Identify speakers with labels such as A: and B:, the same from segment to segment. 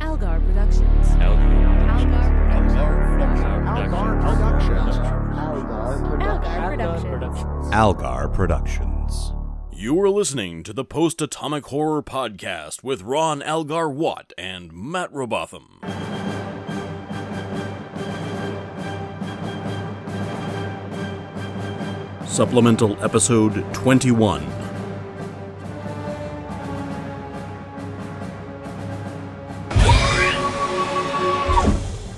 A: Algar Productions. Algar Algar Productions.
B: Algar Productions.
C: You are listening to the Post Atomic Horror Podcast with Ron Algar Watt and Matt Robotham. Supplemental Episode 21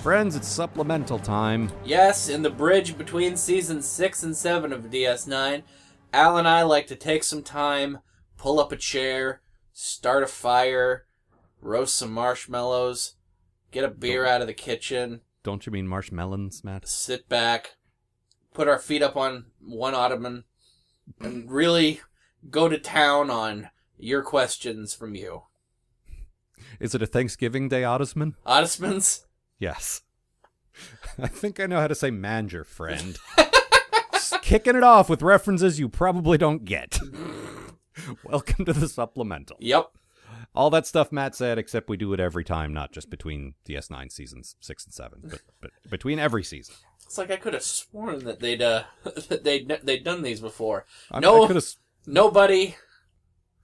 B: Friends, it's supplemental time.
D: Yes, in the bridge between seasons 6 and 7 of DS9, Al and I like to take some time, pull up a chair, start a fire, roast some marshmallows, get a beer out of the kitchen,
B: Don't you mean marshmallows, Matt?
D: sit back, put our feet up on one ottoman, and really go to town on your questions from you.
B: Is it a Thanksgiving Day Ottoman?
D: Ottomans?
B: Yes. I think I know how to say manger, friend. Just kicking it off with references you probably don't get. Welcome to the supplemental.
D: Yep.
B: All that stuff Matt said, except we do it every time, not just between DS9 seasons six and seven, but, but between every season.
D: It's like I could have sworn that they'd uh, that they'd they'd done these before.
B: I,
D: no,
B: I could have
D: nobody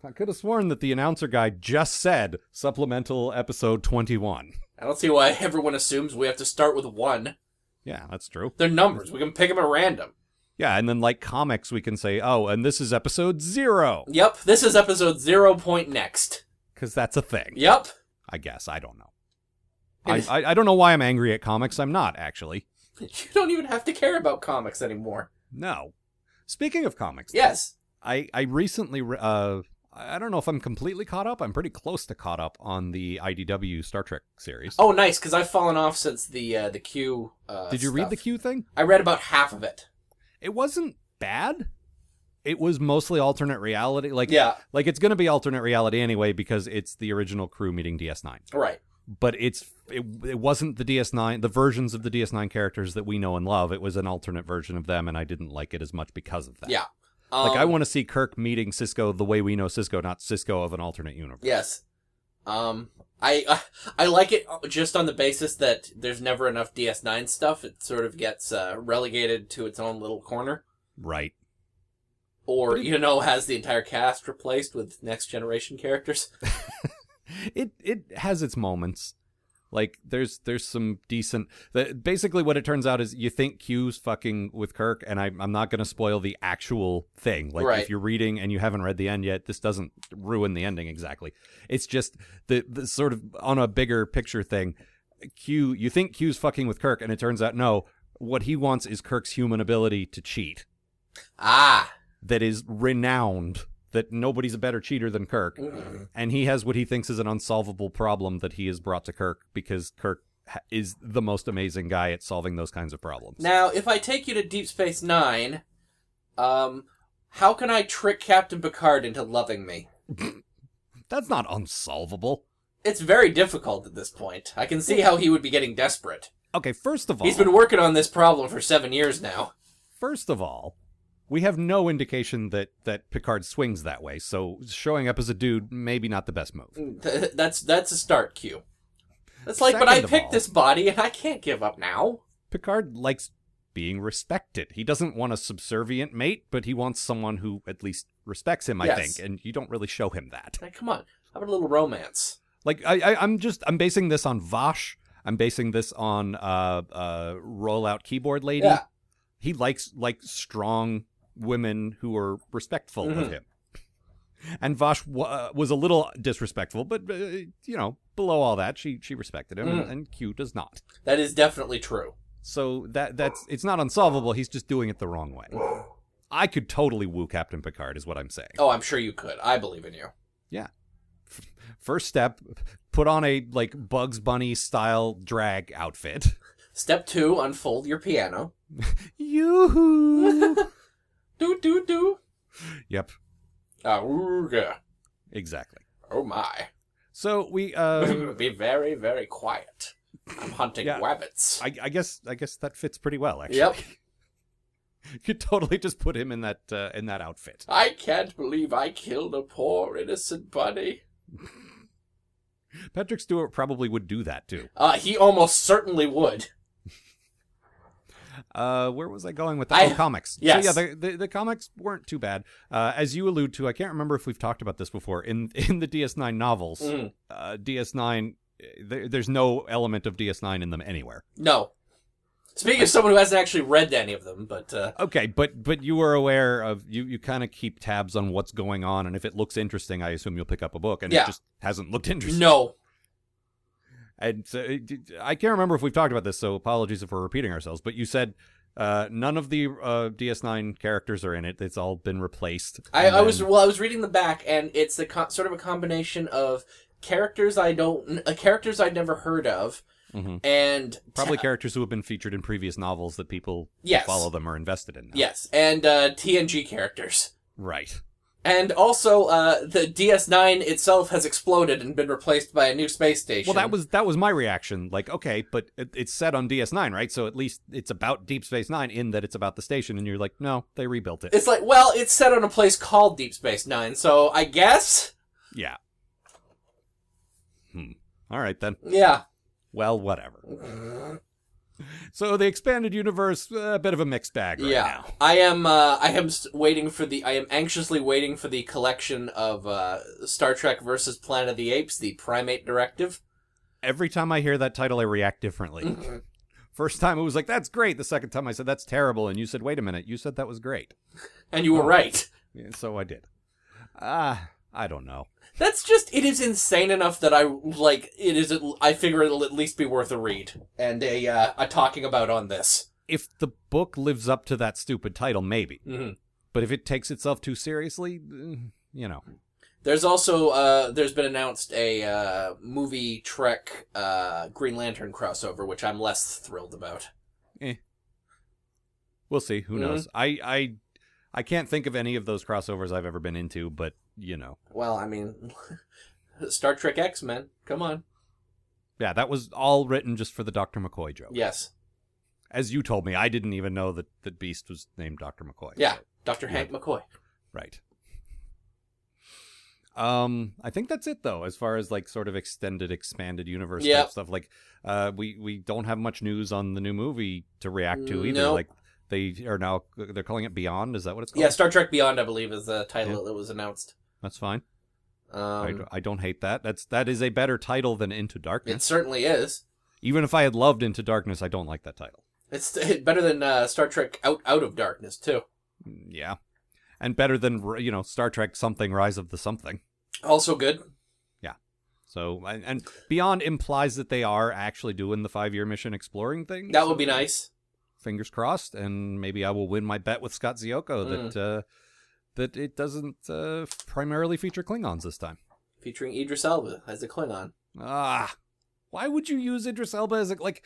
B: I could have sworn that the announcer guy just said supplemental episode 21.
D: I don't see why everyone assumes we have to start with one.
B: Yeah, that's true.
D: They're numbers. We can pick them at random.
B: Yeah, and then like comics, we can say, oh, and this is episode zero,
D: Yep. This is episode zero point next.
B: because that's a thing.
D: Yep.
B: I guess. I don't know. I,
D: It-
B: I, I don't know why I'm angry at comics. I'm not, actually.
D: You don't even have to care about comics anymore.
B: No. Speaking of comics,
D: Yes.
B: I, I recently, re- uh, I don't know if I'm completely caught up. I'm pretty close to caught up on the IDW Star Trek series.
D: Oh, nice, because I've fallen off since the uh, the Q. Uh,
B: Did you read the
D: Q?
B: Q thing?
D: I read about half of it.
B: It wasn't bad. It was mostly alternate reality. Like,
D: Yeah.
B: like it's going to be alternate reality anyway because it's the original crew meeting DS9.
D: Right.
B: But it's it, it wasn't the DS9 the versions of the DS9 characters that we know and love. It was an alternate version of them, and I didn't like it as much because of that.
D: Yeah. Um,
B: Like I want to see Kirk meeting Cisco the way we know Cisco, not Cisco of an alternate universe.
D: Yes. Um. I uh, I like it just on the basis that there's never enough DS9 stuff. It sort of gets uh, relegated to its own little corner.
B: Right.
D: or you know has the entire cast replaced with next generation characters
B: It it has its moments. Like there's there's some decent. The, basically, what it turns out is you think Q's fucking with Kirk, and I, I'm not going to spoil the actual thing. Like
D: Right.
B: if you're reading and you haven't read the end yet, this doesn't ruin the ending exactly. It's just the, the sort of on a bigger picture thing. Q, you think Q's fucking with Kirk, and it turns out no. What he wants is Kirk's human ability to cheat.
D: ah
B: That is renowned. That nobody's a better cheater than Kirk
D: Mm-hmm.
B: and he has what he thinks is an unsolvable problem that he has brought to Kirk because Kirk ha- is the most amazing guy at solving those kinds of problems.
D: now if i take you to deep space 9 um how can i trick captain picard into loving me
B: That's not unsolvable.
D: it's very difficult at this point i can see how he would be getting desperate
B: Okay, first of all,
D: he's been working on this problem for 7 years now
B: first of all, we have no indication that that Picard swings that way, so showing up as a dude maybe not the best move.
D: Th- that's that's a start cue that's like but i
B: Second of
D: picked
B: all-
D: this body and i can't give up now
B: Picard likes being respected. He doesn't want a subservient mate, but he wants someone who at least respects him, I
D: Yes.
B: think, and you don't really show him that.
D: like come on how about a little romance
B: Like I, I I'm just I'm basing this on Vosh. I'm basing this on uh uh rollout keyboard lady.
D: Yeah.
B: He likes like strong women who are respectful of
D: Mhm.
B: him. And Vosh wa uh, was a little disrespectful, but uh, you know, below all that, she she respected him, and,
D: Mm.
B: and Q does not.
D: that is definitely true
B: So that that's it's not unsolvable. He's just doing it the wrong way. I could totally woo Captain Picard, is what I'm saying.
D: oh i'm sure you could i believe in you
B: First step, put on a like Bugs Bunny style drag outfit.
D: Step two, unfold your piano.
B: Yoo-hoo.
D: Do do do.
B: yep,
D: Auga.
B: exactly.
D: Oh my.
B: So we, uh,
D: Be very, very quiet. I'm hunting
B: Yeah.
D: rabbits.
B: I, I guess, I guess that fits pretty well. Actually,
D: Yep.
B: you could totally just put him in that uh, in that outfit.
D: I can't believe I killed a poor innocent bunny.
B: Patrick Stewart probably would do that too.
D: Uh, he almost certainly would.
B: Uh, where was I going with that?
D: I-
B: oh, comics.
D: yes.
B: So yeah, the, the the comics weren't too bad. Uh, as you allude to, I can't remember if we've talked about this before. In in the DS9 novels,
D: Mm.
B: uh, DS9, uh, there, there's no element of DS9 in them anywhere.
D: No. Speaking of someone who hasn't actually read any of them, but uh,
B: Okay, but but you are aware of you you kind of keep tabs on what's going on, and if it looks interesting, I assume you'll pick up a book, and
D: Yeah.
B: it just hasn't looked interesting.
D: no.
B: And so it- it- I can't remember if we've talked about this, so apologies if we're repeating ourselves. But you said uh, none of the uh, DS9 characters are in it; it's all been replaced.
D: I,
B: And
D: I
B: then-
D: was well. I was reading the back, and it's a co- sort of a combination of characters I don't, uh, characters I'd never heard of,
B: Mhm.
D: and
B: probably characters who have been featured in previous novels that people who
D: Yes.
B: follow them are invested in. now.
D: yes, and uh, TNG characters.
B: right.
D: And also, uh, the DS9 itself has exploded and been replaced by a new space station.
B: Well, that was that was my reaction. Like, okay, but it, it's set on DS9, right? So at least it's about Deep Space Nine in that it's about the station, and you're like, no, they rebuilt it.
D: It's like, well, it's set on a place called Deep Space Nine, so I guess,
B: yeah. Hmm. All right then.
D: yeah.
B: Well, whatever. So the expanded universe, uh, a bit of a mixed bag right
D: yeah,
B: now.
D: I am. Uh, I am s- waiting for the. I am anxiously waiting for the collection of uh, Star Trek versus Planet of the Apes, the Primate Directive.
B: Every time I hear that title, I react differently. First time it was like, that's great. The second time I said, that's terrible. And you said, wait a minute, you said that was great.
D: And
B: Oh.
D: you were right.
B: Yeah, so I did. Ah, I don't know.
D: That's just. It is insane enough that I like. It is. I figure it'll at least be worth a read and a uh, a talking about on this.
B: If the book lives up to that stupid title, maybe.
D: hmm
B: But if it takes itself too seriously, eh, you know.
D: There's also uh, there's been announced a uh, movie Trek uh, Green Lantern crossover, which I'm less thrilled about.
B: We'll see. Who knows? I,
D: Mm-hmm.
B: I, I can't think of any of those crossovers I've ever been into, but you know,
D: Well, I mean, Star Trek X Men. Come on.
B: yeah, that was all written just for the Doctor McCoy joke.
D: Yes.
B: As you told me, I didn't even know that that Beast was named Doctor McCoy.
D: Yeah. Dr. Hank McCoy.
B: Right. Um, I think that's it though, as far as like sort of extended, expanded universe
D: Yep.
B: type stuff. Like, uh, we we don't have much news on the new movie to react to either.
D: Nope.
B: Like, they are now they're calling it Beyond. Is that what it's called?
D: Yeah, Star Trek Beyond, I believe, is the title that was announced.
B: that's fine. I, d-
D: Um,
B: I don't hate that. That's that is a better title than Into
D: it
B: Darkness.
D: certainly is.
B: Even if I had loved Into Darkness, I don't like that title.
D: It's better than uh, Star Trek Out Out of Darkness too.
B: Mm, Yeah, and better than you know Star Trek something Rise of the Something.
D: Also good.
B: So and, and Beyond implies that they are actually doing the five year mission exploring thing.
D: That would be nice.
B: fingers crossed, and maybe I will win my bet with Scott Zioko that uh, that it doesn't uh, primarily feature Klingons this time.
D: Featuring Idris Elba as a Klingon.
B: Ah, why would you use Idris Elba as a, like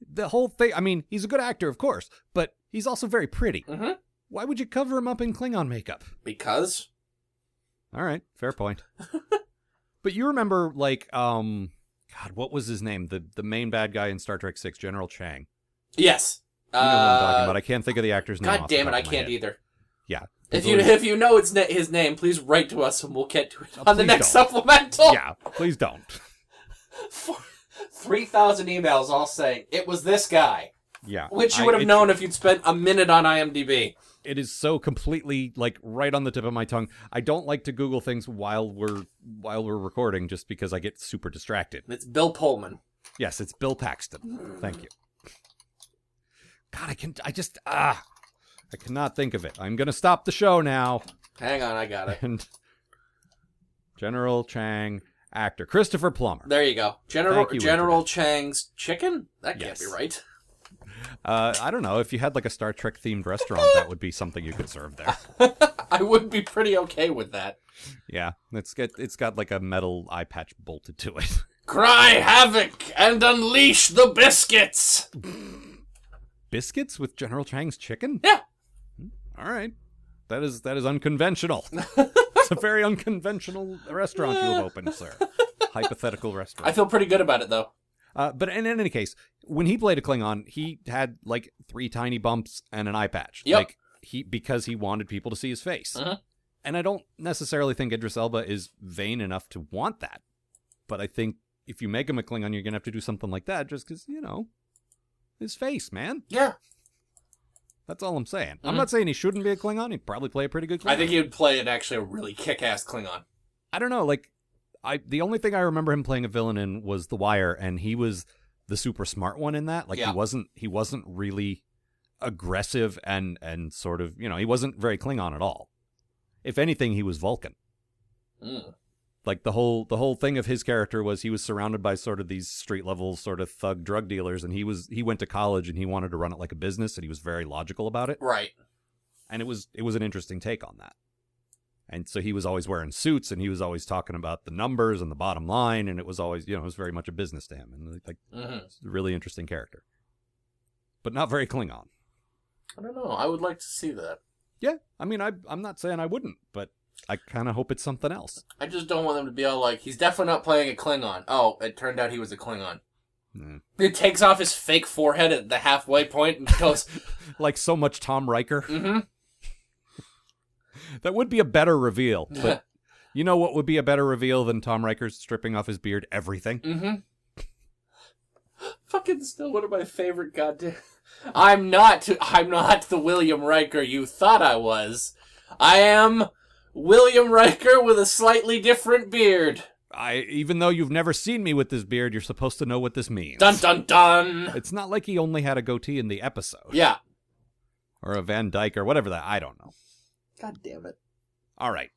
B: the whole thing? I mean, he's a good actor, of course, but he's also very pretty.
D: Mhm.
B: Why would you cover him up in Klingon makeup?
D: Because
B: All right, fair point. but you remember, like, um, God, what was his name? The the main bad guy in Star Trek Six, General Chang.
D: yes.
B: You know what I'm talking
D: Uh,
B: about. I can't think of the actor's name.
D: God
B: off the
D: damn it!
B: top
D: I
B: of my
D: can't e-
B: head.
D: either.
B: Yeah.
D: If you if you know it's na- his name, please write to us and we'll get to it
B: Uh,
D: on the
B: please
D: next
B: don't.
D: supplemental.
B: yeah, please don't.
D: Three thousand emails all saying it was this guy,
B: Yeah.
D: which
B: I-
D: you would have
B: it-
D: known if you'd spent a minute on IMDb.
B: It is so completely like right on the tip of my tongue. I don't like to Google things while we're while we're recording just because I get super distracted.
D: It's Bill Pullman.
B: Yes, it's Bill Paxton. Thank you. God, I can I just ah I cannot think of it. I'm gonna stop the show now.
D: Hang on, I got it.
B: And General Chang actor. Christopher Plummer.
D: There you go. General
B: Thank you,
D: General Chang's chicken. That can't
B: Yes.
D: be right.
B: Uh, I don't know, if you had like a Star Trek themed restaurant, that would be something you could serve there.
D: I would be pretty okay with that.
B: Yeah. It's got it's got like a metal eye patch bolted to it.
D: Cry havoc and unleash the biscuits.
B: biscuits with General Chang's chicken? Hmm,
D: Yeah.
B: All right. That is that is unconventional. it's a very unconventional restaurant you have opened, sir. Hypothetical
D: I
B: restaurant.
D: feel pretty good about it though.
B: Uh, but in, in any case, when he played a Klingon, he had like three tiny bumps and an eye patch.
D: Yep.
B: Like he because he wanted people to see his face.
D: Mhm.
B: And I don't necessarily think Idris Elba is vain enough to want that. But I think if you make him a Klingon, you're gonna have to do something like that, just because you know his face, man.
D: Yeah,
B: That's all I'm saying. I'm not saying he shouldn't be a Klingon. He'd probably play a pretty good Klingon.
D: Mm-hmm. I think he would play an actually a really kick-ass Klingon.
B: I don't know. Like, I the only thing I remember him playing a villain in was The Wire, and he was the super smart one in that. Like,
D: Yeah.
B: he wasn't he wasn't really aggressive and and sort of you know he wasn't very Klingon at all. If anything, he was Vulcan.
D: Mm.
B: Like the whole the whole thing of his character was he was surrounded by sort of these street level sort of thug drug dealers, and he was he went to college and he wanted to run it like a business, and he was very logical about it
D: Right.
B: and it was it was an interesting take on that. And so he was always wearing suits, and he was always talking about the numbers and the bottom line, and it was always you know it was very much a business to him, and like
D: hmm
B: it's a really interesting character, but not very Klingon.
D: I don't know. I would like to see that.
B: Yeah, I mean I I'm not saying I wouldn't, but I kind of hope it's something else.
D: I just don't want them to be all like, he's definitely not playing a Klingon. Oh, it turned out he was a Klingon.
B: Mm.
D: He takes off his fake forehead at the halfway point and goes,
B: Like so much Tom Riker,
D: mm-hmm.
B: that would be a better reveal. But you know what would be a better reveal than Tom Riker stripping off his beard, everything?
D: Mm-hmm. Fucking still one of my favorite goddamn. I'm not. I'm not the William Riker you thought I was. I am William Riker with a slightly different beard.
B: I even though you've never seen me with this beard, you're supposed to know what this means.
D: Dun dun dun.
B: It's not like he only had a goatee in the episode.
D: Yeah.
B: or a Van Dyke or whatever that I don't know.
D: God damn it.
B: All right.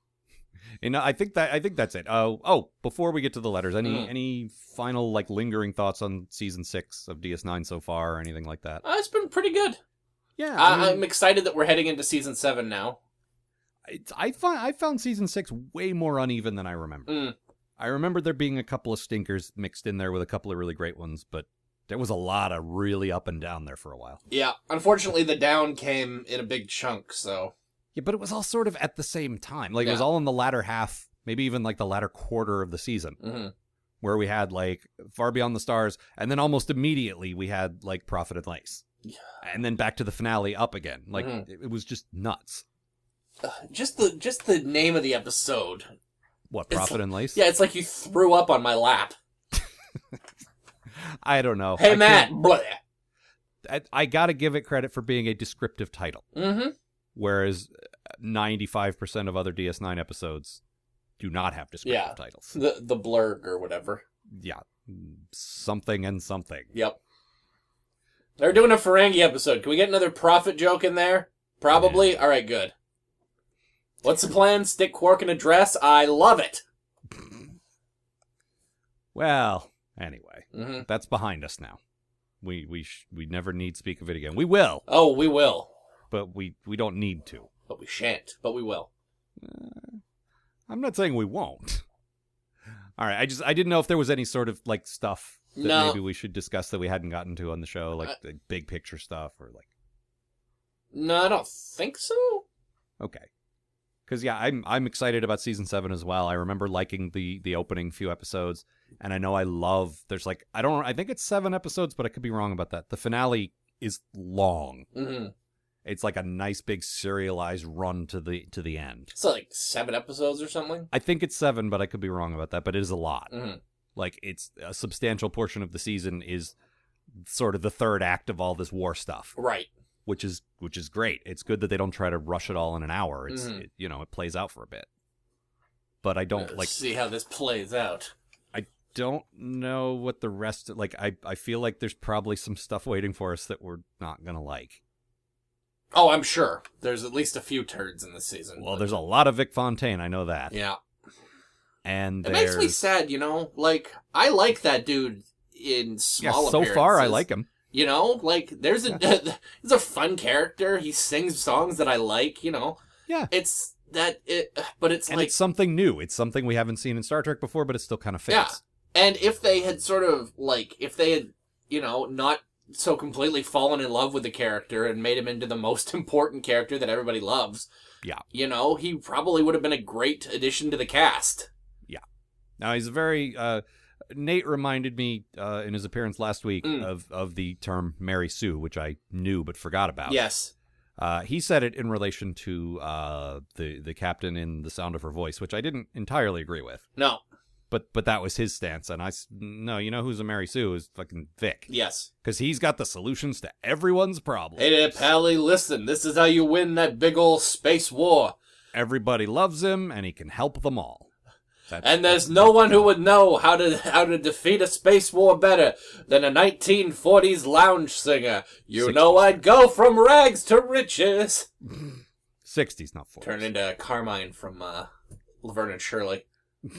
B: You know, I think that I think that's it. Oh, oh, before we get to the letters, any
D: Mm.
B: any final like lingering thoughts on season six of DS9 so far, or anything like that?
D: Uh, it's been pretty good.
B: Yeah, I,
D: I,
B: mean,
D: I'm excited that we're heading into season seven now.
B: it's- I find I found season six way more uneven than I remember.
D: Mm.
B: I remember there being a couple of stinkers mixed in there with a couple of really great ones, but there was a lot of really up and down there for a while.
D: Yeah. Unfortunately, the down came in a big chunk. So
B: Yeah, but it was all sort of at the same time. Like it was
D: Yeah.
B: all in the latter half, maybe even like the latter quarter of the season.
D: mhm.
B: where we had like Far Beyond the Stars, and then almost immediately we had like Profit and Lace.
D: Yeah.
B: And then back to the finale up again. Like
D: Mhm.
B: it, it was just nuts.
D: Uh, just the just the name of the episode.
B: What,
D: It's
B: Profit and Lace?
D: Yeah, it's like you threw up on my lap.
B: I don't know. I
D: Hey,
B: can't-
D: Matt. Bleh.
B: I, I gotta give it credit for being a descriptive title.
D: Mm-hmm.
B: Whereas ninety five percent of other DS nine episodes do not have descriptive
D: Yeah.
B: titles.
D: The the blurg or whatever.
B: Yeah. Something and something.
D: Yep. They're doing a Ferengi episode. Can we get another profit joke in there? Probably. All right, good. What's the plan? Stick Quark in a dress. I love it.
B: Well, anyway.
D: hmm
B: That's behind us now. We we sh- we never need speak of it again. We will,
D: Oh, we will,
B: but we we don't need to.
D: but we shan't. But we will.
B: I'm not saying we won't. All right, I just I didn't know if there was any sort of like stuff that
D: No.
B: maybe we should discuss that we hadn't gotten to on the show, like
D: Uh,
B: the big picture stuff or like
D: No, I don't think so.
B: okay. Cuz yeah, I'm I'm excited about season 7 as well. I remember liking the the opening few episodes and I know I love there's like I don't I think it's 7 episodes, but I could be wrong about that. The finale is long.
D: Mm-hmm.
B: It's like a nice big serialized run to the to the end.
D: So like seven episodes or something.
B: I think it's 7, but I could be wrong about that, but it is a lot.
D: Mm-hmm.
B: like it's a substantial portion of the season is sort of the third act of all this war stuff
D: Right.
B: which is which is great it's good that they don't try to rush it all in an hour it's
D: Mhm.
B: it, you know it plays out for a bit but i don't
D: Let's
B: like
D: see how this plays out.
B: don't know what the rest like i i feel like there's probably some stuff waiting for us that we're not gonna like
D: Oh, I'm sure. There's at least a few turds in this season.
B: well there's a lot of vic fontaine i know that
D: yeah.
B: and
D: It makes me
B: there's-
D: sad, you know. Like I like that dude in
B: yeah,
D: small.
B: so far i
D: appearances.
B: like him
D: You know, like there's a he's a fun character. He sings songs that I like. You know,
B: yeah
D: it's that it, but it's
B: and
D: like
B: it's something new it's something we haven't seen in star trek before but it still kind of fits
D: Yeah. and if they had sort of like if they had you know not so completely fallen in love with the character and made him into the most important character that everybody loves.
B: Yeah.
D: You know, he probably would have been a great addition to the cast.
B: Now he's a very uh, Nate reminded me uh, in his appearance last week
D: Mm.
B: of of the term Mary Sue, which I knew but forgot about.
D: Yes.
B: uh, he said it in relation to uh, the the captain in the sound of her voice, which I didn't entirely agree with.
D: No.
B: But but that was his stance, and I s- no, you know who's a Mary Sue is fucking Vic
D: Yes.
B: because he's got the solutions to everyone's problem.
D: Hey there, Pally, listen, this is how you win that big old space war.
B: Everybody loves him, and he can help them all. That's-
D: And there's no one who would know how to how to defeat a space war better than a 1940s lounge singer. You know I'd go from rags to riches.
B: 60s, not 40s.
D: Turn into Carmine from uh, Laverne and Shirley.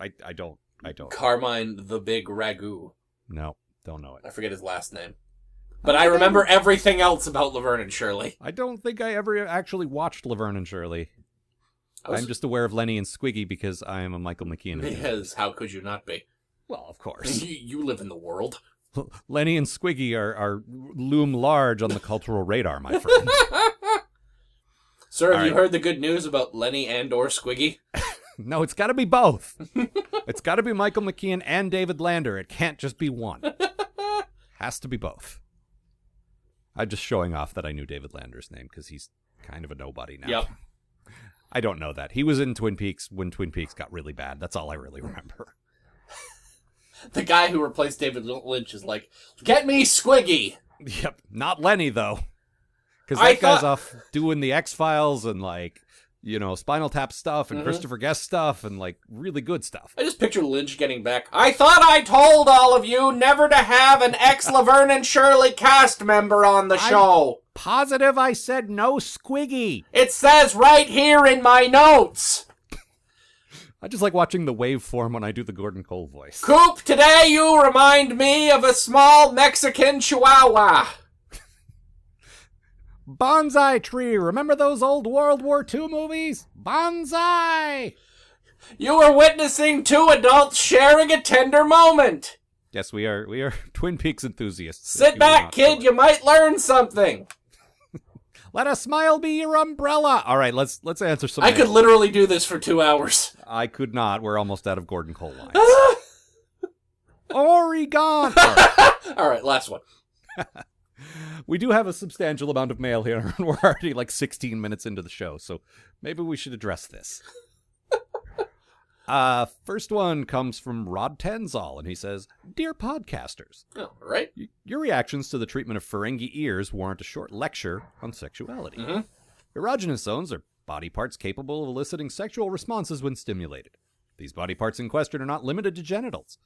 B: I, I don't. I don't.
D: Carmine the Big Ragu.
B: No, don't know it.
D: I forget his last name, but I remember everything else about Laverne and Shirley.
B: I don't think I ever actually watched Laverne and Shirley.
D: I was-
B: I'm just aware of Lenny and Squiggy because I am a Michael McKean.
D: because how could you not be?
B: Well, of course.
D: You, you live in the world.
B: Lenny and Squiggy are, are loom large on the cultural radar, my friend.
D: Sir, have
B: All
D: you
B: right.
D: heard the good news about Lenny and or Squiggy?
B: No, it's got to be both. it's got to be Michael McKean and David Lander. It can't just be one. Has to be both. I'm just showing off that I knew David Lander's name because he's kind of a nobody now.
D: Yep.
B: I don't know that. He was in Twin Peaks when Twin Peaks got really bad. That's all I really remember.
D: The guy who replaced David Lynch is like, get me Squiggy.
B: Yep. Not Lenny, though. Because that
D: I
B: guy's
D: thought-
B: off doing the X Files and, like, you know, Spinal Tap stuff and
D: Mhm.
B: Christopher Guest stuff and, like, really good stuff.
D: I just picture Lynch getting back. I thought I told all of you never to have an ex Laverne and Shirley cast member on the
B: I-
D: show.
B: Positive, I said no squiggy.
D: It says right here in my notes.
B: I just like watching the waveform when I do the Gordon Cole voice.
D: Coop, today you remind me of a small Mexican chihuahua.
B: Bonsai tree. Remember those old World War II movies? Bonsai.
D: You were witnessing two adults sharing a tender moment.
B: Yes, we are. We are Twin Peaks enthusiasts. if
D: Sit
B: you
D: back,
B: not
D: kid.
B: sure.
D: You might learn something.
B: Let a smile be your umbrella. All right, let's let's answer some.
D: I could literally do this for two hours.
B: I could not. We're almost out of Gordon Cole lines. Oregon. All right.
D: All right, last one.
B: We do have a substantial amount of mail here, and we're already like 16 minutes into the show, so maybe we should address this. Uh, first one comes from Rod Tenzal, and he says, "Dear podcasters,
D: Oh, all right.
B: Y- Your reactions to the treatment of Ferengi ears warrant a short lecture on sexuality.
D: Mhm.
B: Erogenous zones are body parts capable of eliciting sexual responses when stimulated. These body parts in question are not limited to genitals.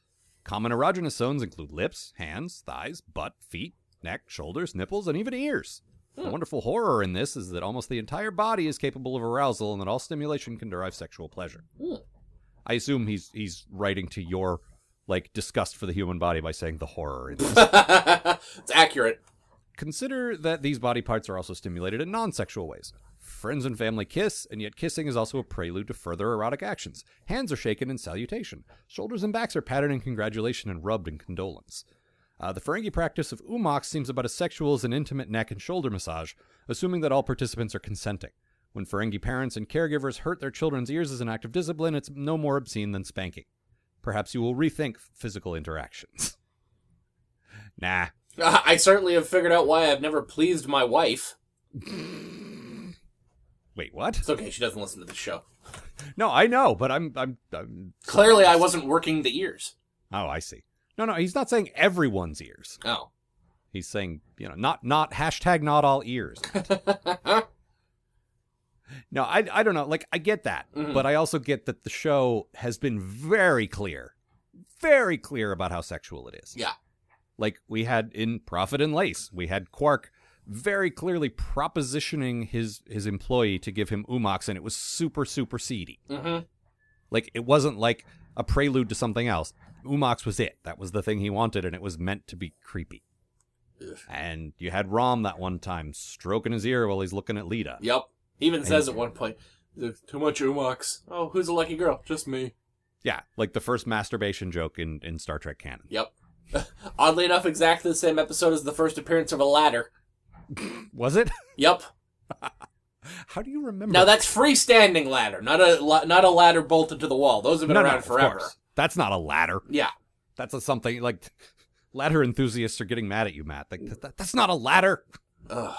B: Common erogenous zones include lips, hands, thighs, butt, feet, neck, shoulders, nipples, and even ears. The wonderful horror in this is that almost the entire body is capable of arousal and that all stimulation can derive sexual pleasure. I assume he's he's writing to your like disgust for the human body by saying the horror in this.
D: it's accurate.
B: Consider that these body parts are also stimulated in non sexual ways. Friends and family kiss, and yet kissing is also a prelude to further erotic actions. Hands are shaken in salutation. Shoulders and backs are patted in congratulation and rubbed in condolence. Uh, the Ferengi practice of umox seems about as sexual as an intimate neck and shoulder massage, assuming that all participants are consenting. When Ferengi parents and caregivers hurt their children's ears as an act of discipline, it's no more obscene than spanking. Perhaps you will rethink physical interactions. nah,
D: I certainly have figured out why I've never pleased my wife.
B: wait, what?
D: It's okay, she doesn't listen to the show.
B: No, I know, but I'm, I'm, I'm.
D: Clearly, I wasn't working the ears.
B: Oh, I see. No, no, he's not saying everyone's ears.
D: Oh.
B: He's saying, you know, not, not hashtag not all ears.
D: Mm-hmm.
B: no, I, I don't know. Like, I get that,
D: Mhm.
B: but I also get that the show has been very clear, very clear about how sexual it is.
D: Yeah.
B: Like we had in Profit and Lace, we had Quark very clearly propositioning his his employee to give him umox, and it was super super seedy.
D: hmm
B: Like it wasn't like a prelude to something else. Umox was it. That was the thing he wanted, and it was meant to be creepy.
D: Ugh.
B: And you had Rom that one time stroking his ear while he's looking at Lita.
D: Yep. He even says at one point, "There's too much umox. Oh, who's a lucky girl? Just me.
B: Yeah, like the first masturbation joke in, in Star Trek canon.
D: Yep. Oddly enough, exactly the same episode as the first appearance of a ladder.
B: Was it?
D: Yep.
B: How do you remember?
D: Now that's freestanding ladder, not a la- not a ladder bolted to the wall. Those have been
B: No, no,
D: around
B: of
D: forever.
B: course. That's not a ladder.
D: Yeah.
B: That's a something like ladder enthusiasts are getting mad at you, Matt. Like that, that- that's not a ladder.
D: Ugh.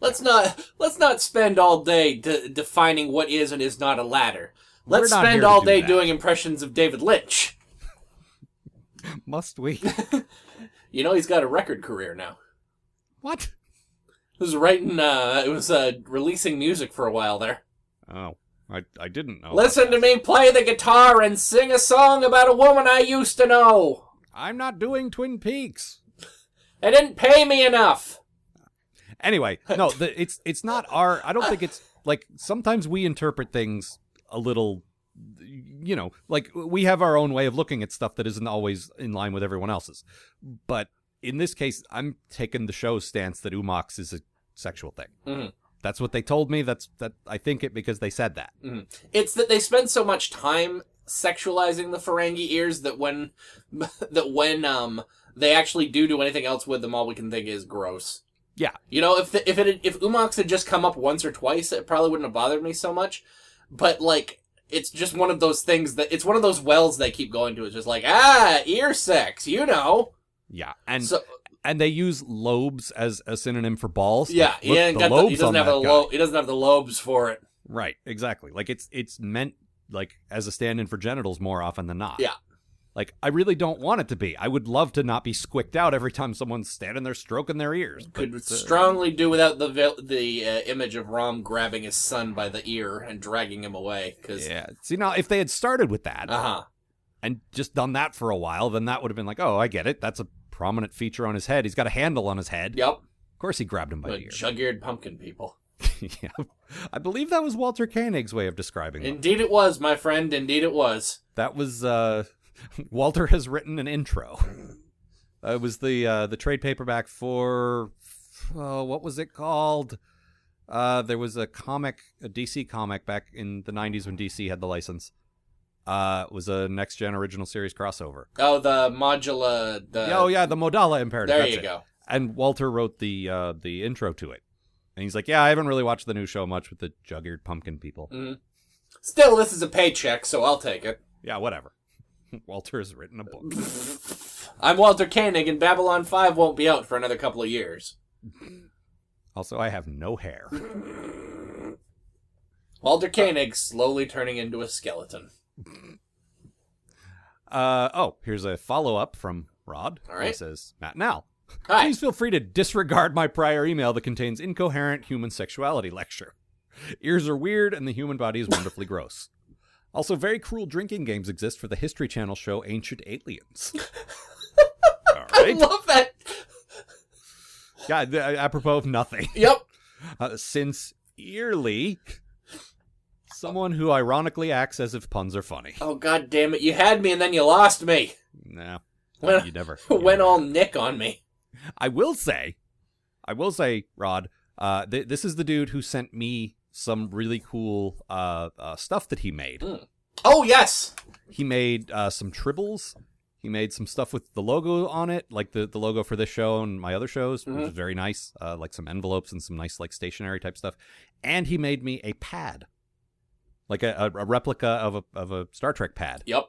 D: Let's not let's not spend all day de- defining what is and is not a ladder. Let's
B: We're not here
D: spend
B: to
D: all
B: do
D: day
B: that.
D: doing impressions of David Lynch.
B: Must we?
D: You know, he's got a record career now.
B: what?
D: He was writing, uh, it was uh, releasing music for a while there.
B: Oh, I I didn't know.
D: Listen to me play the guitar and sing a song about a woman I used to know.
B: I'm not doing Twin Peaks.
D: They didn't pay me enough.
B: Anyway, no, the, it's it's not our. I don't think it's like sometimes we interpret things a little. You know, like we have our own way of looking at stuff that isn't always in line with everyone else's. But in this case, I'm taking the show's stance that umox is a sexual thing.
D: Mhm.
B: That's what they told me. That's that I think it because they said that.
D: It's that they spend so much time sexualizing the Ferengi ears that when that when um they actually do do anything else with them, all we can think is gross.
B: Yeah.
D: You know, if the, if it had- if Umox had just come up once or twice, it probably wouldn't have bothered me so much. But like, it's just one of those things that it's one of those wells they keep going to. It's just like ah, ear sex, you know.
B: Yeah, and
D: so
B: and they use lobes as a synonym for balls.
D: yeah,
B: Like,
D: he,
B: look,
D: ain't got the- he doesn't
B: on
D: have
B: that
D: the
B: guy.
D: lo- he doesn't have the lobes for it.
B: Right, exactly. Like it's it's meant like as a stand-in for genitals more often than not.
D: Yeah.
B: Like I really don't want it to be. I would love to not be squicked out every time someone's standing there stroking their ears.
D: could
B: but, uh,
D: strongly do without the vil- the uh, image of Rom grabbing his son by the ear and dragging him away. Because
B: yeah. See now, if they had started with that
D: uh huh,
B: and just done that for a while, then that would have been like, oh, I get it. That's a prominent feature on his head. He's got a handle on his head.
D: yep,
B: Of course, he grabbed him by
D: but
B: the ear.
D: jug-eared pumpkin people.
B: yeah. I believe that was Walter Koenig's way of describing it.
D: Indeed, it was, my friend. Indeed, it was.
B: That was uh, Walter has written an intro. Uh, it was the uh, the trade paperback for uh, what was it called? Uh, there was a comic, a DC comic back in the '90s when DC had the license. Uh, it was a next gen original series crossover.
D: Oh, the modula. The,
B: oh yeah, the Modala Imperative.
D: Uh, there
B: that's
D: you
B: it.
D: go.
B: And Walter wrote the uh, the intro to it, and he's like, "Yeah, I haven't really watched the new show much with the jug-eared pumpkin people.
D: Still, this is a paycheck, so I'll take it.
B: Yeah, whatever." Walter has written a book.
D: I'm Walter Koenig, and Babylon Five won't be out for another couple of years.
B: Also, I have no hair.
D: Walter Koenig slowly turning into a skeleton.
B: Uh, oh, here's a follow up from Rod.
D: All right.
B: He says, Matt Now.
D: Hi.
B: Please feel free to disregard my prior email that contains incoherent human sexuality lecture. Ears are weird and the human body is wonderfully gross. Also, very cruel drinking games exist for the History Channel show Ancient Aliens. All
D: I
B: right.
D: love that.
B: Yeah, th- apropos of nothing.
D: Yep.
B: Uh, sincerely, someone who ironically acts as if puns are funny.
D: Oh god damn it! You had me, and then you lost me.
B: Nah.
D: When-
B: you never. you
D: went
B: never.
D: all Nick on me.
B: I will say, I will say, Rod, uh, th- this is the dude who sent me some really cool uh, uh, stuff that he made.
D: Oh yes,
B: He made uh, some tribbles. He made some stuff with the logo on it, like the, the logo for this show and my other shows, which is very nice. Uh, like some envelopes and some nice like stationery type stuff. And he made me a pad, like a, a, a replica of a of a Star Trek pad
D: yep.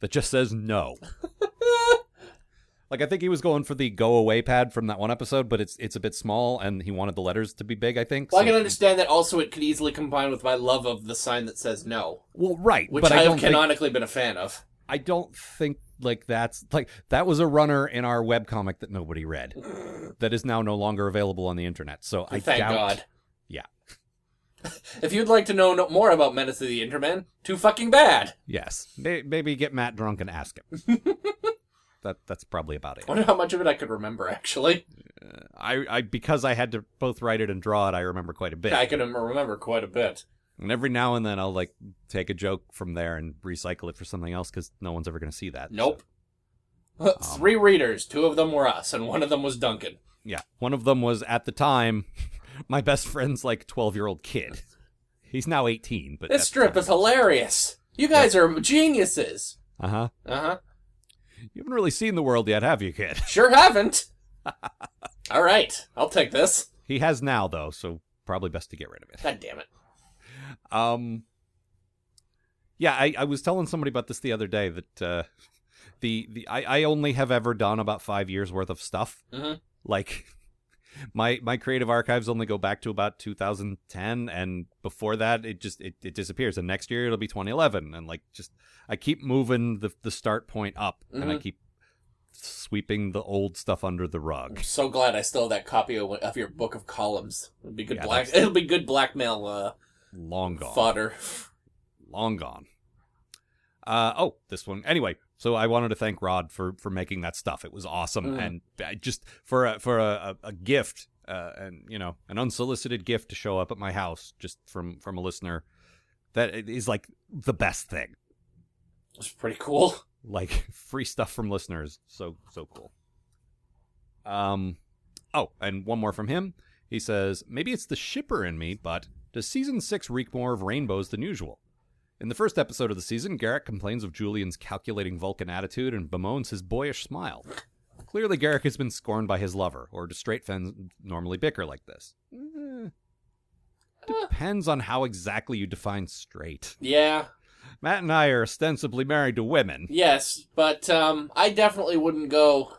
B: that just says no. like I think he was going for the go away pad from that one episode, but it's it's a bit small, and he wanted the letters to be big. I think.
D: Well, I
B: so-
D: can understand that. Also, it could easily combine with my love of the sign that says no,
B: Well, right,
D: which
B: but I,
D: I have
B: don't think,
D: canonically been a fan of.
B: I don't think like that's like that was a runner in our webcomic that nobody read, that is now no longer available on the internet. So I
D: Thank
B: doubt.
D: God.
B: Yeah.
D: If you'd like to know no- more about Menace of the Interman, too fucking bad.
B: Yes, May- maybe get Matt drunk and ask him. that that's probably about it.
D: I wonder how much of it I could remember. Actually,
B: I, I because I had to both write it and draw it, I remember quite a bit.
D: I can remember quite a bit.
B: And every now and then I'll like take a joke from there and recycle it for something else because no one's ever going to see that.
D: Nope.
B: So, Um.
D: Three readers, two of them were us, and one of them was Duncan.
B: yeah. One of them was at the time my best friend's like 12 year old kid. He's now 18, but.
D: This strip is hilarious. You guys are geniuses.
B: Uh huh.
D: Uh huh.
B: You haven't really seen the world yet, have you, kid?
D: Sure haven't. All right, I'll take this.
B: He has now, though, so probably best to get rid of it.
D: God damn it.
B: Um, yeah, I, I was telling somebody about this the other day that uh, the the I, I only have ever done about five years worth of stuff.
D: Mhm.
B: Like, my my creative archives only go back to about 2010, and before that, it just it, it disappears. And next year it'll be 2011, and like just I keep moving the the start point up, and I
D: Mhm.
B: keep sweeping the old stuff under the rug.
D: I'm so glad I still have that copy of, of your book of columns. It'll be good
B: Yeah,
D: black.
B: that's-
D: It'll be good blackmail uh,
B: Long gone.
D: fodder.
B: long gone. Uh, oh, this one. Anyway, so I wanted to thank Rod for for making that stuff. It was awesome,
D: Mm.
B: and I just for a for a, a, a gift, uh, and you know, an unsolicited gift to show up at my house just from from a listener. That is like the best thing.
D: It's pretty cool.
B: Like free stuff from listeners, so so cool. Um, oh, and one more from him. He says, maybe it's the shipper in me, but does season six reek more of rainbows than usual? In the first episode of the season, Garrick complains of Julian's calculating Vulcan attitude and bemoans his boyish smile. Clearly, Garrick has been scorned by his lover, or do straight fens normally bicker like this? Eh. Depends on how exactly you define straight.
D: Yeah.
B: Matt and I are ostensibly married to women.
D: Yes, but um, I definitely wouldn't go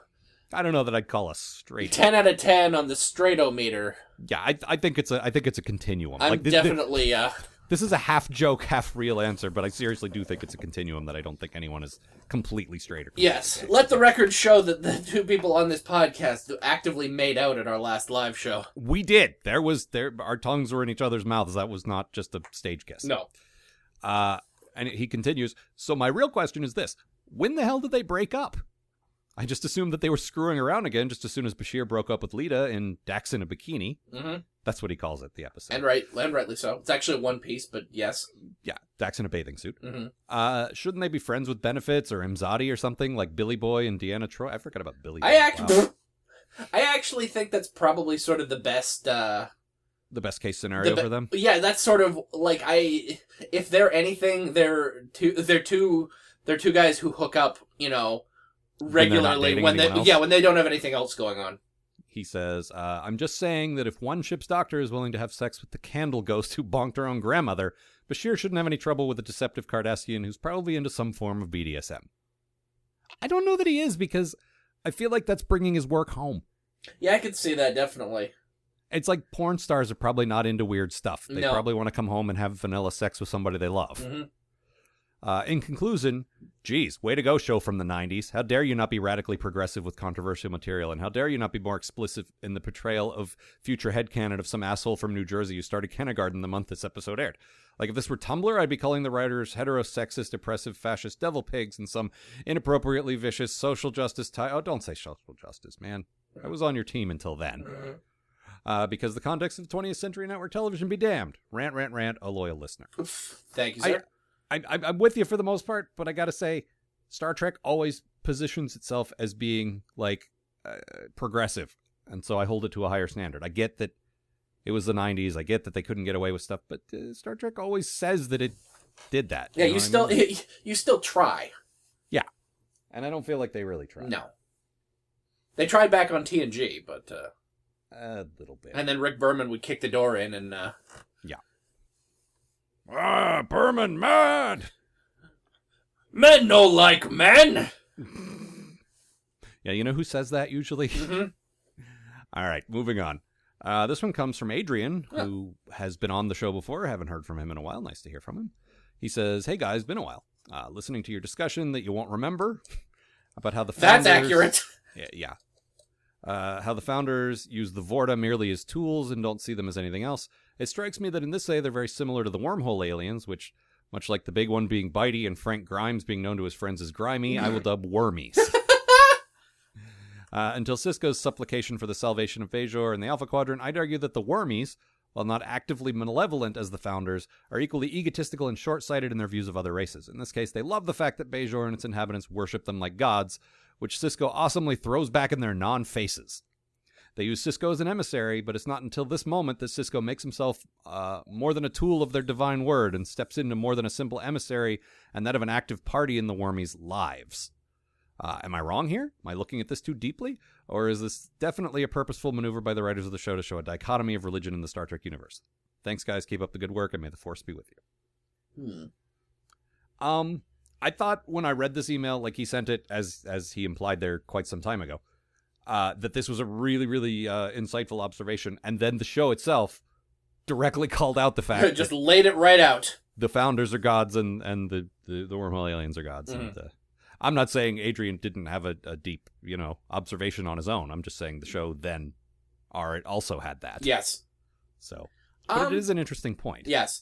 B: I don't know that I'd call us straight.
D: ten out of ten on the straightometer.
B: Yeah, I, I think it's a I think it's a continuum.
D: I'm
B: like thi- thi-
D: definitely uh,
B: This is a half joke, half real answer, but I seriously do think it's a continuum that I don't think anyone is completely straight. Or
D: yes. Let the record show that the two people on this podcast actively made out at our last live show.
B: we did. There was there. Our tongues were in each other's mouths. That was not just a stage kiss.
D: No.
B: Uh, and he continues. So my real question is this: When the hell did they break up? I just assumed that they were screwing around again just as soon as Bashir broke up with Lita in Dax in a bikini.
D: hmm
B: That's what he calls it. The episode.
D: And right, and rightly so. It's actually one piece, but yes.
B: yeah, Dax in a bathing suit.
D: hmm
B: Uh, shouldn't they be friends with benefits or Imzadi or something like Billy Boy and Deanna Troy? I forgot about Billy.
D: I
B: Boy.
D: act.
B: Wow.
D: I actually think that's probably sort of the best. uh
B: the best case scenario
D: The be-
B: for them.
D: Yeah, that's sort of like I. If they're anything, they're two. They're two. They're two guys who hook up. You know,
B: they're not
D: regularly
B: dating
D: when they.
B: anyone else?
D: Yeah, when they don't have anything else going on.
B: He says, uh, I'm just saying that if one ship's doctor is willing to have sex with the candle ghost who bonked her own grandmother, Bashir shouldn't have any trouble with a deceptive Cardassian who's probably into some form of BDSM. I don't know that he is because I feel like that's bringing his work home.
D: Yeah, I could see that definitely.
B: It's like porn stars are probably not into weird stuff. They
D: No.
B: probably want to come home and have vanilla sex with somebody they love.
D: hmm
B: Uh, in conclusion, geez, way to go, show from the 90s. How dare you not be radically progressive with controversial material, and how dare you not be more explicit in the portrayal of future headcanon of some asshole from New Jersey who started kindergarten the month this episode aired. Like, if this were Tumblr, I'd be calling the writers heterosexist, oppressive, fascist devil pigs and some inappropriately vicious social justice tie. Oh, don't say social justice, man. I was on your team until then.
D: Mm-hmm.
B: Uh, because the context of 20th Century Network television be damned. Rant, rant, rant, a loyal listener.
D: Thank you,
B: I-
D: sir.
B: I, I, I'm with you for the most part, but I gotta say, Star Trek always positions itself as being like uh, progressive, and so I hold it to a higher standard. I get that it was the '90s. I get that they couldn't get away with stuff, but uh, Star Trek always says that it did that.
D: yeah,
B: know
D: you
B: what I
D: still
B: mean?
D: you still try.
B: and I don't feel like they really tried.
D: No. They tried back on TNG, but uh,
B: a little bit.
D: and then Rick Berman would kick the door in and uh,
B: ah, Berman mad.
D: men no like men.
B: Yeah, you know who says that usually?
D: Mhm.
B: All right, moving on. Uh, this one comes from Adrian, who has been on the show before. Haven't heard from him in a while. Nice to hear from him. He says, "Hey guys, been a while. Uh, listening to your discussion that you won't remember about how the
D: That's
B: founders,
D: accurate.
B: Yeah, yeah. Uh, how the founders use the Vorta merely as tools and don't see them as anything else. It strikes me that in this way they're very similar to the wormhole aliens, which, much like the big one being Bitey and Frank Grimes being known to his friends as Grimy, I will dub Wormies." Uh, until Cisco's supplication for the salvation of Bajor and the Alpha Quadrant, I'd argue that the Wormies, while not actively malevolent as the founders, are equally egotistical and short sighted in their views of other races. In this case, they love the fact that Bajor and its inhabitants worship them like gods, which Cisco awesomely throws back in their non faces. They use Cisco as an emissary, but it's not until this moment that Cisco makes himself uh, more than a tool of their divine word and steps into more than a simple emissary and that of an active party in the Wormies' lives. Uh, am I wrong here? Am I looking at this too deeply? Or is this definitely a purposeful maneuver by the writers of the show to show a dichotomy of religion in the Star Trek universe? Thanks, guys. Keep up the good work, and may the force be with you.
D: Hmm.
B: Um, I thought when I read this email, like he sent it as as he implied there quite some time ago, uh, that this was a really, really uh, insightful observation. And then the show itself directly called out the fact
D: Just
B: that
D: laid it right out.
B: the founders are gods and, and the, the, the wormhole aliens are gods.
D: Mm-hmm.
B: And, uh, I'm not saying Adrian didn't have a, a deep, you know, observation on his own. I'm just saying the show then are, also had that.
D: Yes.
B: So, but
D: Um,
B: it is an interesting point.
D: Yes.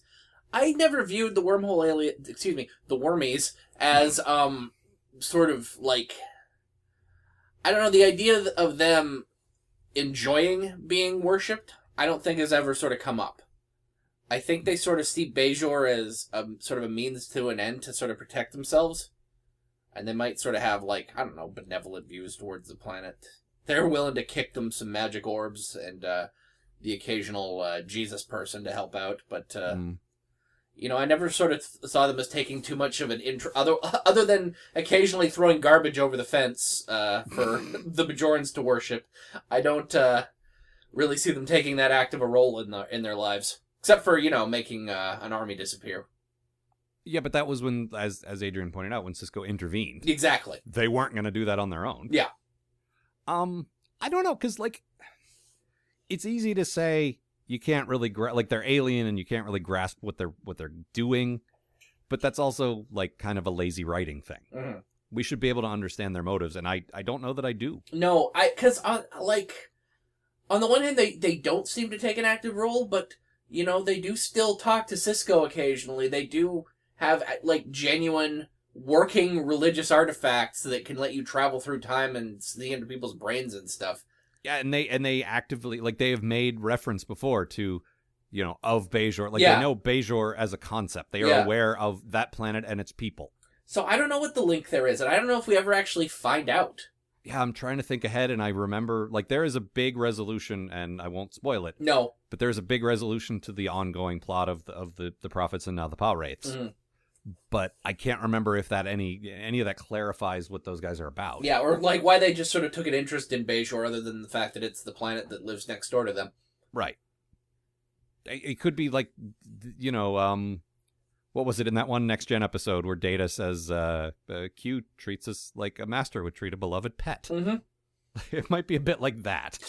D: I never viewed the wormhole alien, excuse me, the wormies as um sort of like I don't know the idea th- of them enjoying being worshipped. I don't think has ever sort of come up. I think they sort of see Bejor as a sort of a means to an end to sort of protect themselves, and they might sort of have like I don't know benevolent views towards the planet. They're willing to kick them some magic orbs and uh, the occasional uh, Jesus person to help out, but uh,
B: Mm.
D: you know, I never sort of th- saw them as taking too much of an intro, other other than occasionally throwing garbage over the fence uh, for the Bajorans to worship. I don't uh, really see them taking that active a role in the in their lives, except for you know making uh, an army disappear.
B: Yeah, but that was when, as as Adrian pointed out, when Cisco intervened,
D: Exactly.
B: they weren't going to do that on their own.
D: Yeah.
B: Um, I don't know, because like, it's easy to say you can't really gra- like they're alien and you can't really grasp what they're what they're doing, but that's also like kind of a lazy writing thing.
D: Mhm.
B: We should be able to understand their motives, and I I don't know that I do.
D: No, I because on like on the one hand they they don't seem to take an active role, but you know they do still talk to Cisco occasionally. They do have like genuine working religious artifacts that can let you travel through time and see into people's brains and stuff.
B: Yeah, and they and they actively like they have made reference before to you know of Bejor. Like
D: Yeah.
B: they know Bejor as a concept. They are
D: Yeah.
B: aware of that planet and its people.
D: So I don't know what the link there is, and I don't know if we ever actually find out.
B: yeah, I'm trying to think ahead, and I remember like there is a big resolution, and I won't spoil it,
D: No,
B: but there is a big resolution to the ongoing plot of the, of the the prophets and now the power wraiths.
D: Mhm.
B: But I can't remember if that any any of that clarifies what those guys are about.
D: yeah, or like why they just sort of took an interest in Bejor, other than the fact that it's the planet that lives next door to them.
B: right. It, it could be like th- you know, um, what was it in that one next gen episode where Data says uh, uh, Q treats us like a master would treat a beloved pet.
D: Mm-hmm.
B: it might be a bit like that.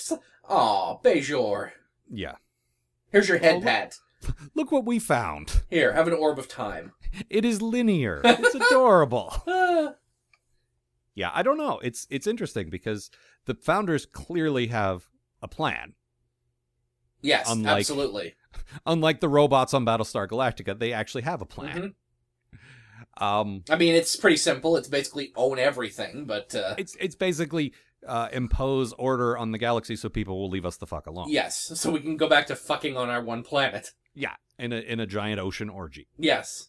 D: Aw, Bejor.
B: Yeah.
D: Here's your head
B: Well,
D: pat.
B: Look what we found.
D: Here, have an orb of time.
B: It is linear. It's adorable.
D: Ah.
B: yeah, I don't know. It's it's interesting because the founders clearly have a plan.
D: yes,
B: Unlike-
D: absolutely.
B: Unlike the robots on Battlestar Galactica, they actually have a plan. Um
D: I mean, it's pretty simple. It's basically own everything, but uh,
B: it's it's basically uh, impose order on the galaxy so people will leave us the fuck alone.
D: yes, so we can go back to fucking on our one planet.
B: Yeah, in a in a giant ocean orgy,
D: Yes.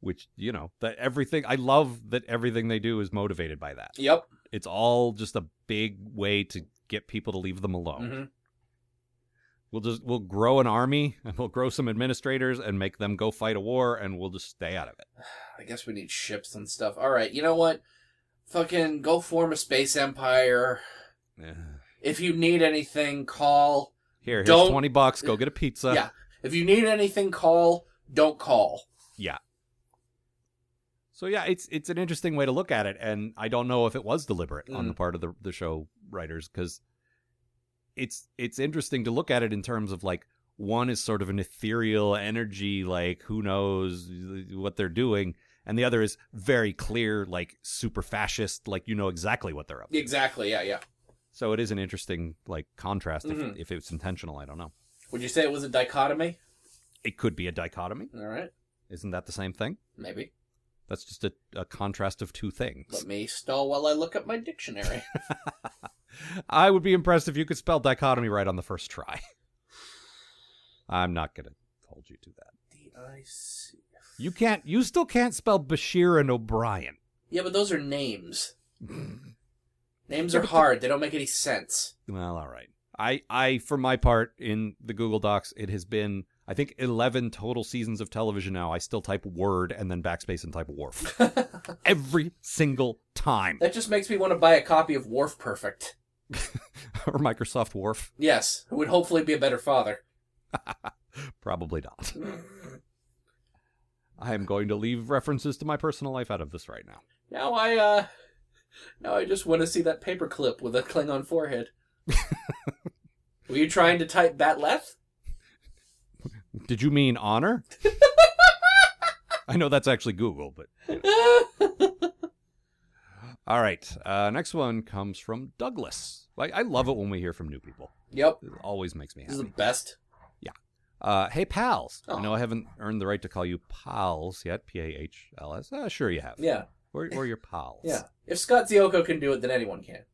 B: which, you know, that everything I love that everything they do is motivated by that.
D: Yep.
B: It's all just a big way to get people to leave them alone.
D: hmm
B: We'll just we'll grow an army and we'll grow some administrators and make them go fight a war and we'll just stay out of it.
D: I guess we need ships and stuff. All right, you know what? Fucking go form a space empire. If you need anything, call.
B: Here, here's
D: Don't-
B: twenty bucks. Go get a pizza.
D: yeah. If you need anything, call. Don't call.
B: So yeah, it's it's an interesting way to look at it, and I don't know if it was deliberate on
D: Mm.
B: the part of the the show writers because it's it's interesting to look at it in terms of like one is sort of an ethereal energy, like who knows what they're doing, and the other is very clear, like super fascist, like you know exactly what they're up to.
D: Exactly. Yeah, yeah.
B: So it is an interesting like contrast if,
D: Mhm.
B: if it's intentional. I don't know.
D: Would you say it was a dichotomy?
B: It could be a dichotomy.
D: All right.
B: Isn't that the same thing?
D: Maybe.
B: That's just a, a contrast of two things.
D: Let me stall while I look up my dictionary.
B: I would be impressed if you could spell dichotomy right on the first try. I'm not gonna hold you to that.
D: D I C.
B: You can't. You still can't spell Bashir and O'Brien.
D: Yeah, but those are names. names are hard. They don't make any sense.
B: Well, all right. I, I, for my part, in the Google Docs, it has been I think eleven total seasons of television now. I still type word and then backspace and type wharf every single time.
D: That just makes me want to buy a copy of Wharf Perfect.
B: or Microsoft Wharf?
D: Yes, who would hopefully be a better father.
B: Probably not. I am going to leave references to my personal life out of this right now.
D: Now I uh Now I just want to see that paperclip with a Klingon forehead. Were you trying to type Batleth?
B: Did you mean honor? I know that's actually Google, but all right. Uh, next one comes from Douglas. Like I love it when we hear from new people.
D: yep.
B: It always makes me
D: This is the
B: happy.
D: best.
B: Uh, hey pals.
D: Oh.
B: I know I haven't earned the right to call you pals yet. P a h l s. Uh, sure you have.
D: Yeah.
B: Or, or your pals. Mm,
D: Yeah. If Scott Zioko can do it, then anyone can.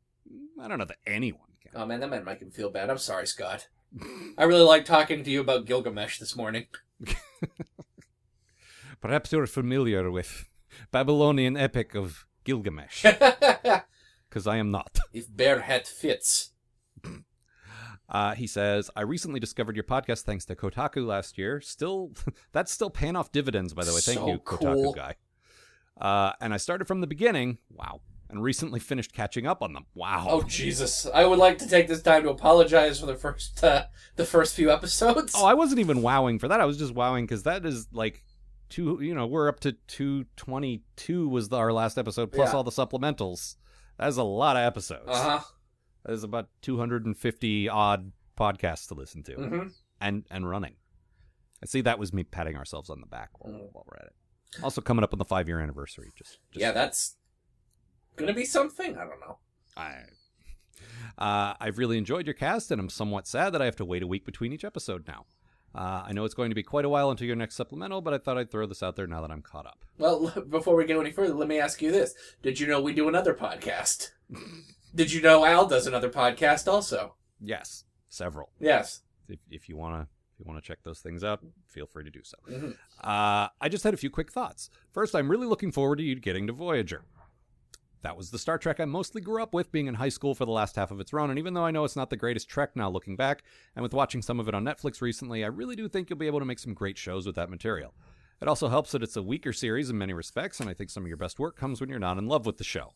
B: I don't know that anyone can.
D: Oh man, that might make him feel bad. I'm sorry, Scott. I really like talking to you about Gilgamesh this morning.
B: Perhaps you're familiar with Babylonian epic of Gilgamesh,
D: if
B: because I am not.
D: bear hat fits.
B: Uh, he says, "I recently discovered your podcast thanks to Kotaku last year. Still, that's still paying off dividends, by the way. Thank
D: So
B: you, Kotaku
D: cool.
B: guy. Uh, and I started from the beginning. Wow, and recently finished catching up on them. Wow.
D: Oh Jesus! I would like to take this time to apologize for the first uh, the first few episodes.
B: Oh, I wasn't even wowing for that. I was just wowing because that is like two. You know, we're up to two twenty two was the, our last episode plus
D: Yeah.
B: all the supplementals. That is a lot of episodes.
D: Uh huh.
B: That is about two hundred and fifty odd podcasts to listen to
D: hmm
B: and and running. And see, that was me patting ourselves on the back while,
D: Mm.
B: while we're at it. Also coming up on the five year anniversary. Just, just
D: Yeah, that's gonna be something. I don't know.
B: I, uh, I've really enjoyed your cast, and I'm somewhat sad that I have to wait a week between each episode now. Uh, I know it's going to be quite a while until your next supplemental, but I thought I'd throw this out there now that I'm caught up.
D: Well, l- before we go any further, let me ask you this: Did you know we do another podcast? Did you know Al does another podcast also?
B: Yes, several.
D: Yes.
B: If, if you wanna, if you wanna check those things out, feel free to do so.
D: Mhm.
B: Uh, I just had a few quick thoughts. First, I'm really looking forward to you getting to Voyager. That was the Star Trek I mostly grew up with, being in high school for the last half of its run. And even though I know it's not the greatest Trek now looking back, and with watching some of it on Netflix recently, I really do think you'll be able to make some great shows with that material. It also helps that it's a weaker series in many respects, and I think some of your best work comes when you're not in love with the show.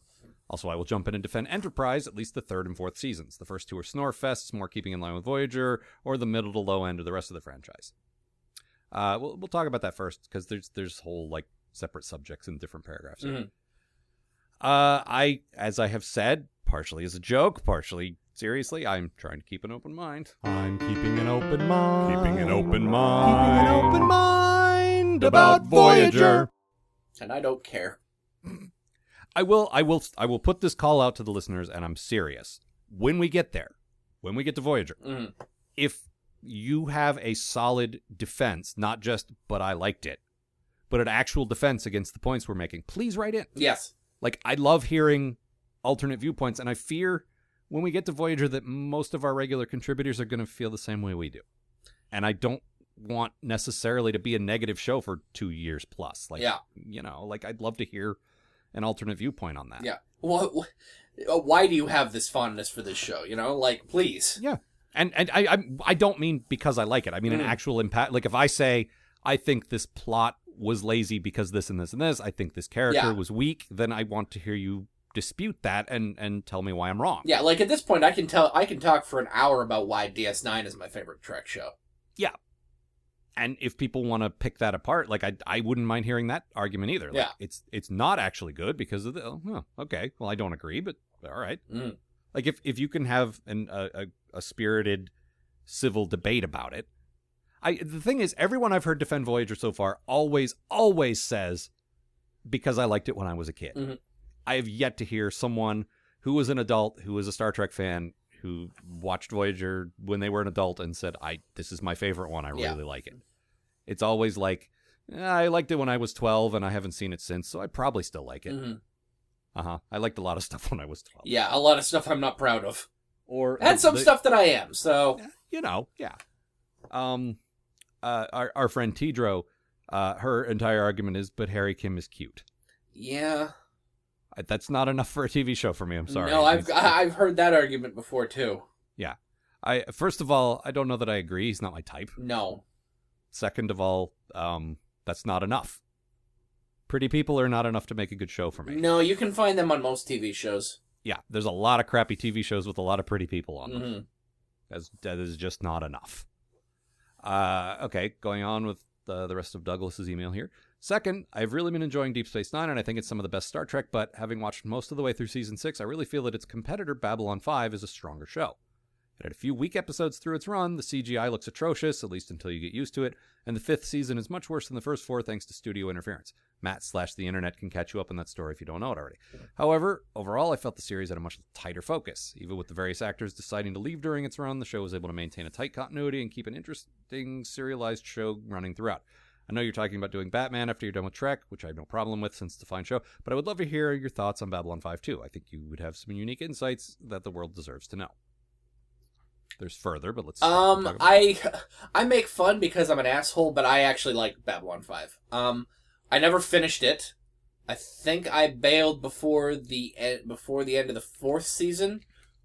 B: Also, I will jump in and defend Enterprise, at least the third and fourth seasons. The first two are snore fests, more keeping in line with Voyager, or the middle to low end of the rest of the franchise. Uh, we'll, we'll talk about that first because there's there's whole like separate subjects in different paragraphs. here.
D: Mhm.
B: Uh, I, as I have said, partially as a joke, partially seriously, I'm trying to keep an open mind. I'm keeping an open mind.
C: Keeping an open
B: Keeping
C: mind.
B: an open mind
C: About
B: about Voyager.
D: And I don't care.
B: I will I will I will put this call out to the listeners and I'm serious. When we get there, when we get to Voyager,
D: Mhm.
B: if you have a solid defense, not just but I liked it, but an actual defense against the points we're making, please write in.
D: Yes.
B: Like I love hearing alternate viewpoints and I fear when we get to Voyager that most of our regular contributors are going to feel the same way we do. And I don't want necessarily to be a negative show for 2 years plus. Like
D: Yeah.
B: you know, like I'd love to hear an alternate viewpoint on that.
D: Yeah. What, why do you have this fondness for this show? You know, like, please.
B: Yeah, and and I I, I don't mean because I like it. I mean an
D: Mm.
B: actual impact. Like if I say I think this plot was lazy because this and this and this, I think this character
D: Yeah.
B: was weak. Then I want to hear you dispute that and and tell me why I'm wrong.
D: Yeah, like at this point, I can tell, I can talk for an hour about why DS9 is my favorite Trek show.
B: And if people want to pick that apart, like I I wouldn't mind hearing that argument either. Like,
D: Yeah.
B: it's it's not actually good because of the. Oh, huh, okay, well I don't agree, but all right.
D: Mm.
B: Like if if you can have an a, a, a spirited civil debate about it. I the thing is everyone I've heard defend Voyager so far always always says because I liked it when I was a kid.
D: Mhm.
B: I have yet to hear someone who was an adult who was a Star Trek fan who watched Voyager when they were an adult and said I this is my favorite one. I
D: Yeah.
B: really like it. It's always like "Eh, I liked it when I was 12 and I haven't seen it since, so I probably still like it.
D: Mhm.
B: Uh-huh. I liked a lot of stuff when I was 12.
D: Yeah, a lot of stuff I'm not proud of.
B: Or
D: And some
B: the-
D: stuff that I am, so.
B: you know, yeah. Um, uh, our our friend Tidro, uh, her entire argument is, but Harry Kim is cute.
D: Yeah.
B: I- That's not enough for a TV show for me. I'm sorry.
D: No, I've,
B: I,
D: I've heard that argument before, too.
B: I first of all, I don't know that I agree. He's not my type.
D: No.
B: Second of all, um, that's not enough. Pretty people are not enough to make a good show for me.
D: No, you can find them on most TV shows.
B: Yeah, there's a lot of crappy TV shows with a lot of pretty people on them.
D: hmm
B: That's, that is just not enough. Uh, okay, going on with the, the rest of Douglas's email here. Second, I've really been enjoying Deep Space Nine, and I think it's some of the best Star Trek, but having watched most of the way through season six, I really feel that its competitor, Babylon 5, is a stronger show. It had a few weak episodes through its run, the CGI looks atrocious, at least until you get used to it, and the fifth season is much worse than the first four thanks to studio interference. Matt slash the internet can catch you up on that story if you don't know it already. However, overall, I felt the series had a much tighter focus. Even with the various actors deciding to leave during its run, the show was able to maintain a tight continuity and keep an interesting serialized show running throughout. I know you're talking about doing Batman after you're done with Trek, which I have no problem with since it's a fine show, but I would love to hear your thoughts on Babylon 5 too. I think you would have some unique insights that the world deserves to know. There's further, but let's.
D: Um,
B: talk about-
D: I I make fun because I'm an asshole, but I actually like Babylon Five. Um, I never finished it. I think I bailed before the e- before the end of the fourth season,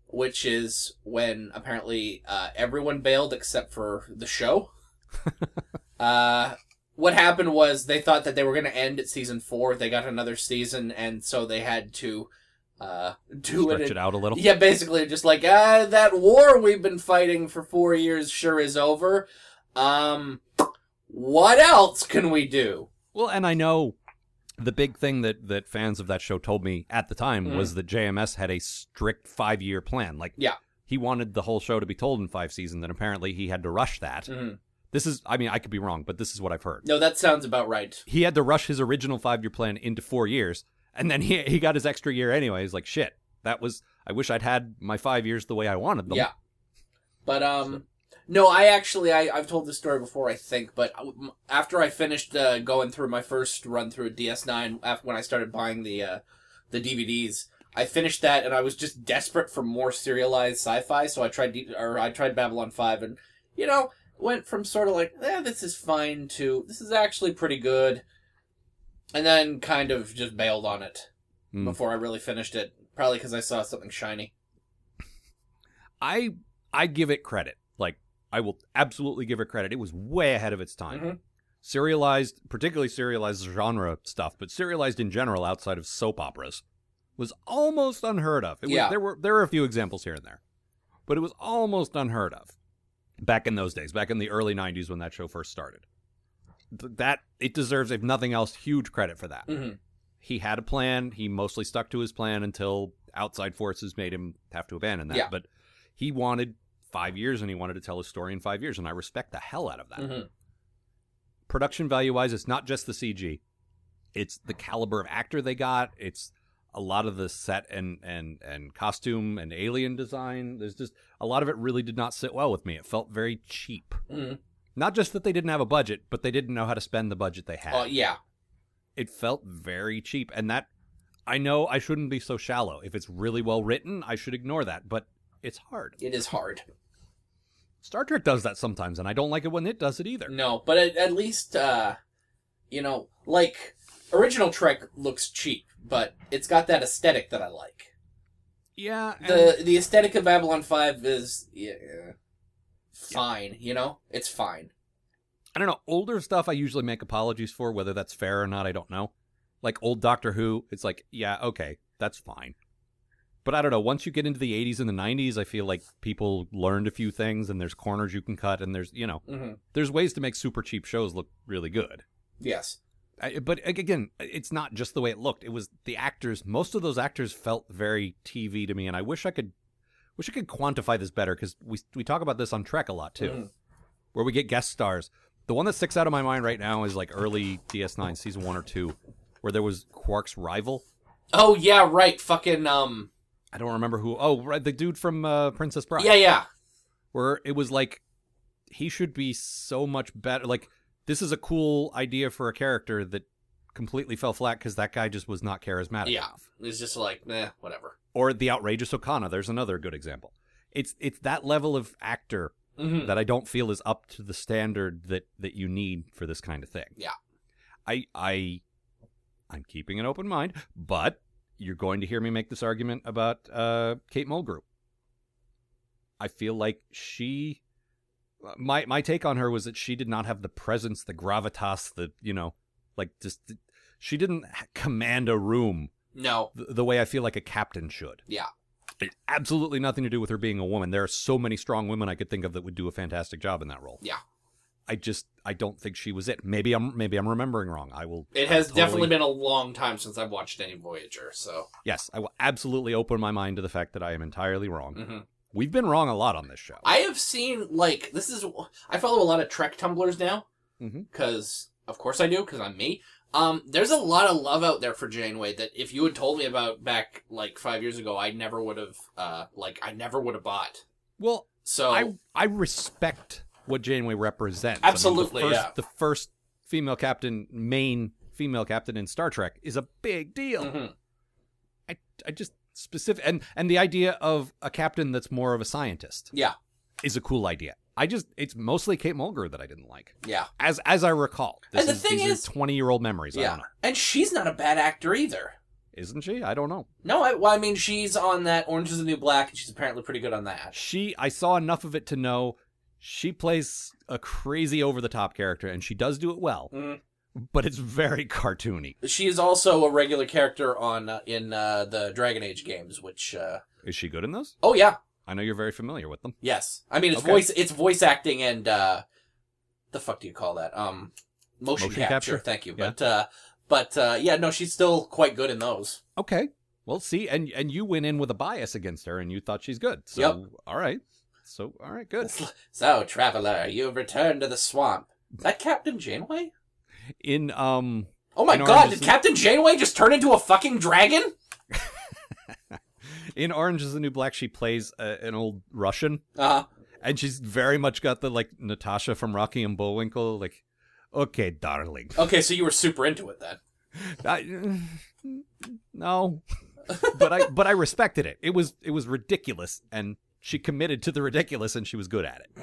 D: which is when apparently uh, everyone bailed except for the show. uh, what happened was they thought that they were going to end at season four. They got another season, and so they had to uh, do
B: stretch
D: it
B: it out a little.
D: yeah, basically, just like ah, that war we've been fighting for four years sure is over. Um, what else can we do?
B: Well, and I know the big thing that that fans of that show told me at the time
D: Mm.
B: was that JMS had a strict five year plan. Like,
D: Yeah.
B: he wanted the whole show to be told in five seasons, and apparently he had to rush that.
D: Mhm.
B: This is, I mean, I could be wrong, but this is what I've heard.
D: No, that sounds about right.
B: He had to rush his original five year plan into four years, and then he he got his extra year anyway. He's like, shit, that was. I wish I'd had my five years the way I wanted them.
D: Yeah. But um, no, I actually I I've told this story before, I think. But um, after I finished uh, going through my first run through at DS9, after when I started buying the uh, the DVDs, I finished that, and I was just desperate for more serialized sci-fi. So I tried D- or I tried Babylon Five, and you know went from sort of like eh, this is fine to this is actually pretty good, and then kind of just bailed on it
B: Hmm.
D: before I really finished it. Probably because I saw something shiny.
B: I I give it credit. Like I will absolutely give it credit. It was way ahead of its time.
D: Mhm.
B: Serialized, particularly serialized genre stuff, but serialized in general outside of soap operas was almost unheard of. It was-
D: Yeah.
B: there were there were a few examples here and there. But it was almost unheard of back in those days, back in the early 90s when that show first started. Th- that it deserves if nothing else huge credit for that.
D: hmm
B: He had a plan, he mostly stuck to his plan until outside forces made him have to abandon that.
D: Yeah.
B: But he wanted 5 years and he wanted to tell his story in 5 years and I respect the hell out of that
D: hmm
B: production value wise, it's not just the CG. It's the caliber of actor they got. It's a lot of the set and and and costume and alien design. There's just a lot of it really did not sit well with me. It felt very cheap.
D: hmm
B: Not just that they didn't have a budget, but they didn't know how to spend the budget they had.
D: Oh yeah.
B: It felt very cheap, and that I know I shouldn't be so shallow. If it's really well written, I should ignore that, but it's hard.
D: It is hard.
B: Star Trek does that sometimes, and I don't like it when it does it either.
D: No, but at, at least, uh, you know, like, original Trek looks cheap, but it's got that aesthetic that I like.
B: Yeah, and-
D: The the aesthetic of Babylon 5 is yeah, fine, you know? It's fine.
B: I don't know. Older stuff I usually make apologies for, whether that's fair or not, I don't know. Like old Doctor Who, it's like, yeah, okay, that's fine. But I don't know. Once you get into the 80s and the 90s, I feel like people learned a few things and there's corners you can cut and there's, you know,
D: hmm
B: there's ways to make super cheap shows look really good.
D: Yes.
B: I, but ag- again, it's not just the way it looked. It was the actors. Most of those actors felt very TV to me, and I wish I could, wish I could quantify this better because we we talk about this on Trek a lot too,
D: Mhm.
B: where we get guest stars. The one that sticks out of my mind right now is like early DS9 season one or two, where there was Quark's rival.
D: Oh, yeah, right. Fucking, um,
B: I don't remember who. Oh, right, the dude from uh, Princess Bride.
D: yeah, yeah.
B: where it was like he should be so much better like this is a cool idea for a character that completely fell flat because that guy just was not charismatic
D: Yeah. It's just like, meh, whatever.
B: or the outrageous okana there's another good example it's it's that level of actor
D: hmm
B: that i don't feel is up to the standard that that you need for this kind of thing
D: Yeah.
B: i i i'm keeping an open mind but you're going to hear me make this argument about uh kate mulgrew I feel like she my my take on her was that she did not have the presence, the gravitas, the you know, like just she didn't h- command a room
D: No.
B: the, the way I feel like a captain should.
D: Yeah.
B: It- absolutely nothing to do with her being a woman. There are so many strong women I could think of that would do a fantastic job in that role.
D: Yeah.
B: I just I don't think she was it. Maybe I'm maybe I'm remembering wrong. I will.
D: It
B: I
D: has
B: totally-
D: definitely been a long time since I've watched any Voyager, so
B: Yes, I will absolutely open my mind to the fact that I am entirely wrong.
D: Mhm.
B: We've been wrong a lot on this show.
D: I have seen like this is I follow a lot of Trek tumblers now
B: Mhm.
D: because of course I do because I'm me. Um, there's a lot of love out there for Janeway that if you had told me about back like five years ago, I never would have uh like I never would have bought.
B: well,
D: So
B: I I respect what Janeway represents.
D: Absolutely,
B: I mean, the first,
D: yeah.
B: The first female captain, main female captain in Star Trek, is a big deal.
D: Mhm.
B: I I just specific and and the idea of a captain that's more of a scientist
D: yeah,
B: is a cool idea. I just it's mostly Kate Mulgrew that I didn't like.
D: yeah,
B: As as I recall. This
D: And the
B: is,
D: thing
B: these
D: is-
B: are 20 year old memories. I
D: yeah,
B: don't know.
D: and she's not a bad actor either.
B: Isn't she? I don't know.
D: No, I, well, I mean she's on that Orange Is the New Black, and she's apparently pretty good on that.
B: She I saw enough of it to know she plays a crazy over the top character and she does do it well.
D: Mhm.
B: But it's very cartoony.
D: She is also a regular character on uh, in uh, the Dragon Age games, which uh,
B: Is she good in those?
D: oh yeah,
B: I know you're very familiar with them.
D: Yes, I mean it's
B: Okay.
D: voice it's voice acting and uh, the fuck do you call that? Um, motion,
B: Motion
D: capture.
B: capture?
D: Thank you,
B: Yeah.
D: but uh, but uh, yeah, no, she's still quite good in those.
B: Okay. Well, see, and and you went in with a bias against her and you thought she's good. So all right. So all right, good.
D: So, traveler, you have returned to the swamp. That Captain Janeway?
B: In um
D: Oh my
B: In Orange
D: god,
B: is
D: did
B: the-
D: Captain Janeway just turn into a fucking dragon?
B: in Orange is the New Black, she plays a, an old Russian,
D: Uh,
B: and she's very much got the like Natasha from Rocky and Bullwinkle, like, okay, darling.
D: okay, so you were super into it then.
B: I, no, but I but I respected it. It was it was ridiculous, and she committed to the ridiculous, and she was good at it.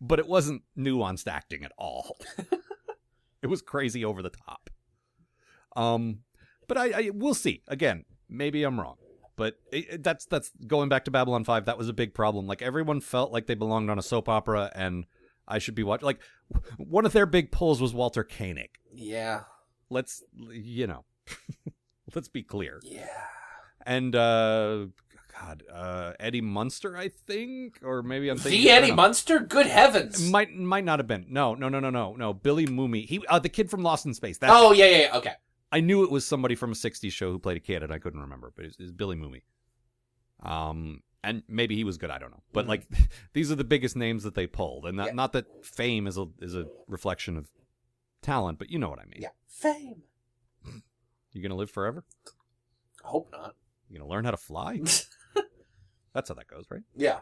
B: But it wasn't nuanced acting at all. it was crazy over the top. Um, but I, I we'll see. Again, maybe I'm wrong. But it, it- that's that's going back to Babylon Five. That was a big problem. Like everyone felt like they belonged on a soap opera, and I should be watching. Like one of their big pulls was Walter Koenig
D: Yeah,
B: let's you know let's be clear
D: yeah.
B: and uh god uh eddie munster i think or maybe i'm thinking
D: The
B: I
D: Eddie
B: don't know.
D: Munster? Good heavens!
B: might might not have been no no no no no no billy moomy he uh, the kid from lost in space that's
D: oh yeah, yeah, yeah. Okay.
B: i knew it was somebody from a 60s show who played a kid and i couldn't remember but it's it's billy moomy um and maybe he was good i don't know but like these are the biggest names that they pulled and not,
D: Mm-hmm. Yeah.
B: not that fame is a is a reflection of talent but you know what i mean
D: Yeah. Fame.
B: you're gonna live forever
D: Hope not.
B: you're gonna learn how to fly That's how that goes, right?
D: yeah.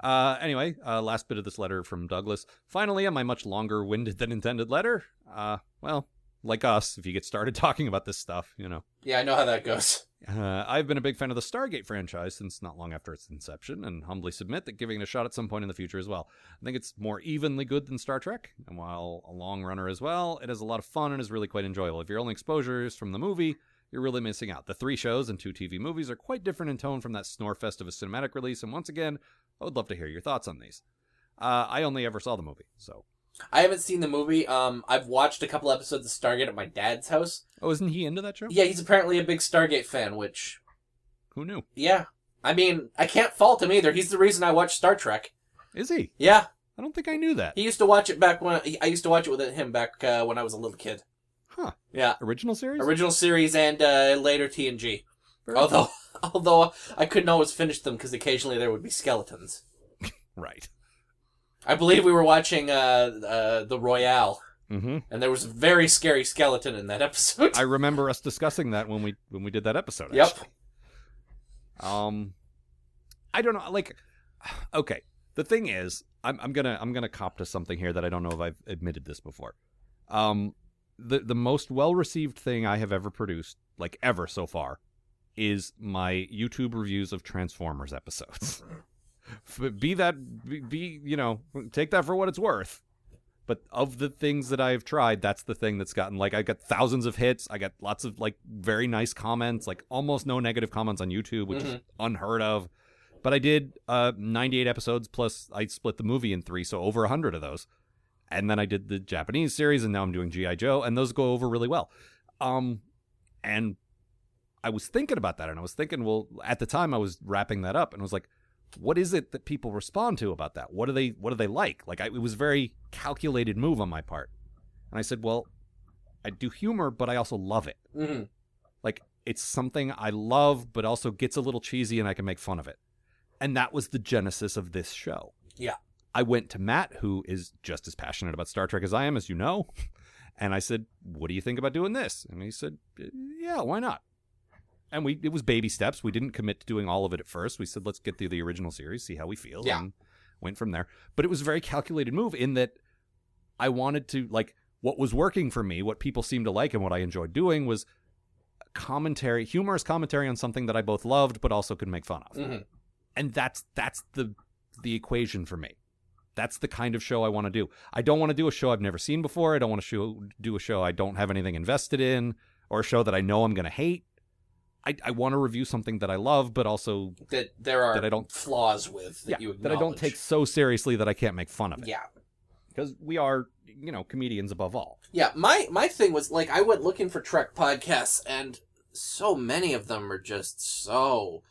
B: Uh, anyway, uh, last bit of this letter from Douglas. Finally, on my much longer winded than intended letter. Uh, well, like us, if you get started talking about this stuff, you know.
D: Yeah, I know how that goes.
B: Uh, I've been a big fan of the Stargate franchise since not long after its inception, and humbly submit that giving it a shot at some point in the future as well. I think it's more evenly good than Star Trek, and while a long runner as well, it is a lot of fun and is really quite enjoyable. If your only exposure is from the movie, you're really missing out. The three shows and two TV movies are quite different in tone from that snorefest of a cinematic release, and once again, I would love to hear your thoughts on these. Uh, I only ever saw the movie, so.
D: I haven't seen the movie. Um, I've watched a couple episodes of Stargate at my dad's house.
B: Oh, isn't he into that show?
D: Yeah, he's apparently a big Stargate fan, which,
B: Who knew?
D: yeah. I mean, I can't fault him either. He's the reason I watch Star Trek.
B: Is he?
D: Yeah,
B: I don't think I knew that.
D: he used to watch it back when I used to watch it with him back uh, when I was a little kid.
B: Huh.
D: Yeah,
B: Original series?
D: original series and uh, later TNG.
B: Very cool.
D: Although, although I couldn't always finish them because occasionally there would be skeletons.
B: Right.
D: I believe we were watching uh, uh, the Royale,
B: Mm hmm.
D: and there was a very scary skeleton in that episode.
B: I remember us discussing that when we when we did that episode.
D: Yep.
B: Actually. Um, I don't know. Like, okay, the thing is, I'm I'm gonna I'm gonna cop to something here that I don't know if I've admitted this before. Um, the the most well received thing I have ever produced, like ever so far, is my YouTube reviews of Transformers episodes. F- be that be, be you know take that for what it's worth but of the things that I've tried, that's the thing that's gotten like I got thousands of hits. I got lots of like very nice comments, like almost no negative comments on YouTube, which is unheard of. But I did uh 98 episodes plus I split the movie in 3, so over 100 of those. And then I did the Japanese series and now I'm doing GI Joe and those go over really well. Um and I was thinking about that and I was thinking well at the time I was wrapping that up and I was like what is it that people respond to about that? What do they what do they like? Like I, it was a very calculated move on my part. And I said, well, I do humor, but I also love it.
D: hmm
B: Like it's something I love, but also gets a little cheesy, and I can make fun of it. And that was the genesis of this show.
D: Yeah.
B: I went to Matt, who is just as passionate about Star Trek as I am, as you know, and I said, "What do you think about doing this?" And he said, "Uh, "Yeah, why not?" And we it was baby steps. We didn't commit to doing all of it at first. We said, "Let's get through the original series, see how we feel."
D: Yeah.
B: And went from there. But it was a very calculated move in that I wanted to like what was working for me, what people seemed to like, and what I enjoyed doing was commentary, humorous commentary on something that I both loved but also could make fun of.
D: Mhm.
B: And that's that's the the equation for me. That's the kind of show I want to do. I don't want to do a show I've never seen before. I don't want to show, do a show I don't have anything invested in or a show that I know I'm going to hate. I, I want to review something that I love, but also
D: That there are
B: That I don't-
D: flaws with that
B: yeah,
D: you
B: that I don't
D: acknowledge.
B: take so seriously that I can't make fun of it.
D: Yeah.
B: Because we are, you know, comedians above all.
D: Yeah, my my thing was like I went looking for Trek podcasts, and so many of them are just so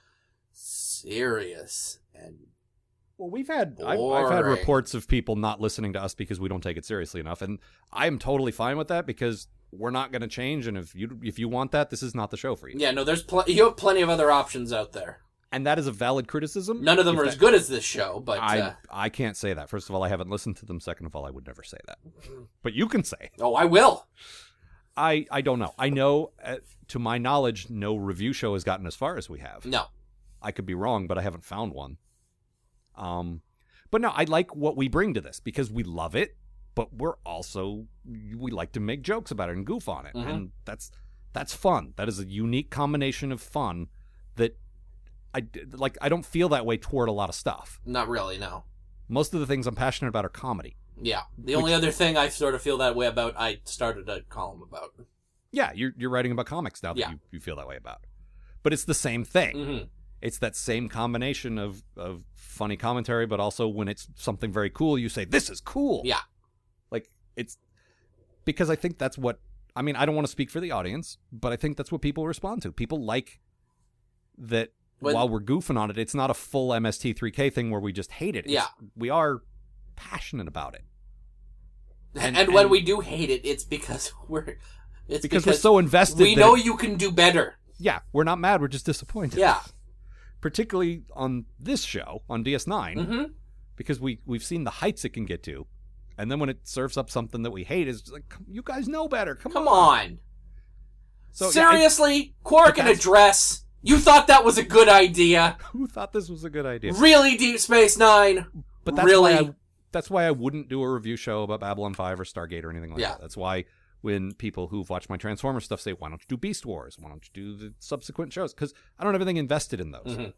D: serious and
B: Well, we've had I've, I've had
D: Boring.
B: reports of people not listening to us because we don't take it seriously enough, and I'm totally fine with that because we're not going to change. And if you if you want that, this is not the show for you.
D: yeah. No, there's pl- you have plenty of other options out there.
B: And that is a valid criticism.
D: None of them
B: If
D: are
B: that-
D: as good as this show, but
B: I
D: uh,
B: I can't say that. First of all, I haven't listened to them. Second of all, I would never say that.
D: Mm-hmm.
B: But you can say
D: oh, I will.
B: I I don't know. I know uh, to my knowledge, no review show has gotten as far as we have.
D: No,
B: I could be wrong, but I haven't found one. Um, but no, I like what we bring to this because we love it, but we're also we like to make jokes about it and goof on it,
D: Mhm.
B: and that's that's fun. That is a unique combination of fun that I d- like. I don't feel that way toward a lot of stuff.
D: not really. No.
B: Most of the things I'm passionate about are comedy.
D: Yeah. The only other thing I sort of feel that way about, I started a column about.
B: Yeah, you're you're writing about comics now that
D: Yeah.
B: you, you feel that way about, but it's the same thing.
D: hmm
B: it's that same combination of of funny commentary, but also when it's something very cool, you say this is cool.
D: Yeah.
B: like it's because I think that's what I mean. I don't want to speak for the audience, but I think that's what people respond to. People like that.
D: When-
B: while we're goofing on it, it's not a full MST3K thing where we just hate it. It's- we are passionate about it
D: And,
B: And-
D: when
B: and-
D: we do hate it, it's because we're it's
B: because, we're so invested.
D: we
B: that
D: know
B: it-
D: you can do better.
B: yeah, we're not mad. We're just disappointed.
D: Yeah.
B: particularly on this show on DS9.
D: hmm
B: because we we've seen the heights it can get to, and then when it serves up something that we hate, it's just like "Come- you guys know better. Come,
D: Come on.
B: So yeah, I-
D: Seriously, Quark in a
B: that's-
D: dress. You thought that was a good idea?
B: who thought this was a good idea?
D: Really, Deep Space Nine?
B: But that's
D: really?
B: why I, that's why I wouldn't do a review show about Babylon Five or Stargate or anything like
D: Yeah.
B: that. That's why when people who've watched my Transformers stuff say, "Why don't you do Beast Wars? Why don't you do the subsequent shows?" Because I don't have anything invested in those.
D: Mhm.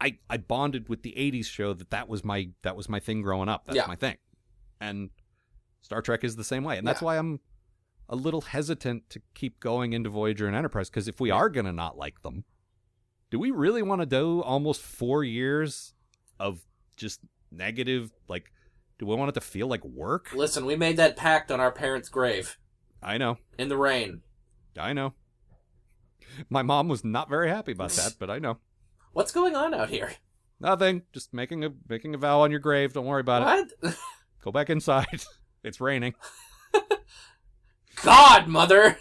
B: I I bonded with the '80s show that that was my that was my thing growing up. That's
D: Yeah.
B: my thing, and Star Trek is the same way, and that's
D: Yeah.
B: why I'm a little hesitant to keep going into Voyager and Enterprise because if we are gonna not like them, do we really want to do almost four years of just negative? Like, do we want it to feel like work?
D: Listen, we made that pact on our parents' grave
B: I know,
D: in the rain.
B: I know. My mom was not very happy about that, but I know
D: What's going on out here?
B: nothing. Just making a making a vow on your grave. Don't worry about it.
D: What?
B: Go back inside. it's raining.
D: God, mother.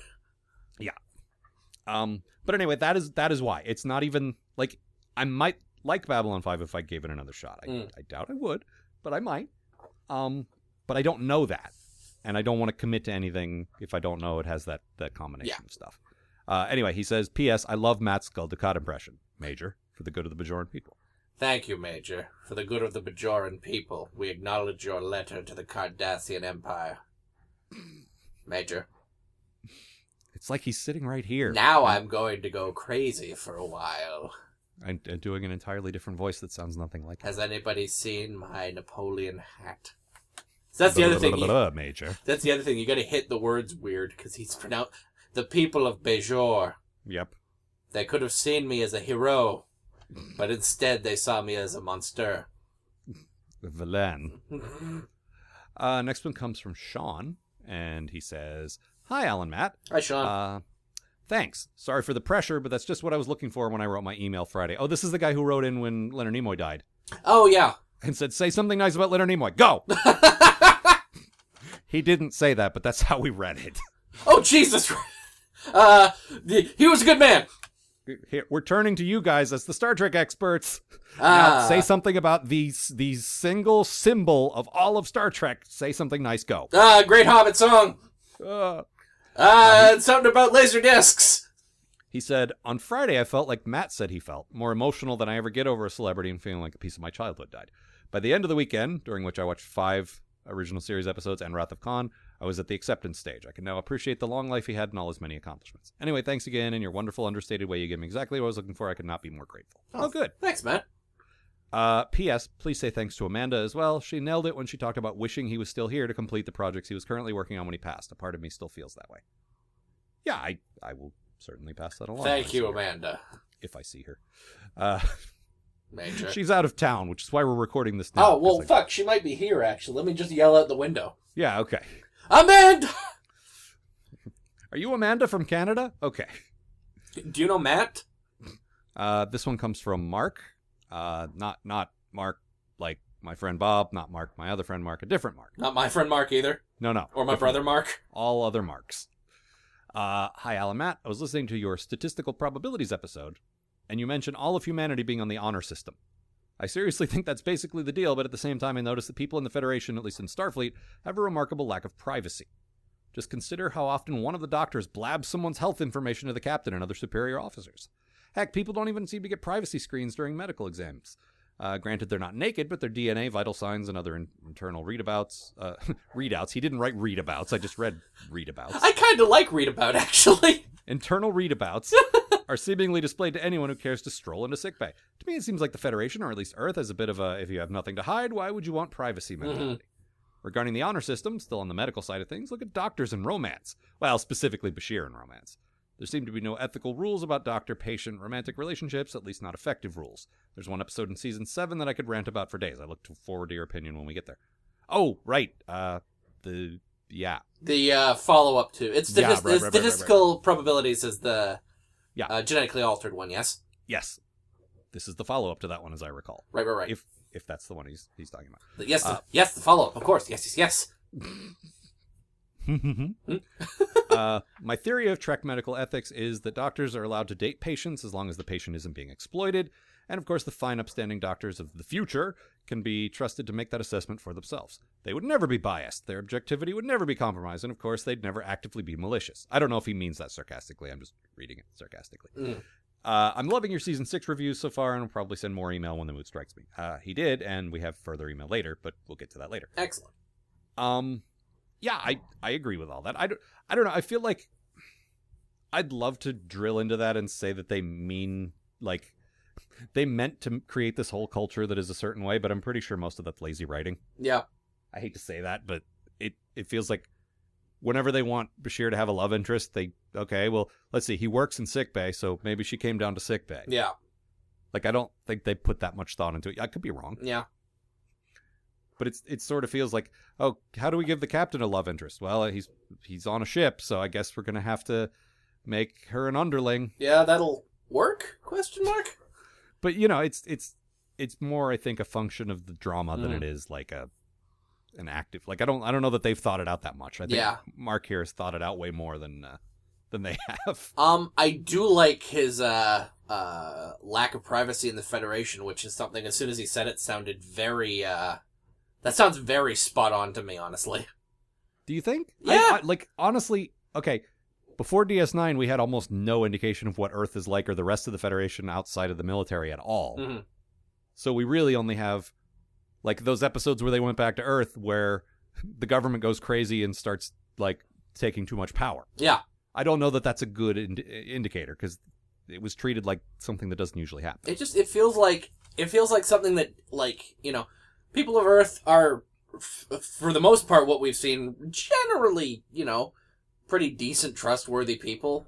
B: Um, but anyway, that is that is why it's not even like I might like Babylon Five if I gave it another shot. I,
D: Mm.
B: I doubt I would, but I might. Um, but I don't know that, and I don't want to commit to anything if I don't know it has that that combination of stuff. Uh, anyway, he says, "P.S. I love Matt's Skull Ducat impression, Major, for the good of the Bajoran people."
D: Thank you, Major, for the good of the Bajoran people. We acknowledge your letter to the Cardassian Empire. Major,
B: It's like he's sitting right here
D: now I'm going to go crazy for a while.
B: and, and doing an entirely different voice that sounds nothing like.
D: Has anybody seen my Napoleon hat? So that's the other thing. you-
B: Major.
D: That's the other thing. You got to hit the words weird because he's pronounced the people of Bejor.
B: Yep.
D: They could have seen me as a hero, but instead they saw me as a monster.
B: Valen.
D: Hi,
B: Uh, next one comes from Sean, and he says, "Hi, Alan, Matt.
D: Sean.
B: Uh, thanks. Sorry for the pressure, but that's just what I was looking for when I wrote my email Friday. Oh, this is the guy who wrote in when Leonard Nimoy died.
D: Oh yeah.
B: and said, "Say something nice about Leonard Nimoy. Go." he didn't say that, but that's how we read it.
D: Oh Jesus. Uh, the, he was a good man.
B: Here, we're turning to you guys as the Star Trek experts. Now,
D: Ah.
B: say something about the the single symbol of all of Star Trek. Say something nice. Go.
D: Ah, great Hobbit song.
B: Uh,
D: Uh, something about laser discs.
B: he said on Friday, I felt like Matt said he felt more emotional than I ever get over a celebrity and feeling like a piece of my childhood died. By the end of the weekend, during which I watched five original series episodes and Wrath of Khan, I was at the acceptance stage. I can now appreciate the long life he had and all his many accomplishments. Anyway, thanks again. In your wonderful, understated way, you gave me exactly what I was looking for. I could not be more grateful. Oh, good.
D: Thanks, man.
B: Uh, P.S. Please say thanks to Amanda as well. She nailed it when she talked about wishing he was still here to complete the projects he was currently working on when he passed. A part of me still feels that way. Yeah, I, I will certainly pass that along. when I
D: Thank
B: see
D: you,
B: her-
D: Amanda.
B: If I see her. Uh,
D: Major.
B: she's out of town, which is why we're recording this now.
D: oh well,
B: 'cause I-
D: fuck. She might be here actually. Let me just yell out the window.
B: Yeah, okay.
D: Amanda.
B: Are you Amanda from Canada? Okay.
D: Do you know Matt?
B: Uh, this one comes from Mark. Uh, not not Mark like my friend Bob, not Mark my other friend Mark, a different Mark.
D: Not my friend Mark either,
B: No, no.
D: or my
B: different
D: brother Mark.
B: all other marks. Uh, hi, Alan Matt. I was listening to your statistical probabilities episode, and you mentioned all of humanity being on the honor system. I seriously think that's basically the deal, but at the same time, I noticed that people in the Federation, at least in Starfleet, have a remarkable lack of privacy. Just consider how often one of the doctors blabs someone's health information to the captain and other superior officers. Heck, people don't even seem to get privacy screens during medical exams. Uh, granted, they're not naked, but their DNA, vital signs, and other in- internal readabouts. Uh, readouts. He didn't write readabouts. I just read readabouts.
D: I kind of like read about actually.
B: Internal readabouts are seemingly displayed to anyone who cares to stroll into sickbay. To me, it seems like the Federation, or at least Earth, has a bit of a if you have nothing to hide, why would you want privacy mentality? Regarding the honor system, still on the medical side of things, look at doctors and romance. Well, specifically Bashir and romance. There seem to be no ethical rules about doctor patient romantic relationships, at least not effective rules. There's one episode in season seven that I could rant about for days. I look to- forward to your opinion when we get there. Oh, right. Uh, the. Yeah.
D: The uh, follow up to it's
B: Yeah,
D: statis-
B: right, right, right,
D: statistical probabilities is the
B: Yeah.
D: uh, genetically altered one. Yes,
B: Yes. This is the follow up to that one, as I recall.
D: right, right, right.
B: if if that's the one he's he's talking
D: yes,
B: uh,
D: the, yes, the follow up, of course. Yes, yes, yes.
B: about. uh, my theory of Trek medical ethics is that doctors are allowed to date patients as long as the patient isn't being exploited, and of course, the fine, upstanding doctors of the future can be trusted to make that assessment for themselves. They would never be biased, their objectivity would never be compromised, and of course, they'd never actively be malicious. I don't know if he means that sarcastically. I'm just reading it sarcastically.
D: Mm.
B: Uh, I'm loving your season six reviews so far, and will probably send more email when the mood strikes me. Uh, he did, and we have further email later, but we'll get to that later.
D: Excellent.
B: Um, yeah, I I agree with all that. I don't I don't know. I feel like I'd love to drill into that and say that they mean like they meant to create this whole culture that is a certain way, but I'm pretty sure most of that's lazy writing.
D: Yeah,
B: I hate to say that, but it it feels like whenever they want Bashir to have a love interest, they okay, well, let's see, he works in sick bay, so maybe she came down to sick bay.
D: yeah,
B: Like I don't think they put that much thought into it. I could be wrong
D: yeah.
B: but it's it sort of feels like oh how do we give the captain a love interest well he's he's on a ship so i guess we're gonna have to make her an underling
D: Yeah, that'll work? Question mark.
B: but you know it's it's it's more i think a function of the drama than
D: Mm.
B: it is like a an active like i don't i don't know that they've thought it out that much i think
D: Yeah.
B: mark here has thought it out way more than uh, than they have
D: Um, I do like his uh uh lack of privacy in the Federation, which is something. As soon as he said it, sounded very uh. That sounds very spot on to me, honestly.
B: do you think I-
D: Yeah.
B: I- like honestly okay before DS9, we had almost no indication of what Earth is like or the rest of the Federation outside of the military at all.
D: hmm
B: So we really only have like those episodes where they went back to Earth where the government goes crazy and starts like taking too much power.
D: Yeah.
B: I don't know that that's a good ind- indicator because it was treated like something that doesn't usually happen.
D: it just it feels like it feels like something that like you know people of earth are f- for the most part what we've seen generally you know pretty decent trustworthy people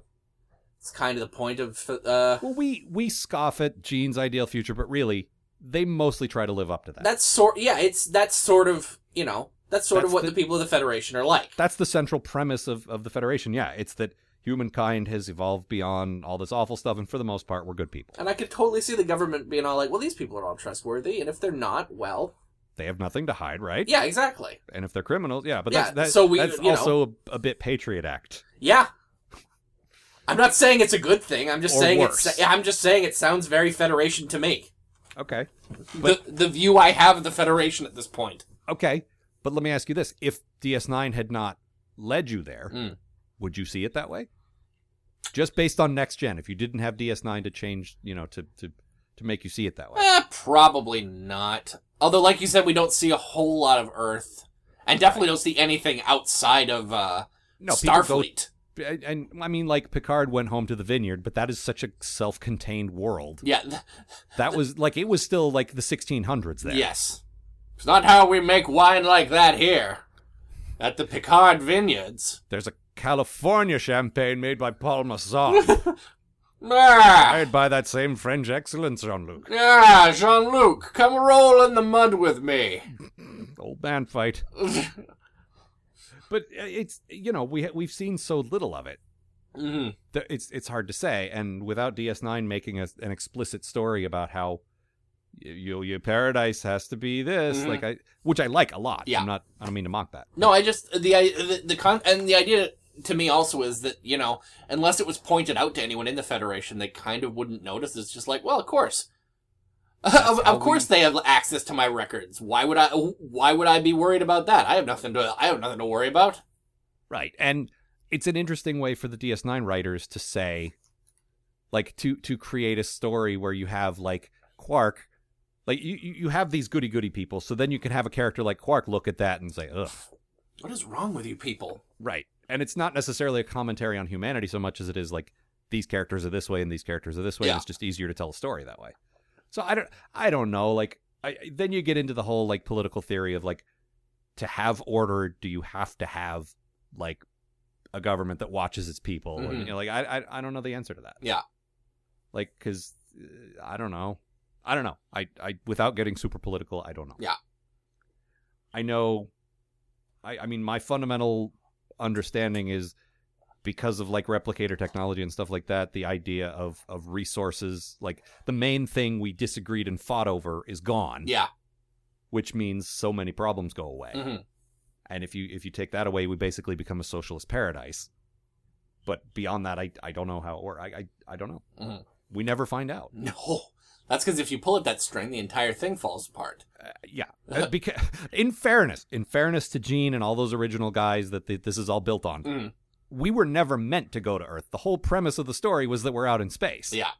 D: it's kind of the point of uh
B: well, we we scoff at Gene's ideal future, but really they mostly try to live up to that.
D: that's sort yeah it's that's sort of you know that's sort
B: That's
D: of what
B: the-
D: the, people of the federation are like
B: that's the central premise of, of the Federation. Yeah, it's that humankind has evolved beyond all this awful stuff, and for the most part, we're good people.
D: And I could totally see the government being all like, well, these people are all trustworthy, and if they're not, well,
B: They have nothing to hide, right?
D: yeah, exactly.
B: And if they're criminals, yeah, but
D: Yeah,
B: that's, that,
D: so we-
B: that's
D: you know.
B: also a, a bit Patriot Act.
D: Yeah. I'm not saying it's a good thing. I'm just
B: Or
D: saying
B: worse.
D: it's. I'm just saying it sounds very Federation to me.
B: Okay.
D: the the view I have of the Federation at this point.
B: Okay. But let me ask you this if DS9 had not led you there,
D: Mm.
B: would you see it that way? Just based on next gen, if you didn't have DS9 to change, you know, to, to, to make you see it that way.
D: Eh, probably not. Although, like you said, we don't see a whole lot of Earth, and definitely don't see anything outside of uh,
B: No, people go
D: Starfleet.
B: and, and I mean, like Picard went home to the vineyard, but that is such a self-contained world.
D: Yeah. th-
B: That was like it was still like the 1600s there.
D: Yes. It's not how we make wine like that here, at the Picard Vineyards.
B: There's a California champagne made by Paul Masson,
D: Ah,
B: made by that same French excellence, Jean-Luc.
D: ah Jean Luc, come roll in the mud with me.
B: Old man fight. But uh, it's you know we we've seen so little of it.
D: hmm
B: that It's it's hard to say, and without DS9 making a, an explicit story about how y- you, your paradise has to be this,
D: Mhm.
B: like I, which I like a lot.
D: Yeah.
B: I'm not. I don't mean to mock that.
D: No, I just the I- the, the con and the idea to me also is that you know unless it was pointed out to anyone in the Federation, they kind of wouldn't notice. It's just like, well, of course, of,
B: how
D: of course they have access to my records. Why would I? Why would I be worried about that? I have nothing to. I have nothing to worry about.
B: Right. And it's an interesting way for the DS9 writers to say like to to create a story where you have like Quark like you you you have these goody goody people, so then you can have a character like Quark look at that and say, "Ugh."
D: What is wrong with you people?
B: Right. And it's not necessarily a commentary on humanity so much as it is like these characters are this way and these characters are this way.
D: Yeah.
B: And it's just easier to tell a story that way. So I don't I don't know. Like I then you get into the whole like political theory of like to have order, do you have to have like a government that watches its people? And,
D: Mhm.
B: you know, like I, I I don't know the answer to that.
D: Yeah.
B: Like because I don't know. I don't know. I, I without getting super political, I don't know.
D: Yeah.
B: I know I, I mean my fundamental understanding is because of like replicator technology and stuff like that, the idea of of resources, like the main thing we disagreed and fought over is gone.
D: Yeah.
B: Which means so many problems go away.
D: hmm
B: And if you if you take that away, we basically become a socialist paradise. But beyond that, I I don't know how it works. I, I I don't know.
D: Mhm.
B: We never find out.
D: No, that's because if you pull at that string, the entire thing falls apart.
B: yeah Uh, beca- in fairness in fairness to gene and all those original guys that th- this is all built on
D: Mm.
B: we were never meant to go to earth the whole premise of the story was that we're out in space
D: Yeah.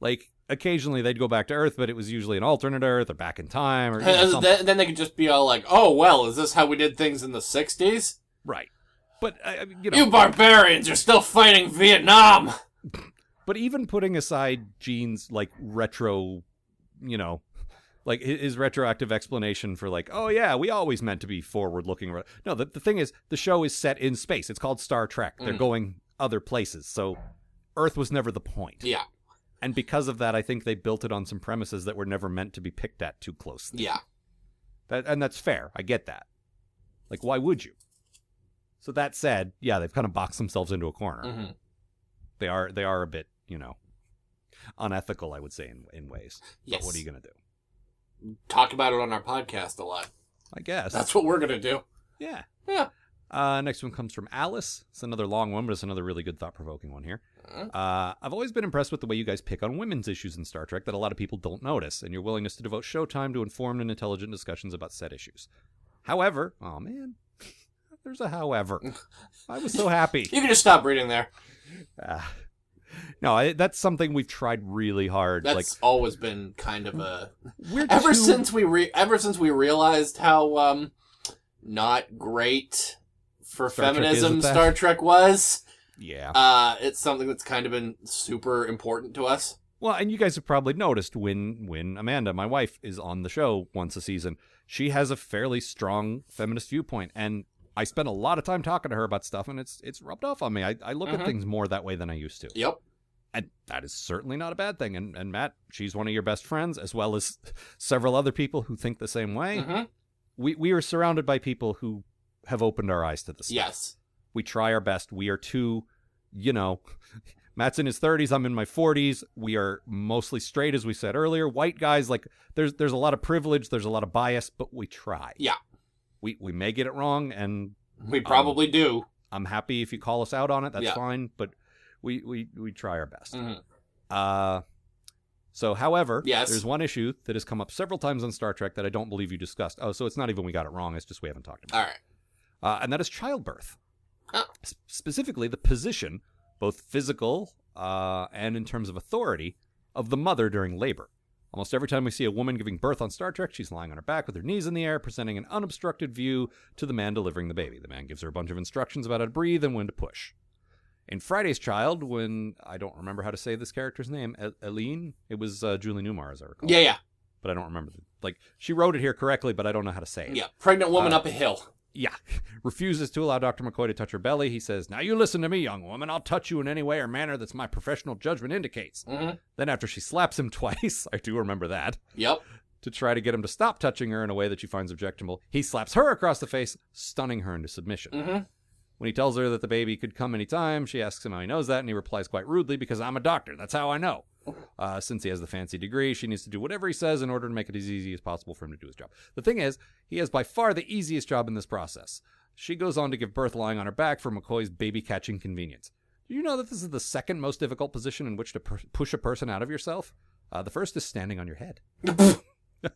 B: like occasionally they'd go back to earth but it was usually an alternate earth or back in time or you know,
D: Uh,
B: something.
D: then, then they could just be all like, "Oh well, is this how we did things in the '60s?"
B: right but uh, I I mean, you know
D: You barbarians are still fighting Vietnam.
B: but even putting aside gene's like retro you know like hi- his retroactive explanation for like oh yeah we always meant to be forward looking no the, the thing is the show is set in space it's called star trek they're
D: Mm.
B: going other places so earth was never the point
D: Yeah,
B: and because of that i think they built it on some premises that were never meant to be picked at too closely
D: yeah.
B: that, and that's fair i get that like why would you so that said yeah they've kind of boxed themselves into a corner
D: Mhm.
B: they are they are a bit you know unethical i would say in, in ways
D: Yes.
B: but what are you gonna do
D: Talk about it on our podcast a lot.
B: i guess
D: That's what we're gonna do.
B: yeah
D: Yeah.
B: uh, next one comes from alice it's another long one but it's another really good thought-provoking one here
D: Uh-huh.
B: uh, i've always been impressed with the way you guys pick on women's issues in star trek that a lot of people don't notice and your willingness to devote showtime to informed and intelligent discussions about said issues however oh man there's a however i was so happy
D: You can just stop reading there.
B: Ah. no I, that's something we've tried really hard
D: That's
B: like
D: always been kind of a
B: we're
D: ever
B: too-
D: since we re- ever since we realized how um not great for
B: Star Trek is
D: feminism
B: at that.
D: Star Trek was.
B: yeah
D: Uh, it's something that's kind of been super important to us.
B: Well, and you guys have probably noticed when when Amanda, my wife, is on the show once a season, she has a fairly strong feminist viewpoint, and I spend a lot of time talking to her about stuff, and it's it's rubbed off on me. I, I look
D: Mhm.
B: at things more that way than I used to,
D: Yep.
B: and that is certainly not a bad thing. And and Matt, she's one of your best friends, as well as several other people who think the same way.
D: hmm
B: We we are surrounded by people who have opened our eyes to this. stuff.
D: Yes.
B: We try our best. We are too you know, Matt's in his 30s, I'm in my 40s. We are mostly straight as we said earlier. White guys like there's there's a lot of privilege, there's a lot of bias, but we try.
D: Yeah.
B: We we may get it wrong and
D: We probably do.
B: I'm happy if you call us out on it. That's
D: Yeah.
B: fine, but we we we try our best.
D: Mhm.
B: Uh so however,
D: Yes.
B: there's one issue that has come up several times on Star Trek that I don't believe you discussed. Oh, so it's not even we got it wrong, it's just we haven't talked about it
D: All right.
B: uh, and that is childbirth.
D: Oh.
B: S- specifically, the position, both physical uh, and in terms of authority, of the mother during labor. Almost every time we see a woman giving birth on Star Trek, she's lying on her back with her knees in the air, presenting an unobstructed view to the man delivering the baby. The man gives her a bunch of instructions about how to breathe and when to push. In Friday's Child, when I don't remember how to say this character's name, E- Eileen, it was uh, Julie Newmar, as I recall.
D: Yeah, yeah,
B: But I don't remember. The, like, she wrote it here correctly, but I don't know how to say it.
D: yeah. Pregnant woman
B: Uh,
D: up a hill.
B: Yeah, refuses to allow Dr. McCoy to touch her belly. He says, Now you listen to me, young woman. I'll touch you in any way or manner that's my professional judgment indicates.
D: hmm
B: Then, after she slaps him twice, I do remember that,
D: Yep.
B: to try to get him to stop touching her in a way that she finds objectionable, he slaps her across the face, stunning her into submission.
D: hmm
B: When he tells her that the baby could come anytime, she asks him how he knows that, and he replies quite rudely, Because I'm a doctor. That's how I know. Uh, since he has the fancy degree, she needs to do whatever he says in order to make it as easy as possible for him to do his job. The thing is, he has by far the easiest job in this process. She goes on to give birth lying on her back for McCoy's baby catching convenience. Do you know that this is the second most difficult position in which to per- push a person out of yourself? Uh, the first is standing on your head.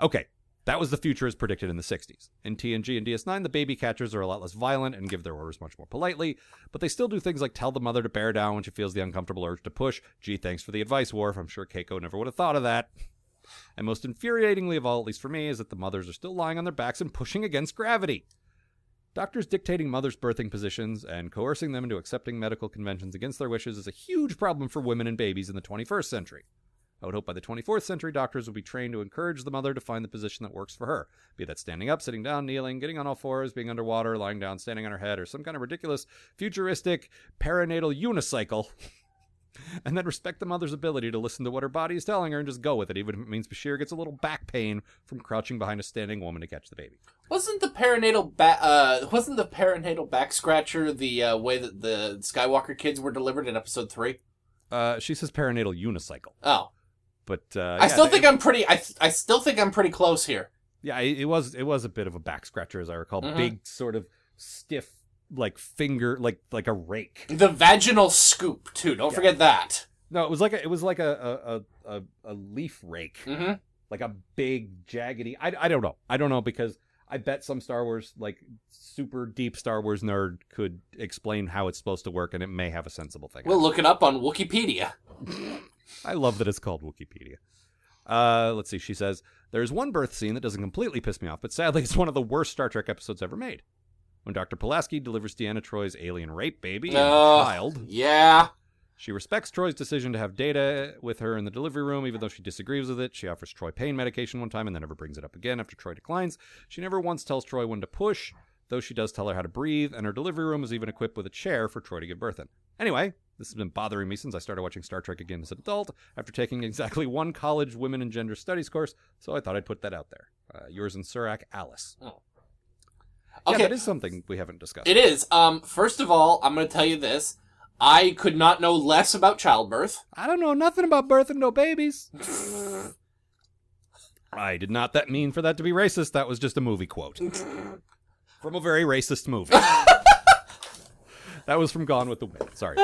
B: okay, that was the future as predicted in the 60s. In TNG and DS9, the baby catchers are a lot less violent and give their orders much more politely, but they still do things like tell the mother to bear down when she feels the uncomfortable urge to push. Gee, thanks for the advice, Worf. I'm sure Keiko never would have thought of that. And most infuriatingly of all, at least for me, is that the mothers are still lying on their backs and pushing against gravity. Doctors dictating mothers' birthing positions and coercing them into accepting medical conventions against their wishes is a huge problem for women and babies in the 21st century. I would hope by the 24th century, doctors will be trained to encourage the mother to find the position that works for her be that standing up, sitting down, kneeling, getting on all fours, being underwater, lying down, standing on her head, or some kind of ridiculous, futuristic, perinatal unicycle. and then respect the mother's ability to listen to what her body is telling her and just go with it, even if it means Bashir gets a little back pain from crouching behind a standing woman to catch the baby.
D: Wasn't the perinatal ba- uh wasn't the perinatal back scratcher the uh, way that the Skywalker kids were delivered in episode 3?
B: Uh, she says perinatal unicycle,
D: Oh.
B: but uh,
D: I
B: yeah,
D: still
B: it-
D: think I'm pretty I th- I still think I'm pretty close here.
B: Yeah, it, it was it was a bit of a back scratcher as I recall.
D: Mhm.
B: Big sort of stiff like finger like like a rake.
D: The vaginal scoop too. Don't
B: Yeah.
D: forget that.
B: No, it was like a, it was like a a, a, a a leaf rake.
D: Mhm.
B: Like a big jaggedy I, I don't know. I don't know because I bet some Star Wars like super deep Star Wars nerd could explain how it's supposed to work and it may have a sensible thing.
D: We'll look it up on Wikipedia.
B: I love that it's called Wikipedia. Uh, let's see. She says there's one birth scene that doesn't completely piss me off, but sadly, it's one of the worst Star Trek episodes ever made. When Dr. Pulaski delivers Deanna Troy's alien rape baby and her
D: Ugh.
B: child,
D: Yeah.
B: she respects Troy's decision to have data with her in the delivery room, even though she disagrees with it. She offers Troy pain medication one time and then never brings it up again after Troy declines. She never once tells Troy when to push, though she does tell her how to breathe, and her delivery room is even equipped with a chair for Troy to give birth in. Anyway, this has been bothering me since I started watching Star Trek again as an adult after taking exactly one college women and gender studies course, so I thought I'd put that out there. Uh, yours in Surak, Alice.
D: Okay.
B: Yeah, that is something we haven't discussed.
D: It is. Um, first of all, I'm going to tell you this. I could not know less about childbirth.
B: I don't know nothing about birthing no babies. I did not that mean for that to be racist. That was just a movie quote from a very racist movie. that was from Gone with the Wind. Sorry.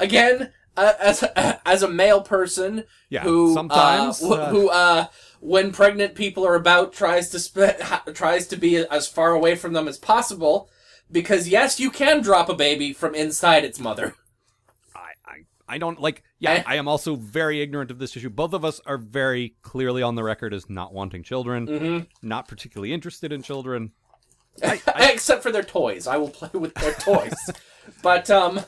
D: Again, uh, as as a male person
B: Yeah,
D: who uh,
B: sometimes,
D: wh-
B: uh,
D: who uh, when pregnant people are about tries to sp- ha- tries to be as far away from them as possible because yes, you can drop a baby from inside its mother.
B: I, I, I don't like. Yeah,
D: Eh?
B: I am also very ignorant of this issue. Both of us are very clearly on the record as not wanting children, not particularly interested in children.
D: except for their toys. I will play with their toys. but um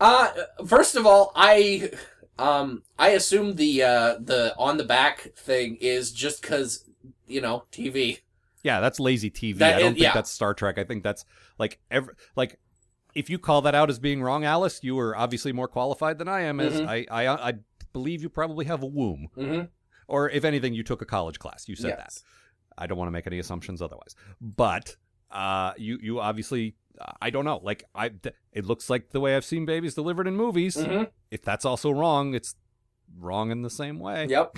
D: uh first of all, I um I assume the uh the on the back thing is just cuz you know, TV.
B: Yeah, that's lazy TV.
D: That
B: I don't
D: is-
B: think
D: yeah.
B: that's Star Trek. I think that's like every like if you call that out as being wrong, Alice, you are obviously more qualified than I am. As
D: Mm-hmm.
B: I, I I believe you probably have a womb,
D: Mhm.
B: or if anything, you took a college class. You said that.
D: Yes.
B: I don't want to make any assumptions otherwise, but uh, you you obviously I don't know. Like I, th- it looks like the way I've seen babies delivered in movies.
D: Mhm.
B: If that's also wrong, it's wrong in the same way.
D: Yep.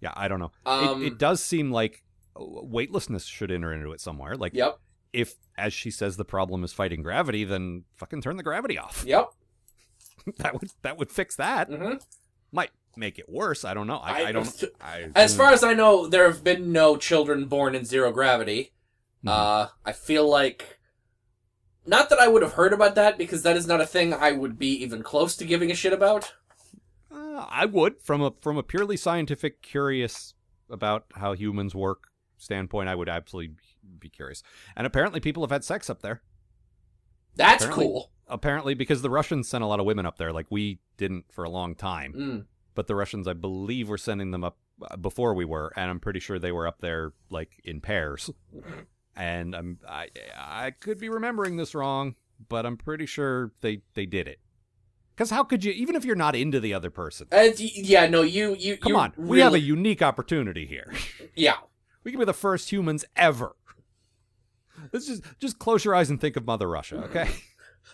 B: Yeah, I don't know.
D: Um,
B: it, it does seem like uh, weightlessness should enter into it somewhere. Like
D: Yep.
B: if, as she says, the problem is fighting gravity, then fucking turn the gravity off.
D: Yep.
B: that would that would fix that.
D: hmm
B: Might make it worse. I don't know. I,
D: I-
B: I, don't. I,
D: As far as I know, there have been no children born in zero gravity.
B: Mhm.
D: Uh, I feel like. Not that I would have heard about that, because that is not a thing I would be even close to giving a shit about.
B: Uh, I would from a from a purely scientific, curious about how humans work standpoint. I would absolutely be curious. And apparently, people have had sex up there.
D: That's
B: Apparently-
D: cool.
B: Apparently, because the Russians sent a lot of women up there, like we didn't for a long time.
D: Mm.
B: But the Russians, I believe, were sending them up uh, before we were, and I'm pretty sure they were up there like in pairs. And I'm I I could be remembering this wrong, but I'm pretty sure they they did it. Because how could you, even if you're not into the other person?
D: Uh, y- yeah, no, you, you,
B: Come
D: you
B: on, we have a
D: really-
B: unique opportunity here.
D: yeah.
B: We could be the first humans ever. Let's just just close your eyes and think of Mother Russia, okay?